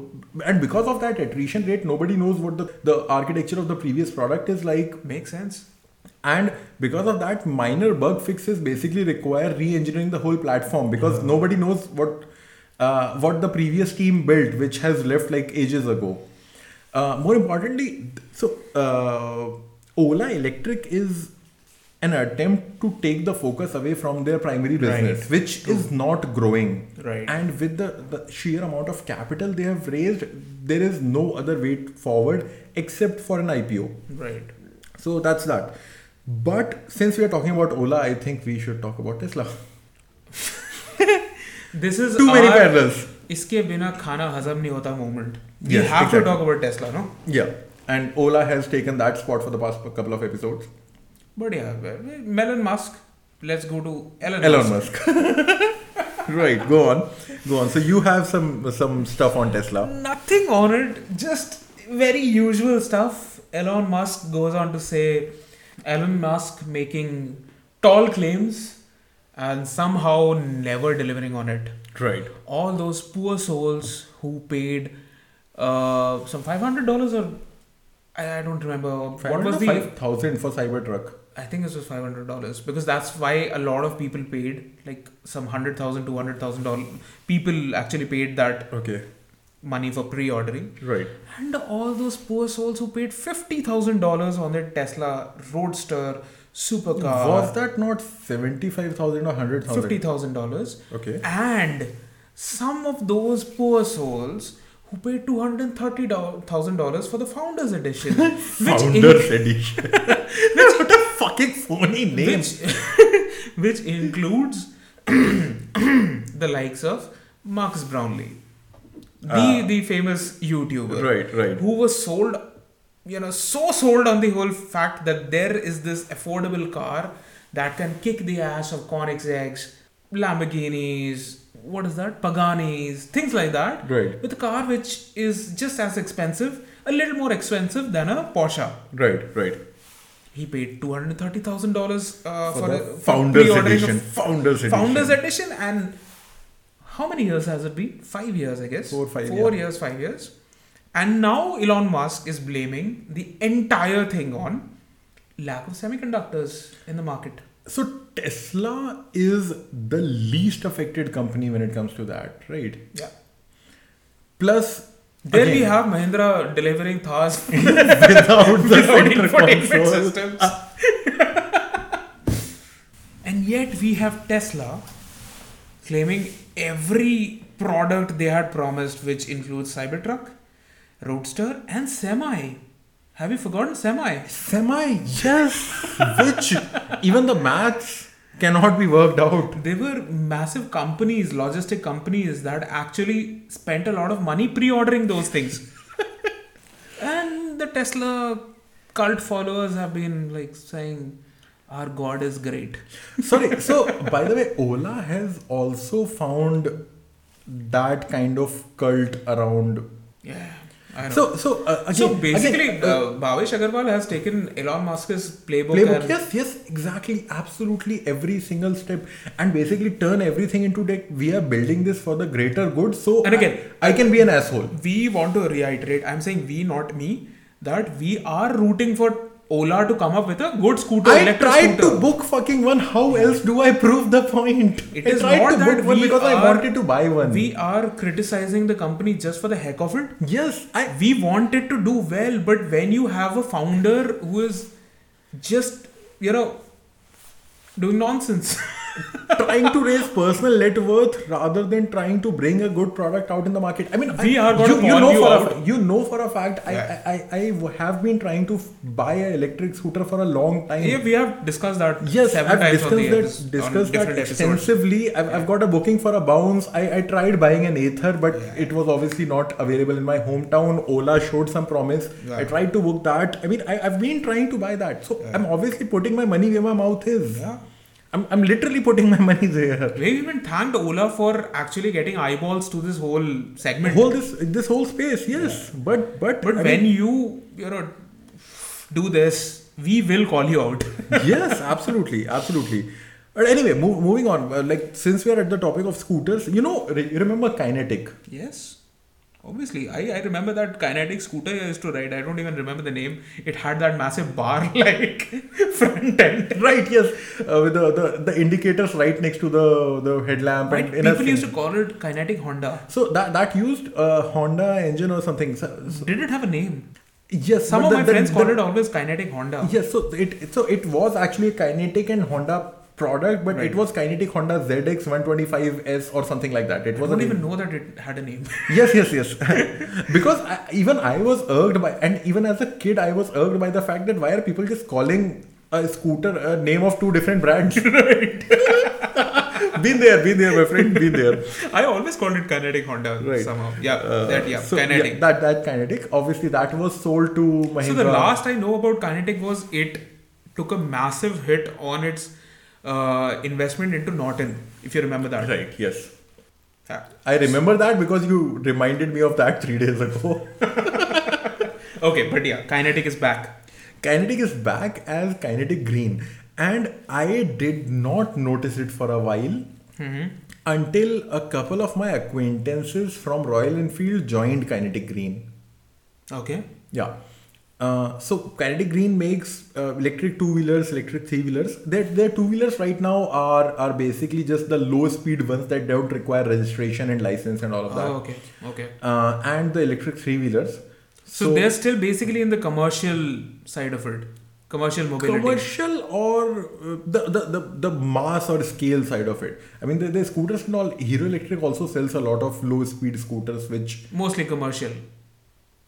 Speaker 2: and because of that attrition rate nobody knows what the, the architecture of the previous product is like
Speaker 1: makes sense
Speaker 2: and because of that minor bug fixes basically require re-engineering the whole platform because
Speaker 1: Hmm.
Speaker 2: nobody knows what uh, what the previous team built which has left like ages ago uh, more importantly so uh, ola electric is an attempt to take the focus away from their primary business
Speaker 1: Right.
Speaker 2: which is not growing
Speaker 1: Right.
Speaker 2: and with the, the sheer amount of capital they have raised there is no other way forward except for an ipo
Speaker 1: right
Speaker 2: so that's that. But since we are talking about Ola, I think we should talk about Tesla.
Speaker 1: this is
Speaker 2: Too many
Speaker 1: our-
Speaker 2: parallels.
Speaker 1: इसके बिना खाना हजम नहीं होता moment we
Speaker 2: Yes,
Speaker 1: have
Speaker 2: exactly.
Speaker 1: to talk about tesla no
Speaker 2: Yeah. And Ola has taken that spot for the past couple of episodes.
Speaker 1: but yeah melon musk let's go to elon,
Speaker 2: Elon Musk. [LAUGHS] right. Go on. Go on. So you have some some stuff on Tesla.
Speaker 1: nothing on it just very usual stuff elon musk goes on to say elon musk making tall claims and somehow never delivering on it
Speaker 2: Right.
Speaker 1: all those poor souls who paid uh, some five hundred dollars or I, I don't remember what was the
Speaker 2: five thousand for Cybertruck?
Speaker 1: I think this was five hundred dollars because that's why a lot of people paid like some hundred thousand two hundred thousand dollars people actually paid that
Speaker 2: Okay.
Speaker 1: money for pre-ordering
Speaker 2: Right.
Speaker 1: and all those poor souls who paid fifty thousand dollars on their Tesla Roadster supercar
Speaker 2: Was that not seventy-five thousand or hundred
Speaker 1: Uh, fifty
Speaker 2: thousand?
Speaker 1: thousand dollars
Speaker 2: Okay.
Speaker 1: and some of those poor souls who paid two hundred and thirty thousand dollars for the Founders Edition, which, in-
Speaker 2: [LAUGHS] Founders edition. what a fucking phony name.
Speaker 1: which, which [LAUGHS] includes [CLEARS THROAT] the likes of Max Brownlee, the
Speaker 2: Ah.
Speaker 1: the famous YouTuber,
Speaker 2: Right. Right.
Speaker 1: who was sold, you know, so sold on the whole fact that there is this affordable car that can kick the ass of Koenigseggs, Lamborghinis, what is that, Paganis, things like that,
Speaker 2: Right.
Speaker 1: with a car which is just as expensive, a little more expensive than a Porsche.
Speaker 2: Right. Right.
Speaker 1: He paid two hundred thirty thousand uh, dollars
Speaker 2: for,
Speaker 1: for,
Speaker 2: the
Speaker 1: a- for
Speaker 2: founders
Speaker 1: pre-ordering of
Speaker 2: edition. Founders edition.
Speaker 1: Founders Edition, and how many years has it been? Five years, I guess.
Speaker 2: Four, five,
Speaker 1: Four
Speaker 2: yeah.
Speaker 1: years, five years. And now Elon Musk is blaming the entire thing on lack of semiconductors in the market.
Speaker 2: So Tesla is the least affected company when it comes to that, right?
Speaker 1: Yeah.
Speaker 2: Plus,
Speaker 1: There
Speaker 2: again,
Speaker 1: we
Speaker 2: [LAUGHS]
Speaker 1: have Mahindra delivering Thars
Speaker 2: without the
Speaker 1: without
Speaker 2: center [LAUGHS]
Speaker 1: infotainment
Speaker 2: console.
Speaker 1: systems. and yet we have Tesla claiming every product they had promised, which includes Cybertruck, Roadster, and Semi. Have you forgotten Semi?
Speaker 2: Semi, yes. Which even the maths cannot be worked out.
Speaker 1: They were massive companies, logistic companies that actually spent a lot of money pre-ordering those things. and the Tesla cult followers have been like saying, "Our God is great."
Speaker 2: Sorry. So by the way, Ola has also found that kind of cult around
Speaker 1: Yeah. I know.
Speaker 2: So, so uh, again,
Speaker 1: so basically,
Speaker 2: again,
Speaker 1: uh, Bhavesh Agarwal has taken Elon Musk's playbook,
Speaker 2: playbook.
Speaker 1: and
Speaker 2: Yes, yes, exactly, absolutely. Every single step, and basically turn everything into that we are building this for the greater good. So,
Speaker 1: And again,
Speaker 2: I, I can be an asshole.
Speaker 1: we want to reiterate. I'm saying we, not me. That we are rooting for Ola to come up with a good scooter.
Speaker 2: I
Speaker 1: electric
Speaker 2: tried
Speaker 1: scooter.
Speaker 2: to book fucking one. How else do I prove the point?
Speaker 1: It
Speaker 2: I
Speaker 1: is
Speaker 2: tried
Speaker 1: not
Speaker 2: to
Speaker 1: that
Speaker 2: book one
Speaker 1: we
Speaker 2: because I
Speaker 1: are-
Speaker 2: wanted to buy one.
Speaker 1: We are criticizing the company just for the heck of it.
Speaker 2: yes, I
Speaker 1: We want it to do well, but when you have a founder who is just, you know, doing nonsense. [LAUGHS]
Speaker 2: trying to raise personal net worth rather than trying to bring a good product out in the market. I mean, I-
Speaker 1: We are gonna
Speaker 2: you, you
Speaker 1: call
Speaker 2: know
Speaker 1: you
Speaker 2: for
Speaker 1: out.
Speaker 2: a, fa- you know for a fact. I
Speaker 1: Yeah.
Speaker 2: I, I, I w- have been trying to f- buy an electric scooter for a long time.
Speaker 1: yeah, we have discussed that
Speaker 2: Yes,
Speaker 1: several
Speaker 2: I've
Speaker 1: times on the
Speaker 2: discussed
Speaker 1: episode-
Speaker 2: that,
Speaker 1: on
Speaker 2: discussed that
Speaker 1: different episodes.
Speaker 2: extensively. I've, I've got a booking for a bounce. I, I tried buying an Aether, but
Speaker 1: Yeah.
Speaker 2: it was obviously not available in my hometown. Ola showed some promise.
Speaker 1: Yeah.
Speaker 2: I tried to book that. I mean, I, I've been trying to buy that. So
Speaker 1: Yeah.
Speaker 2: I'm obviously putting my money where my mouth is.
Speaker 1: Yeah.
Speaker 2: I'm, I'm literally putting my [LAUGHS] money there.
Speaker 1: We've even thanked Ola for actually getting eyeballs to this whole segment.
Speaker 2: Whole this this whole space, yes. But but
Speaker 1: but
Speaker 2: I
Speaker 1: when
Speaker 2: mean,
Speaker 1: you you know do this, we will call you out. [LAUGHS]
Speaker 2: yes, absolutely, absolutely. But anyway, move, moving on. Uh, like since we are at the topic of scooters, you know, re- remember Kinetic.
Speaker 1: yes. Obviously, I, I remember that kinetic scooter I used to ride. I don't even remember the name. It had that massive bar [LAUGHS] like front end.
Speaker 2: [LAUGHS] Right, yes, uh, with the, the the indicators right next to the the headlamp
Speaker 1: But
Speaker 2: and in a
Speaker 1: people used to
Speaker 2: thing.
Speaker 1: call it kinetic Honda.
Speaker 2: So that that used uh, Honda engine or something. So, so-
Speaker 1: Did it have a name?
Speaker 2: yes,
Speaker 1: Some
Speaker 2: but
Speaker 1: of
Speaker 2: the-
Speaker 1: my
Speaker 2: the-
Speaker 1: friends
Speaker 2: the-
Speaker 1: call it always kinetic Honda.
Speaker 2: [LAUGHS] Yes, so it so it was actually a Kinetic and Honda product, but
Speaker 1: Right.
Speaker 2: it was Kinetic Honda ZX 125S or something like that. It
Speaker 1: I
Speaker 2: was
Speaker 1: don't even know that it had a name. [LAUGHS]
Speaker 2: yes, yes, [LAUGHS] yes. because I, even I was irked by, and even as a kid, I was irked by the fact that why are people just calling a scooter a name of two different brands? [LAUGHS] been there, been there, my friend, been there.
Speaker 1: I always called it kinetic Honda
Speaker 2: Right.
Speaker 1: somehow. Yeah,
Speaker 2: Uh,
Speaker 1: that yeah,
Speaker 2: so,
Speaker 1: kinetic.
Speaker 2: yeah, that that kinetic. Obviously, that was sold to Mahindra.
Speaker 1: So the last I know about Kinetic was it took a massive hit on its uh, investment into Norton, if you remember that.
Speaker 2: right? Yes,
Speaker 1: Yeah.
Speaker 2: I remember that because you reminded me of that three days ago.
Speaker 1: Okay, but yeah, Kinetic is back.
Speaker 2: Kinetic is back as Kinetic Green, and I did not notice it for a while
Speaker 1: Mm-hmm.
Speaker 2: until a couple of my acquaintances from Royal Enfield joined Kinetic Green.
Speaker 1: Okay.
Speaker 2: Yeah. Uh, so Kinetic Green makes uh, electric two wheelers, electric three wheelers. Their their two wheelers right now are are basically just the low speed ones that don't require registration and license and all of that.
Speaker 1: Oh, okay. Okay.
Speaker 2: Uh, and the electric three wheelers.
Speaker 1: So, they're still basically in the commercial side of it, commercial mobility.
Speaker 2: commercial or uh, the, the, the the mass or scale side of it i mean the, the scooters and all hero electric also sells a lot of low speed scooters which
Speaker 1: Mostly commercial.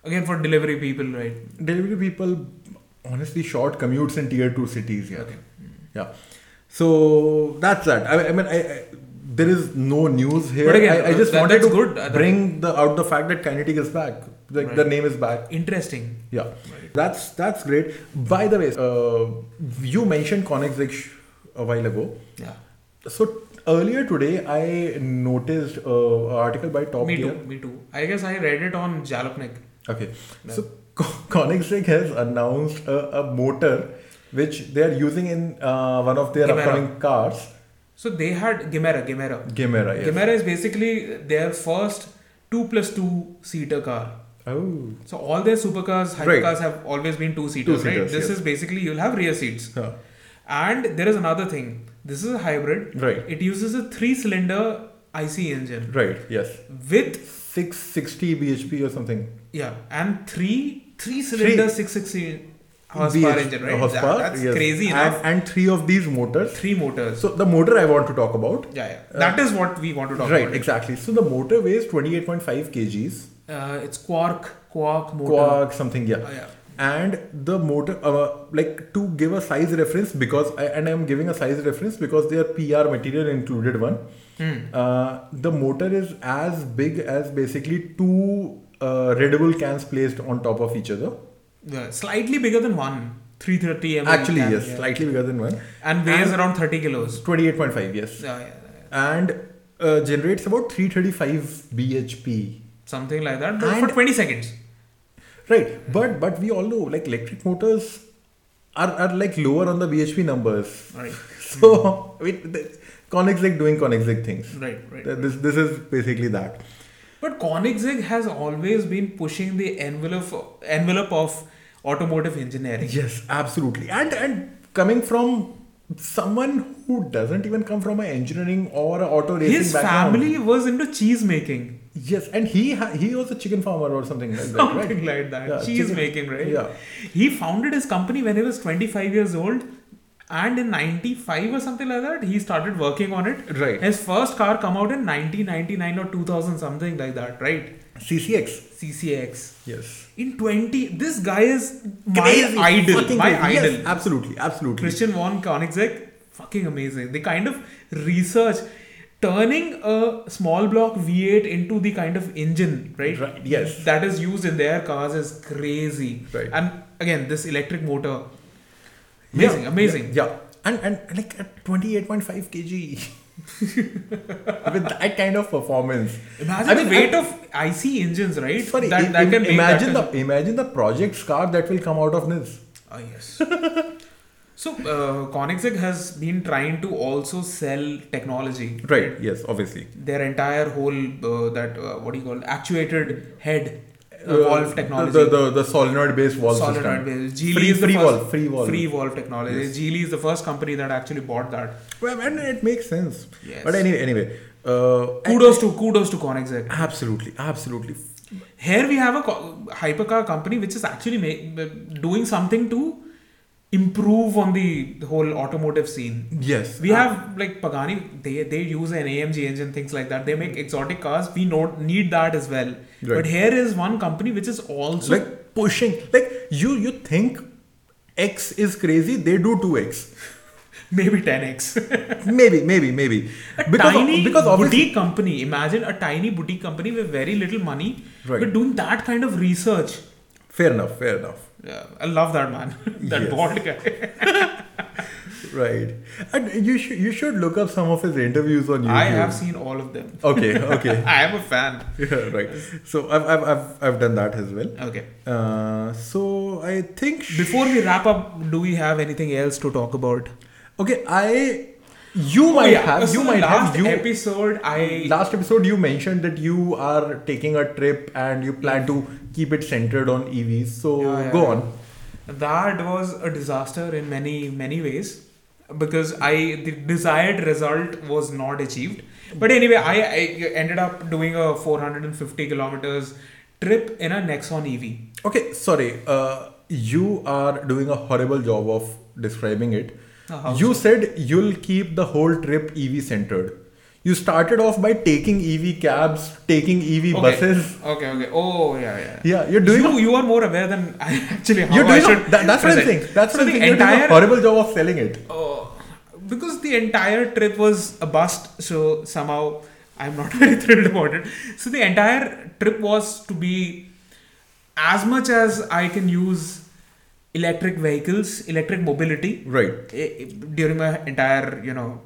Speaker 1: Again, for delivery people, right?
Speaker 2: delivery people honestly short commutes in tier 2 cities yeah
Speaker 1: Okay.
Speaker 2: yeah so that's that i, I mean I, I there is no news here
Speaker 1: But again,
Speaker 2: I, I just
Speaker 1: that-
Speaker 2: wanted to
Speaker 1: that's good. Uh, that-
Speaker 2: bring the out the fact that kinetic is back like the name is back
Speaker 1: Interesting.
Speaker 2: Yeah, that's that's great. By the way, uh, you mentioned Koenigsegg a while ago.
Speaker 1: Yeah.
Speaker 2: So earlier today, I noticed uh, an article by Top
Speaker 1: me
Speaker 2: Gear.
Speaker 1: too. Me too. I guess I read it on Jalopnik.
Speaker 2: Okay, so [LAUGHS] Ko- Koenigsegg has announced a, a motor which they are using in uh, one of their
Speaker 1: Gemera.
Speaker 2: upcoming cars,
Speaker 1: So they had Gemera, Gemera.
Speaker 2: Gemera. Yes.
Speaker 1: Gemera is basically their first 2 plus 2 seater car.
Speaker 2: Oh.
Speaker 1: So all their supercars,
Speaker 2: Right.
Speaker 1: hypercars have always been two seaters, right?
Speaker 2: Two-seaters,
Speaker 1: This
Speaker 2: yes.
Speaker 1: is basically you'll have rear seats.
Speaker 2: Huh.
Speaker 1: And there is another thing. This is a hybrid.
Speaker 2: Right.
Speaker 1: It uses a three cylinder IC engine
Speaker 2: Right. Yes.
Speaker 1: with
Speaker 2: Six sixty bhp or something.
Speaker 1: yeah, and three three cylinder
Speaker 2: Three.
Speaker 1: six sixty horsepower
Speaker 2: BHP
Speaker 1: engine, right?
Speaker 2: Horsepower.
Speaker 1: That- that's
Speaker 2: yes.
Speaker 1: crazy
Speaker 2: And,
Speaker 1: enough.
Speaker 2: and three of these motors.
Speaker 1: Three motors.
Speaker 2: So the motor I want to talk about
Speaker 1: yeah, yeah. that is what we want to talk
Speaker 2: right,
Speaker 1: about.
Speaker 2: exactly. So the motor weighs 28.5 kgs,
Speaker 1: Uh, it's quark, quark motor.
Speaker 2: quark something, yeah.
Speaker 1: Uh, yeah.
Speaker 2: And the motor, uh, like to give a size reference, because I, and I'm giving a size reference because their PR material included one.
Speaker 1: Hmm.
Speaker 2: Uh, the motor is as big as basically two uh, Red Bull cans placed on top of each other.
Speaker 1: Yeah, slightly bigger than one. 330 ml.
Speaker 2: Actually,
Speaker 1: can,
Speaker 2: yes,
Speaker 1: yeah.
Speaker 2: slightly bigger than one.
Speaker 1: And weighs around 30 kilos.
Speaker 2: 28.5, yes,
Speaker 1: Yeah, yeah, yeah.
Speaker 2: and uh, generates about 335 bhp.
Speaker 1: Something like that. But for
Speaker 2: And-
Speaker 1: 20 seconds.
Speaker 2: Right. But but we all know like electric motors are, are like lower on the BHP numbers.
Speaker 1: Right.
Speaker 2: [LAUGHS] So I mean the, Koenigsegg doing Koenigsegg things.
Speaker 1: Right, right.
Speaker 2: Th- This this is basically that.
Speaker 1: But Koenigsegg has always been pushing the envelope envelope of automotive engineering.
Speaker 2: Yes, absolutely. And and coming from someone who doesn't even come from an engineering or a auto racing
Speaker 1: His
Speaker 2: background.
Speaker 1: family was into cheese making,
Speaker 2: Yes, and he ha- he was a chicken farmer or something like
Speaker 1: [LAUGHS]
Speaker 2: that, right?
Speaker 1: something like that.
Speaker 2: Yeah,
Speaker 1: cheese
Speaker 2: chicken-
Speaker 1: making, right?
Speaker 2: Yeah.
Speaker 1: He founded his company when he was 25 years old, and in 95 or something like that, he started working on it.
Speaker 2: Right.
Speaker 1: His first car come out in 1999 or 2000, something like that, right?
Speaker 2: CCX.
Speaker 1: CCX.
Speaker 2: Yes.
Speaker 1: In 20, this guy is my idol.
Speaker 2: Fucking
Speaker 1: My
Speaker 2: crazy. Yes,
Speaker 1: idol.
Speaker 2: absolutely, absolutely.
Speaker 1: Christian von Koenigsegg, fucking amazing. The kind of research, turning a small block V8 into the kind of engine, right?
Speaker 2: Right, yes.
Speaker 1: That is used in their cars is crazy.
Speaker 2: Right.
Speaker 1: And again, this electric motor, amazing,
Speaker 2: Yeah,
Speaker 1: amazing.
Speaker 2: Yeah, yeah. And and like at 28.5 kg. With that kind of performance.
Speaker 1: Imagine
Speaker 2: I mean,
Speaker 1: the weight
Speaker 2: I-
Speaker 1: of IC engines, right?
Speaker 2: Sorry,
Speaker 1: that,
Speaker 2: im-
Speaker 1: that can
Speaker 2: im-
Speaker 1: make
Speaker 2: imagine
Speaker 1: that
Speaker 2: the imagine the project's car that will come out of this.
Speaker 1: Ah, yes. [LAUGHS] so uh, Koenigsegg has been trying to also sell technology.
Speaker 2: Right. Yes. Obviously.
Speaker 1: their entire whole uh, that uh, what do you call it? actuated head uh,
Speaker 2: Uh,
Speaker 1: valve
Speaker 2: the-
Speaker 1: technology.
Speaker 2: The, the, the solenoid based valve
Speaker 1: solid
Speaker 2: system.
Speaker 1: rocket base. Geely E
Speaker 2: free,
Speaker 1: is the
Speaker 2: free
Speaker 1: first,
Speaker 2: valve. Free valve.
Speaker 1: Free valve technology. Geely is the first company that actually bought that.
Speaker 2: Well, and it makes sense.
Speaker 1: Yes.
Speaker 2: But anyway, anyway. Uh,
Speaker 1: Kudos to kudos to Koenigsegg.
Speaker 2: Absolutely, absolutely.
Speaker 1: Here we have a co- hypercar company which is actually make, doing something to improve on the whole automotive scene.
Speaker 2: Yes.
Speaker 1: We have like Pagani, they they use an AMG engine, things like that. They make exotic cars. We know, need that as well. But here is one company which is also
Speaker 2: like pushing. Like you you think X is crazy, they do 2X.
Speaker 1: maybe [LAUGHS] 10x.
Speaker 2: maybe, maybe, maybe. Because
Speaker 1: tiny
Speaker 2: because obviously
Speaker 1: boutique company. Imagine a tiny boutique company with very little money,
Speaker 2: Right.
Speaker 1: but doing that kind of research.
Speaker 2: fair enough, fair enough.
Speaker 1: Yeah, I love that man. [LAUGHS] that
Speaker 2: Yes.
Speaker 1: bald guy.
Speaker 2: Right. And you should you should look up some of his interviews on YouTube.
Speaker 1: I have seen all of them.
Speaker 2: [LAUGHS] Okay, okay.
Speaker 1: I am a fan.
Speaker 2: yeah, right. So I've, I've I've I've done that as well.
Speaker 1: Okay.
Speaker 2: Uh, so I think sh-
Speaker 1: Before we wrap up, do we have anything else to talk about?
Speaker 2: okay I you might have you
Speaker 1: Oh, so
Speaker 2: might
Speaker 1: last
Speaker 2: have you
Speaker 1: episode. I
Speaker 2: Last episode, you mentioned that you are taking a trip and you plan to keep it centered on EVs. So
Speaker 1: Yeah, yeah,
Speaker 2: go
Speaker 1: yeah.
Speaker 2: on.
Speaker 1: that was a disaster in many many ways because i the desired result was not achieved but anyway i, I ended up doing a 450 kilometers trip in a nexon E ev
Speaker 2: Okay, sorry. Uh, you are doing a horrible job of describing it.
Speaker 1: Uh, how
Speaker 2: you said you'll keep the whole trip EV centered. You started off by taking EV cabs, taking EV
Speaker 1: okay.
Speaker 2: buses.
Speaker 1: okay okay oh yeah yeah
Speaker 2: Yeah, you're doing.
Speaker 1: you, you are more aware than [LAUGHS] I actually how
Speaker 2: you're
Speaker 1: Oh, I
Speaker 2: doing.
Speaker 1: should
Speaker 2: that, that's what I'm
Speaker 1: present.
Speaker 2: saying. That's
Speaker 1: so
Speaker 2: what
Speaker 1: the
Speaker 2: I'm saying. You're doing a
Speaker 1: entire
Speaker 2: horrible job of selling it.
Speaker 1: Oh, because the entire trip was a bust, so somehow I'm not [LAUGHS] very thrilled about it. So the entire trip was to be as much as I can use electric vehicles, electric mobility
Speaker 2: Right.
Speaker 1: eh, eh, during my entire you know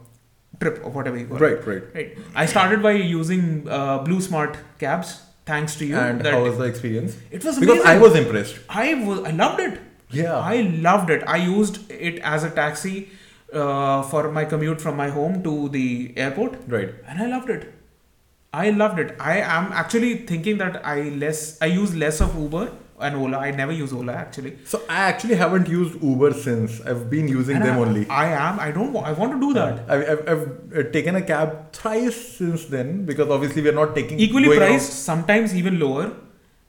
Speaker 1: trip or whatever you call it.
Speaker 2: Right. Right.
Speaker 1: Right. I started by using uh, Blue Smart cabs. Thanks to you.
Speaker 2: And
Speaker 1: that
Speaker 2: how was the experience?
Speaker 1: it was amazing.
Speaker 2: Because I was impressed.
Speaker 1: I was I loved it.
Speaker 2: Yeah.
Speaker 1: I loved it. I used it as a taxi uh, for my commute from my home to the airport,
Speaker 2: Right.
Speaker 1: and I loved it. I loved it. I am actually thinking that I less I use less of Uber and Ola. I never use Ola actually.
Speaker 2: So I actually haven't used Uber since. I've been using
Speaker 1: And
Speaker 2: them
Speaker 1: I,
Speaker 2: only.
Speaker 1: I am. I don't. wa- I want to do that.
Speaker 2: I've, I've, I've uh, taken a cab thrice since then because obviously we're not taking
Speaker 1: Equally
Speaker 2: going out-
Speaker 1: priced, sometimes even lower,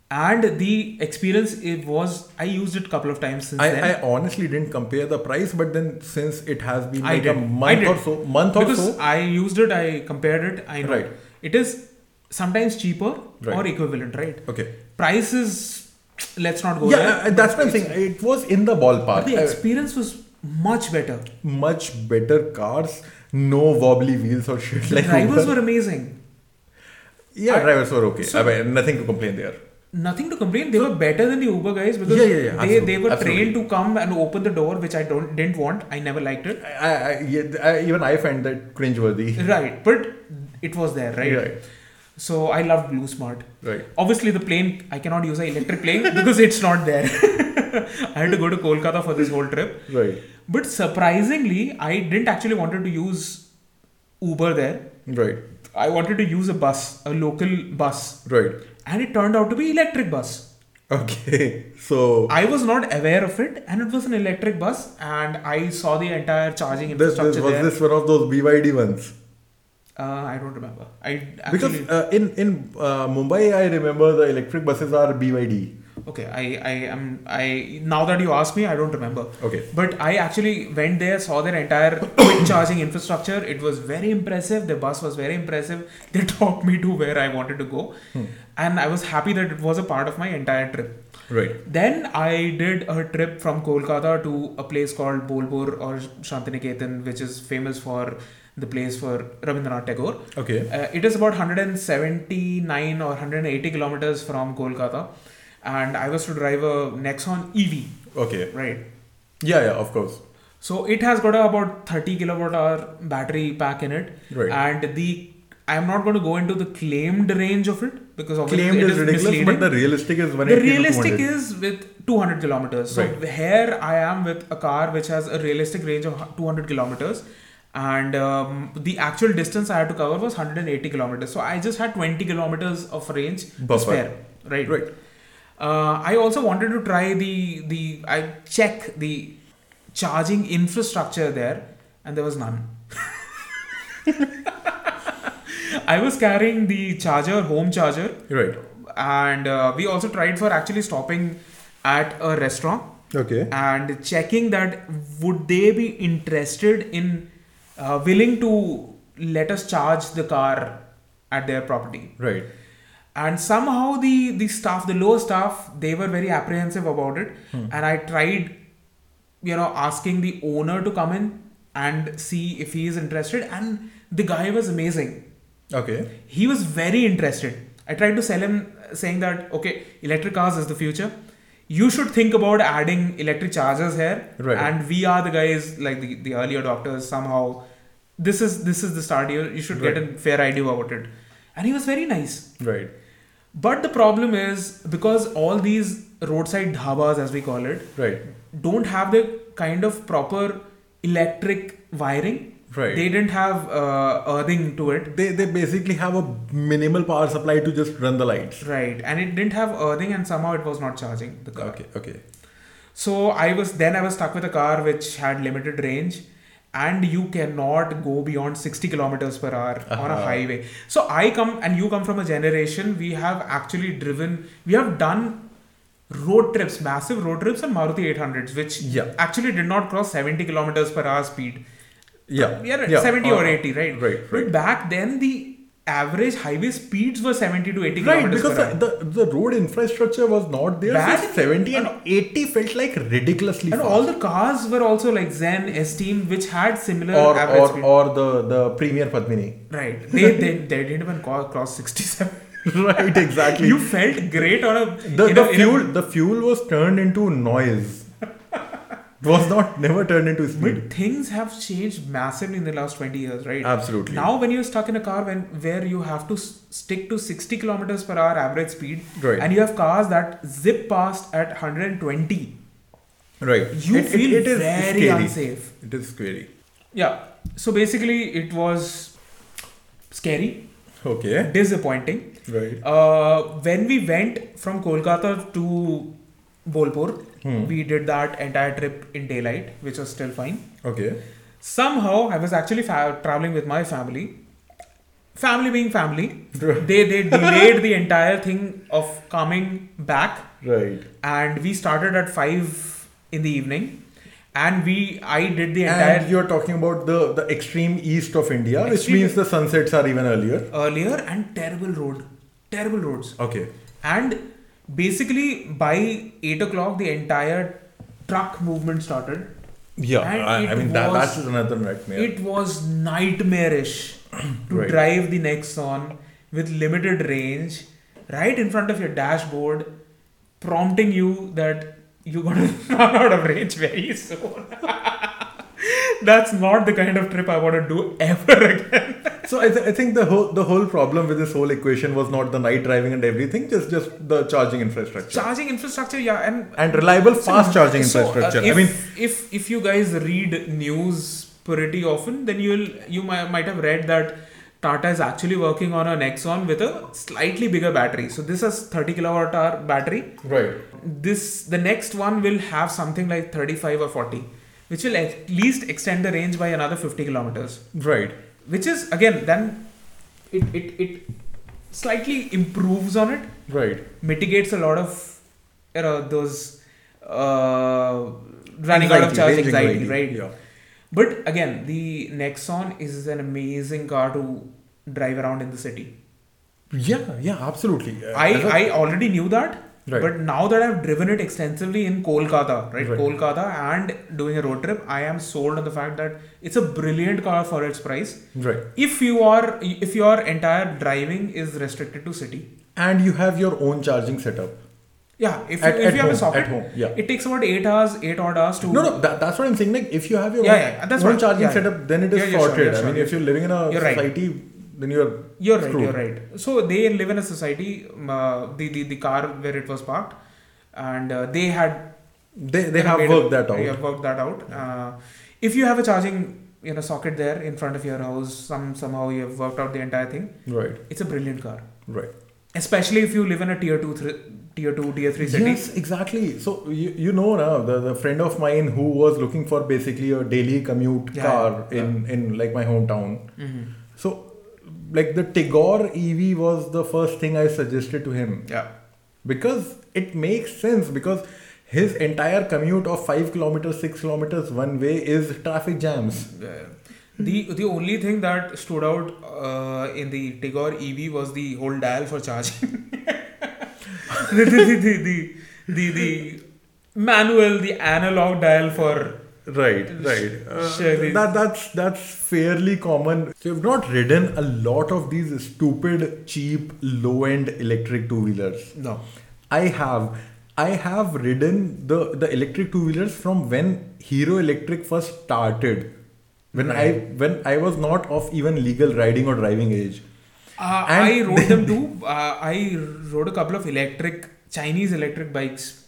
Speaker 1: and the experience it was. I used it couple of times since then.
Speaker 2: I, I honestly didn't compare the price, but then since it has been
Speaker 1: I
Speaker 2: like a
Speaker 1: did. I
Speaker 2: month
Speaker 1: did.
Speaker 2: or so, month or
Speaker 1: because
Speaker 2: so,
Speaker 1: I used it, I compared it, I know
Speaker 2: Right.
Speaker 1: it is sometimes cheaper or
Speaker 2: Right.
Speaker 1: equivalent, right?
Speaker 2: okay.
Speaker 1: Price is let's not go
Speaker 2: yeah,
Speaker 1: there.
Speaker 2: uh, that's what I'm saying. It was in the ballpark.
Speaker 1: But the
Speaker 2: Uh,
Speaker 1: experience was much better.
Speaker 2: much better cars, no wobbly wheels or shit like
Speaker 1: Drivers
Speaker 2: Uber.
Speaker 1: were amazing.
Speaker 2: yeah,
Speaker 1: I-
Speaker 2: drivers were okay.
Speaker 1: So-
Speaker 2: I mean, nothing to complain there.
Speaker 1: Nothing to complain. They were better than the Uber guys because
Speaker 2: Yeah, yeah,
Speaker 1: they,
Speaker 2: yeah,
Speaker 1: they
Speaker 2: absolutely,
Speaker 1: were
Speaker 2: absolutely.
Speaker 1: trained to come and open the door, which I don't didn't want. I never liked it.
Speaker 2: I, I, I, yeah, I even I find that cringeworthy. [LAUGHS]
Speaker 1: Right, but it was there, right?
Speaker 2: Right.
Speaker 1: So I loved Blue Smart.
Speaker 2: Right.
Speaker 1: Obviously, the plane I cannot use an electric plane [LAUGHS] because it's not there. [LAUGHS] I had to go to Kolkata for this whole trip.
Speaker 2: Right.
Speaker 1: But surprisingly, I didn't actually wanted to use Uber there.
Speaker 2: Right.
Speaker 1: I wanted to use a bus, a local bus,
Speaker 2: Right.
Speaker 1: and it turned out to be electric bus.
Speaker 2: Okay. [LAUGHS] So
Speaker 1: I was not aware of it, and it was an electric bus, and I saw the entire charging
Speaker 2: this,
Speaker 1: infrastructure
Speaker 2: this was
Speaker 1: there.
Speaker 2: this one of those BYD ones.
Speaker 1: Uh, I don't remember. I
Speaker 2: Because
Speaker 1: actually
Speaker 2: uh, in in uh, Mumbai, I remember the electric buses are BYD.
Speaker 1: okay. I I am I now that you ask me, I don't remember.
Speaker 2: Okay.
Speaker 1: But I actually went there, saw their entire [COUGHS] quick charging infrastructure. It was very impressive. The bus was very impressive. [LAUGHS] They talked me to where I wanted to go, and I was happy that it was a part of my entire trip.
Speaker 2: Right.
Speaker 1: Then I did a trip from Kolkata to a place called Bolpur or Shantiniketan, which is famous for the place for Rabindranath Tagore.
Speaker 2: Okay.
Speaker 1: Uh, it is about 179 or 180 kilometers from Kolkata, and I was to drive a Nexon EV,
Speaker 2: Okay.
Speaker 1: right?
Speaker 2: Yeah. Yeah. Of course.
Speaker 1: So it has got about 30 kilowatt hour battery pack in it,
Speaker 2: Right.
Speaker 1: and the I'm not going to go into the claimed range of it because obviously
Speaker 2: Claimed
Speaker 1: it
Speaker 2: is
Speaker 1: is
Speaker 2: ridiculous,
Speaker 1: misleading.
Speaker 2: but the realistic is when
Speaker 1: The realistic is with 200 kilometers. So
Speaker 2: Right.
Speaker 1: here I am with a car which has a realistic range of 200 kilometers, and um, the actual distance I had to cover was 180 kilometers. So I just had 20 kilometers of range
Speaker 2: Buffer.
Speaker 1: to spare. Right.
Speaker 2: Right.
Speaker 1: Uh, I also wanted to try the the I check the charging infrastructure there, and there was none. [LAUGHS] I was carrying the charger, home charger,
Speaker 2: Right.
Speaker 1: and uh, we also tried for actually stopping at a restaurant
Speaker 2: Okay.
Speaker 1: and checking that would they be interested in uh, willing to let us charge the car at their property
Speaker 2: Right.
Speaker 1: and somehow the the staff the lower staff they were very apprehensive about it and i tried you know asking the owner to come in and see if he is interested and the guy was amazing
Speaker 2: Okay.
Speaker 1: he was very interested i tried to sell him uh, saying that okay electric cars is the future you should think about adding electric chargers here
Speaker 2: Right.
Speaker 1: and we are the guys like the, the early adopters somehow this is this is the start you, you should get a fair idea about it and he was very nice
Speaker 2: Right.
Speaker 1: but the problem is because all these roadside dhabas as we call it
Speaker 2: Right.
Speaker 1: don't have the kind of proper electric wiring
Speaker 2: Right.
Speaker 1: they didn't have uh, earthing to it
Speaker 2: They they basically have a minimal power supply to just run the lights.
Speaker 1: Right, and it didn't have earthing, and somehow it was not charging the car.
Speaker 2: Okay. Okay.
Speaker 1: So I was then I was stuck with a car which had limited range, and you cannot go beyond sixty kilometers per hour on a
Speaker 2: Uh-huh.
Speaker 1: highway. So I come and you come from a generation we have actually driven, we have done road trips, massive road trips on Maruti 800s, which
Speaker 2: Yeah.
Speaker 1: actually did not cross seventy kilometers per hour speed.
Speaker 2: Yeah.
Speaker 1: We are at
Speaker 2: yeah.
Speaker 1: 70 or
Speaker 2: Uh,
Speaker 1: 80, right?
Speaker 2: Right. Right.
Speaker 1: But back then the average highway speeds were 70 to 80
Speaker 2: Right,
Speaker 1: kilometers
Speaker 2: because
Speaker 1: per hour.
Speaker 2: the, the the road infrastructure was not there. so
Speaker 1: Bad.
Speaker 2: 70 and 80 felt like ridiculously
Speaker 1: And
Speaker 2: fast.
Speaker 1: all the cars were also like Zen, Esteem, which had similar
Speaker 2: or
Speaker 1: average
Speaker 2: or,
Speaker 1: speed.
Speaker 2: or the the premier Padmini.
Speaker 1: [LAUGHS] Right. They, they, they didn't even co- cross 67.
Speaker 2: right, exactly.
Speaker 1: you felt great on a.
Speaker 2: the
Speaker 1: in
Speaker 2: the
Speaker 1: a- in a-
Speaker 2: fuel the fuel was turned into noise. It was not never turned into speed.
Speaker 1: but things have changed massively in the last 20 years, right?
Speaker 2: Absolutely.
Speaker 1: Now, when you're stuck in a car when where you have to s- stick to 60 kilometers per hour average speed,
Speaker 2: Right.
Speaker 1: and you have cars that zip past at 120,
Speaker 2: right.
Speaker 1: you
Speaker 2: It- it-
Speaker 1: feel
Speaker 2: it is
Speaker 1: very
Speaker 2: scary.
Speaker 1: unsafe.
Speaker 2: It is scary.
Speaker 1: Yeah. So basically, it was scary,
Speaker 2: Okay.
Speaker 1: disappointing.
Speaker 2: Right.
Speaker 1: Uh, when we went from Kolkata to Bolpur, we did that entire trip in daylight, which was still fine.
Speaker 2: Okay.
Speaker 1: Somehow, I was actually fa- traveling with my family. Family being family,
Speaker 2: Right.
Speaker 1: they they delayed the entire thing of coming back
Speaker 2: Right.
Speaker 1: and we started at 5 in the evening and we I did the entire
Speaker 2: And you're talking about the the extreme east of India, which
Speaker 1: Extreme-
Speaker 2: means the sunsets are even earlier.
Speaker 1: earlier and terrible road terrible roads
Speaker 2: Okay.
Speaker 1: And basically, by 8 o'clock, the entire truck movement started.
Speaker 2: Yeah,
Speaker 1: And
Speaker 2: I, I
Speaker 1: it
Speaker 2: mean that,
Speaker 1: was-
Speaker 2: that's another nightmare.
Speaker 1: It was nightmarish to
Speaker 2: Right.
Speaker 1: drive the Nexon with limited range right in front of your dashboard, [LAUGHS] prompting you that you're going to run out of range very soon. [LAUGHS] That's not the kind of trip I want to do ever again.
Speaker 2: So I, th- I think the whole the whole problem with this whole equation was not the night driving and everything, just just the charging infrastructure
Speaker 1: Charging infrastructure, yeah, and
Speaker 2: and reliable fast charging
Speaker 1: So, uh,
Speaker 2: infrastructure.
Speaker 1: if,
Speaker 2: I mean,
Speaker 1: if if you guys read news pretty often, then you'll you might, might have read that Tata is actually working on an Exxon with a slightly bigger battery. So this is 30 kilowatt hour battery.
Speaker 2: right?
Speaker 1: This the next one will have something like 35 or 40, which will at least extend the range by another 50 kilometers.
Speaker 2: Right.
Speaker 1: Which is again then it it, it slightly improves on it
Speaker 2: Right.
Speaker 1: mitigates a lot of you know those uh, running out of
Speaker 2: Anxiety,
Speaker 1: charge
Speaker 2: range
Speaker 1: anxiety, right?
Speaker 2: Yeah.
Speaker 1: But again, the Nexon is an amazing car to drive around in the city.
Speaker 2: Yeah. Yeah. Absolutely. Uh,
Speaker 1: I
Speaker 2: as a-
Speaker 1: I already knew that,
Speaker 2: Right.
Speaker 1: but now that I've driven it extensively in Kolkata, right?
Speaker 2: Right.
Speaker 1: Kolkata and doing a road trip, I am sold on the fact that it's a brilliant car for its price.
Speaker 2: right.
Speaker 1: If you are if your entire driving is restricted to city,
Speaker 2: And you have your own charging setup.
Speaker 1: yeah. If
Speaker 2: At-
Speaker 1: you, if
Speaker 2: at
Speaker 1: you have a
Speaker 2: home,
Speaker 1: socket,
Speaker 2: at home, yeah.
Speaker 1: it takes about eight hours, eight odd hours to
Speaker 2: No, no, that, that's what I'm saying. Like, if you have your
Speaker 1: Yeah,
Speaker 2: own,
Speaker 1: yeah, that's
Speaker 2: own
Speaker 1: what-
Speaker 2: charging
Speaker 1: yeah, yeah.
Speaker 2: setup, then it is
Speaker 1: Yeah, yeah, sure,
Speaker 2: sorted.
Speaker 1: yeah,
Speaker 2: I mean,
Speaker 1: sure.
Speaker 2: if you're living in a
Speaker 1: You're right.
Speaker 2: society, then you're
Speaker 1: You're right.
Speaker 2: screwed.
Speaker 1: You're right. So they live in a society. um, Uh, the the the car where it was parked, and uh, they had
Speaker 2: They they
Speaker 1: you know,
Speaker 2: have
Speaker 1: made
Speaker 2: worked
Speaker 1: a-
Speaker 2: that out.
Speaker 1: They have worked that out. Uh, if you have a charging you know socket there in front of your house, some somehow you have worked out the entire thing.
Speaker 2: Right.
Speaker 1: It's a brilliant car,
Speaker 2: Right.
Speaker 1: especially if you live in a tier two, thr tier two, tier three city.
Speaker 2: Yes, exactly. So you, you know now the, the friend of mine who was looking for basically a daily commute
Speaker 1: Yeah,
Speaker 2: car
Speaker 1: yeah.
Speaker 2: in in like my hometown.
Speaker 1: Mhm.
Speaker 2: So like the Tigor EV was the first thing I suggested to him
Speaker 1: Yeah.
Speaker 2: because it makes sense because his entire commute of 5 kilometers 6 kilometers one way is traffic jams
Speaker 1: Uh, the the only thing that stood out uh, in the Tigor EV was the whole dial for charging. [LAUGHS] the, the, the, the, the, the, the manual, the analog dial for.
Speaker 2: Right, right. Uh,
Speaker 1: Surely.
Speaker 2: that that's that's fairly common. So you've not ridden a lot of these stupid, cheap, low-end electric two-wheelers.
Speaker 1: No.
Speaker 2: I have, I have ridden the the electric two-wheelers from when Hero Electric first started, when I when I was not of even legal riding or driving age.
Speaker 1: Uh,
Speaker 2: And [LAUGHS]
Speaker 1: I rode them too. Uh, I rode a couple of electric, Chinese electric bikes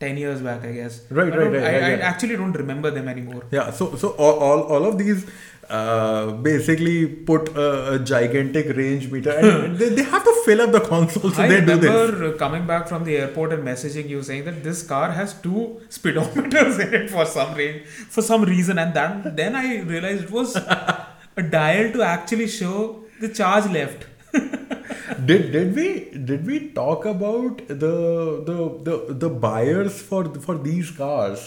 Speaker 1: 10 years back, I guess.
Speaker 2: Right,
Speaker 1: I
Speaker 2: right,
Speaker 1: don't-
Speaker 2: right,
Speaker 1: I,
Speaker 2: right,
Speaker 1: I
Speaker 2: yeah.
Speaker 1: actually don't remember them anymore.
Speaker 2: Yeah, so so all all, all of these uh, basically put a, a gigantic range meter,
Speaker 1: [LAUGHS]
Speaker 2: and they, they have to fill up the console, so
Speaker 1: I
Speaker 2: they do this.
Speaker 1: remember coming back from the airport and messaging you saying that this car has two speedometers in it for some range, for some reason, and then then I realized it was a dial to actually show the charge left.
Speaker 2: did did we did we talk about the the the, the buyers for for these cars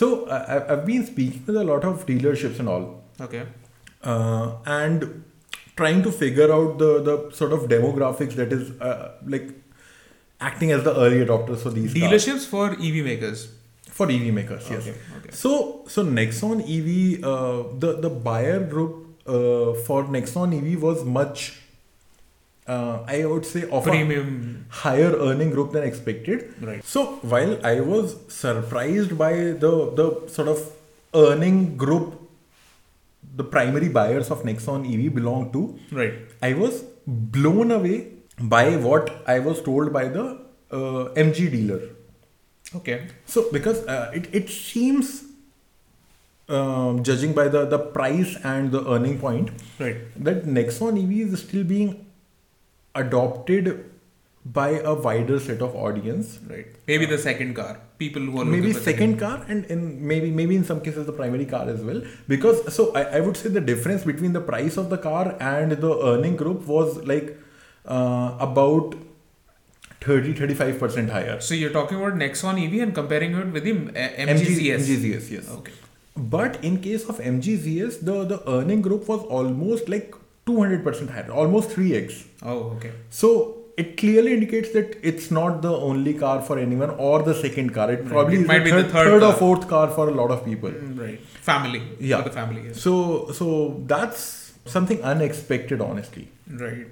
Speaker 2: so I, I- i've been speaking with a lot of dealerships and all
Speaker 1: Okay.
Speaker 2: uh, and trying to figure out the the sort of demographics that is uh, like acting as the early adopters for these cars.
Speaker 1: Dealerships for EV makers.
Speaker 2: for ev makers yes
Speaker 1: Okay, okay.
Speaker 2: so so nexon ev uh, the the buyer group uh, for nexon ev was much uh, i would say of a-
Speaker 1: Premium.
Speaker 2: higher earning group than expected.
Speaker 1: Right.
Speaker 2: So while I was surprised by the the sort of earning group the primary buyers of Nexon EV belong to,
Speaker 1: Right.
Speaker 2: I was blown away by what I was told by the uh, MG dealer.
Speaker 1: Okay.
Speaker 2: So because uh, it it seems um, judging by the the price and the earning point
Speaker 1: Right.
Speaker 2: that Nexon EV is still being adopted by a wider set of audience.
Speaker 1: Right. Maybe the second car. People who are
Speaker 2: Maybe
Speaker 1: looking for
Speaker 2: second car and in maybe maybe in some cases the primary car as well. Because so I, I would say the difference between the price of the car and the earning group was like uh, about 30 35% higher.
Speaker 1: So you're talking about Nexon EV and comparing it with the uh, MGZS.
Speaker 2: MGZS, yes.
Speaker 1: Okay.
Speaker 2: But in case of MGZS, the, the earning group was almost like 200% higher, almost 3x.
Speaker 1: Oh, okay.
Speaker 2: So it clearly indicates that it's not the only car for anyone or the second car. It probably
Speaker 1: It
Speaker 2: is
Speaker 1: might
Speaker 2: the
Speaker 1: be the
Speaker 2: third,
Speaker 1: third
Speaker 2: third or
Speaker 1: car.
Speaker 2: fourth car for a lot of people.
Speaker 1: Mm, Right. Family.
Speaker 2: Yeah.
Speaker 1: For the family. Yes.
Speaker 2: So so that's something unexpected, honestly.
Speaker 1: Right.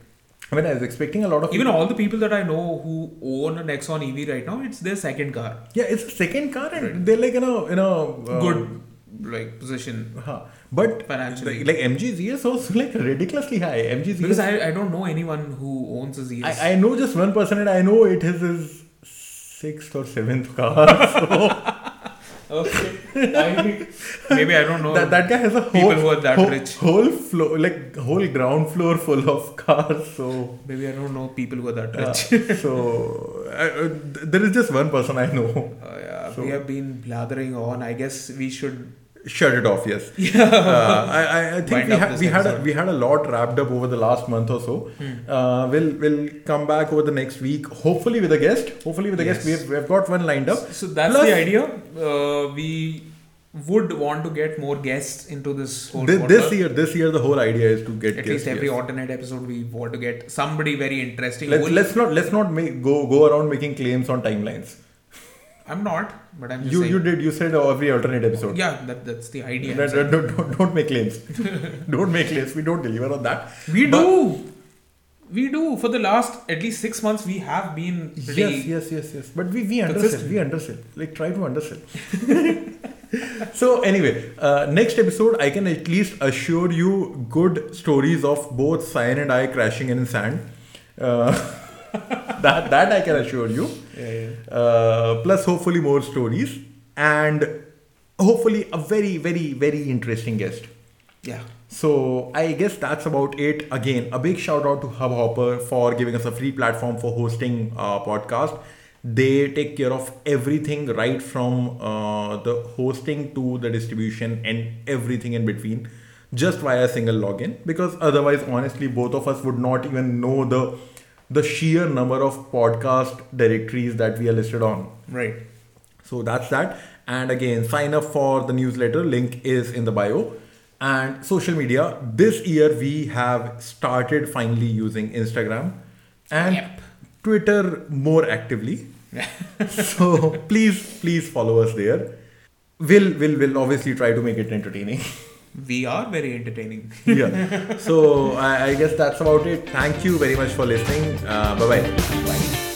Speaker 2: I mean, I was expecting a lot of
Speaker 1: Even all the people that I know who own a E Nexon EV right now, it's their second car.
Speaker 2: yeah, it's a second car, and they're like in a in a uh,
Speaker 1: Good like position
Speaker 2: Huh. But
Speaker 1: Financially.
Speaker 2: like, like MGZS was like ridiculously high.
Speaker 1: because
Speaker 2: MGZS.
Speaker 1: I, I don't know anyone who owns a ZS.
Speaker 2: I, I know just one person and I know it is his sixth or seventh car. So
Speaker 1: okay, I- maybe I don't know.
Speaker 2: that, that guy has a
Speaker 1: Oh.
Speaker 2: whole,
Speaker 1: People who are that
Speaker 2: whole,
Speaker 1: rich.
Speaker 2: whole floor, like whole ground floor full of [LAUGHS] cars.
Speaker 1: [LAUGHS]
Speaker 2: So.
Speaker 1: maybe I don't know people who are that
Speaker 2: uh,
Speaker 1: rich.
Speaker 2: [LAUGHS] so I, uh, th- there is just one person I know.
Speaker 1: Uh, yeah,
Speaker 2: So-
Speaker 1: we have been blathering on. I guess we should.
Speaker 2: Shut it off.
Speaker 1: [LAUGHS]
Speaker 2: Yes.
Speaker 1: Yeah.
Speaker 2: Uh, I, I, I think
Speaker 1: Wind
Speaker 2: we,
Speaker 1: up
Speaker 2: ha-
Speaker 1: this Hmm.
Speaker 2: we had a,
Speaker 1: episode.
Speaker 2: we had a lot wrapped up over the last month or so. Uh, we'll we'll come back over the next week, hopefully with a guest. Hopefully with a guest. We
Speaker 1: Yes.
Speaker 2: have, we have got one lined up.
Speaker 1: So that's
Speaker 2: Plus-
Speaker 1: the idea. Uh, we would want to get more guests into this whole
Speaker 2: This,
Speaker 1: podcast.
Speaker 2: this year, this year, the whole idea is to get
Speaker 1: At least
Speaker 2: guests.
Speaker 1: every
Speaker 2: yes.
Speaker 1: alternate episode, we want to get somebody very interesting.
Speaker 2: Let's,
Speaker 1: Who-
Speaker 2: let's not let's not make, go go around making claims on timelines.
Speaker 1: I'm not, but I'm just
Speaker 2: You
Speaker 1: saying.
Speaker 2: you did you said oh, every alternate episode.
Speaker 1: yeah, that, that's the idea.
Speaker 2: Don't, don't, don't, don't make
Speaker 1: [LAUGHS]
Speaker 2: claims. don't make claims. We don't deliver on that.
Speaker 1: We
Speaker 2: But-
Speaker 1: do. We do. For the last at least six months, we have been pretty.
Speaker 2: Yes, yes, yes, yes. But we, we undersell.
Speaker 1: Consistent.
Speaker 2: We undersell. Like, try to undersell. [LAUGHS] so, anyway, uh, next episode, I can at least assure you good stories of both Cyan and I crashing in sand. Uh, [LAUGHS] that, that I can assure you. Uh, plus, hopefully, more stories. And hopefully, a very, very, very interesting guest.
Speaker 1: Yeah.
Speaker 2: So I guess that's about it. Again, a big shout out to Hub Hopper for giving us a free platform for hosting uh, podcast. They take care of everything right from uh, the hosting to the distribution and everything in between just via a single login because otherwise honestly both of us would not even know the the sheer number of podcast directories that we are listed on
Speaker 1: Right.
Speaker 2: so that's that. And again, sign up for the newsletter. Link is in the bio. And social media. This year we have started finally using Instagram and
Speaker 1: Yep.
Speaker 2: Twitter more actively. so please, please follow us there. We'll will will obviously try to make it entertaining.
Speaker 1: We are very entertaining. [LAUGHS]
Speaker 2: yeah. So I, I guess that's about it. Thank you very much for listening. Uh, bye bye.
Speaker 1: Bye.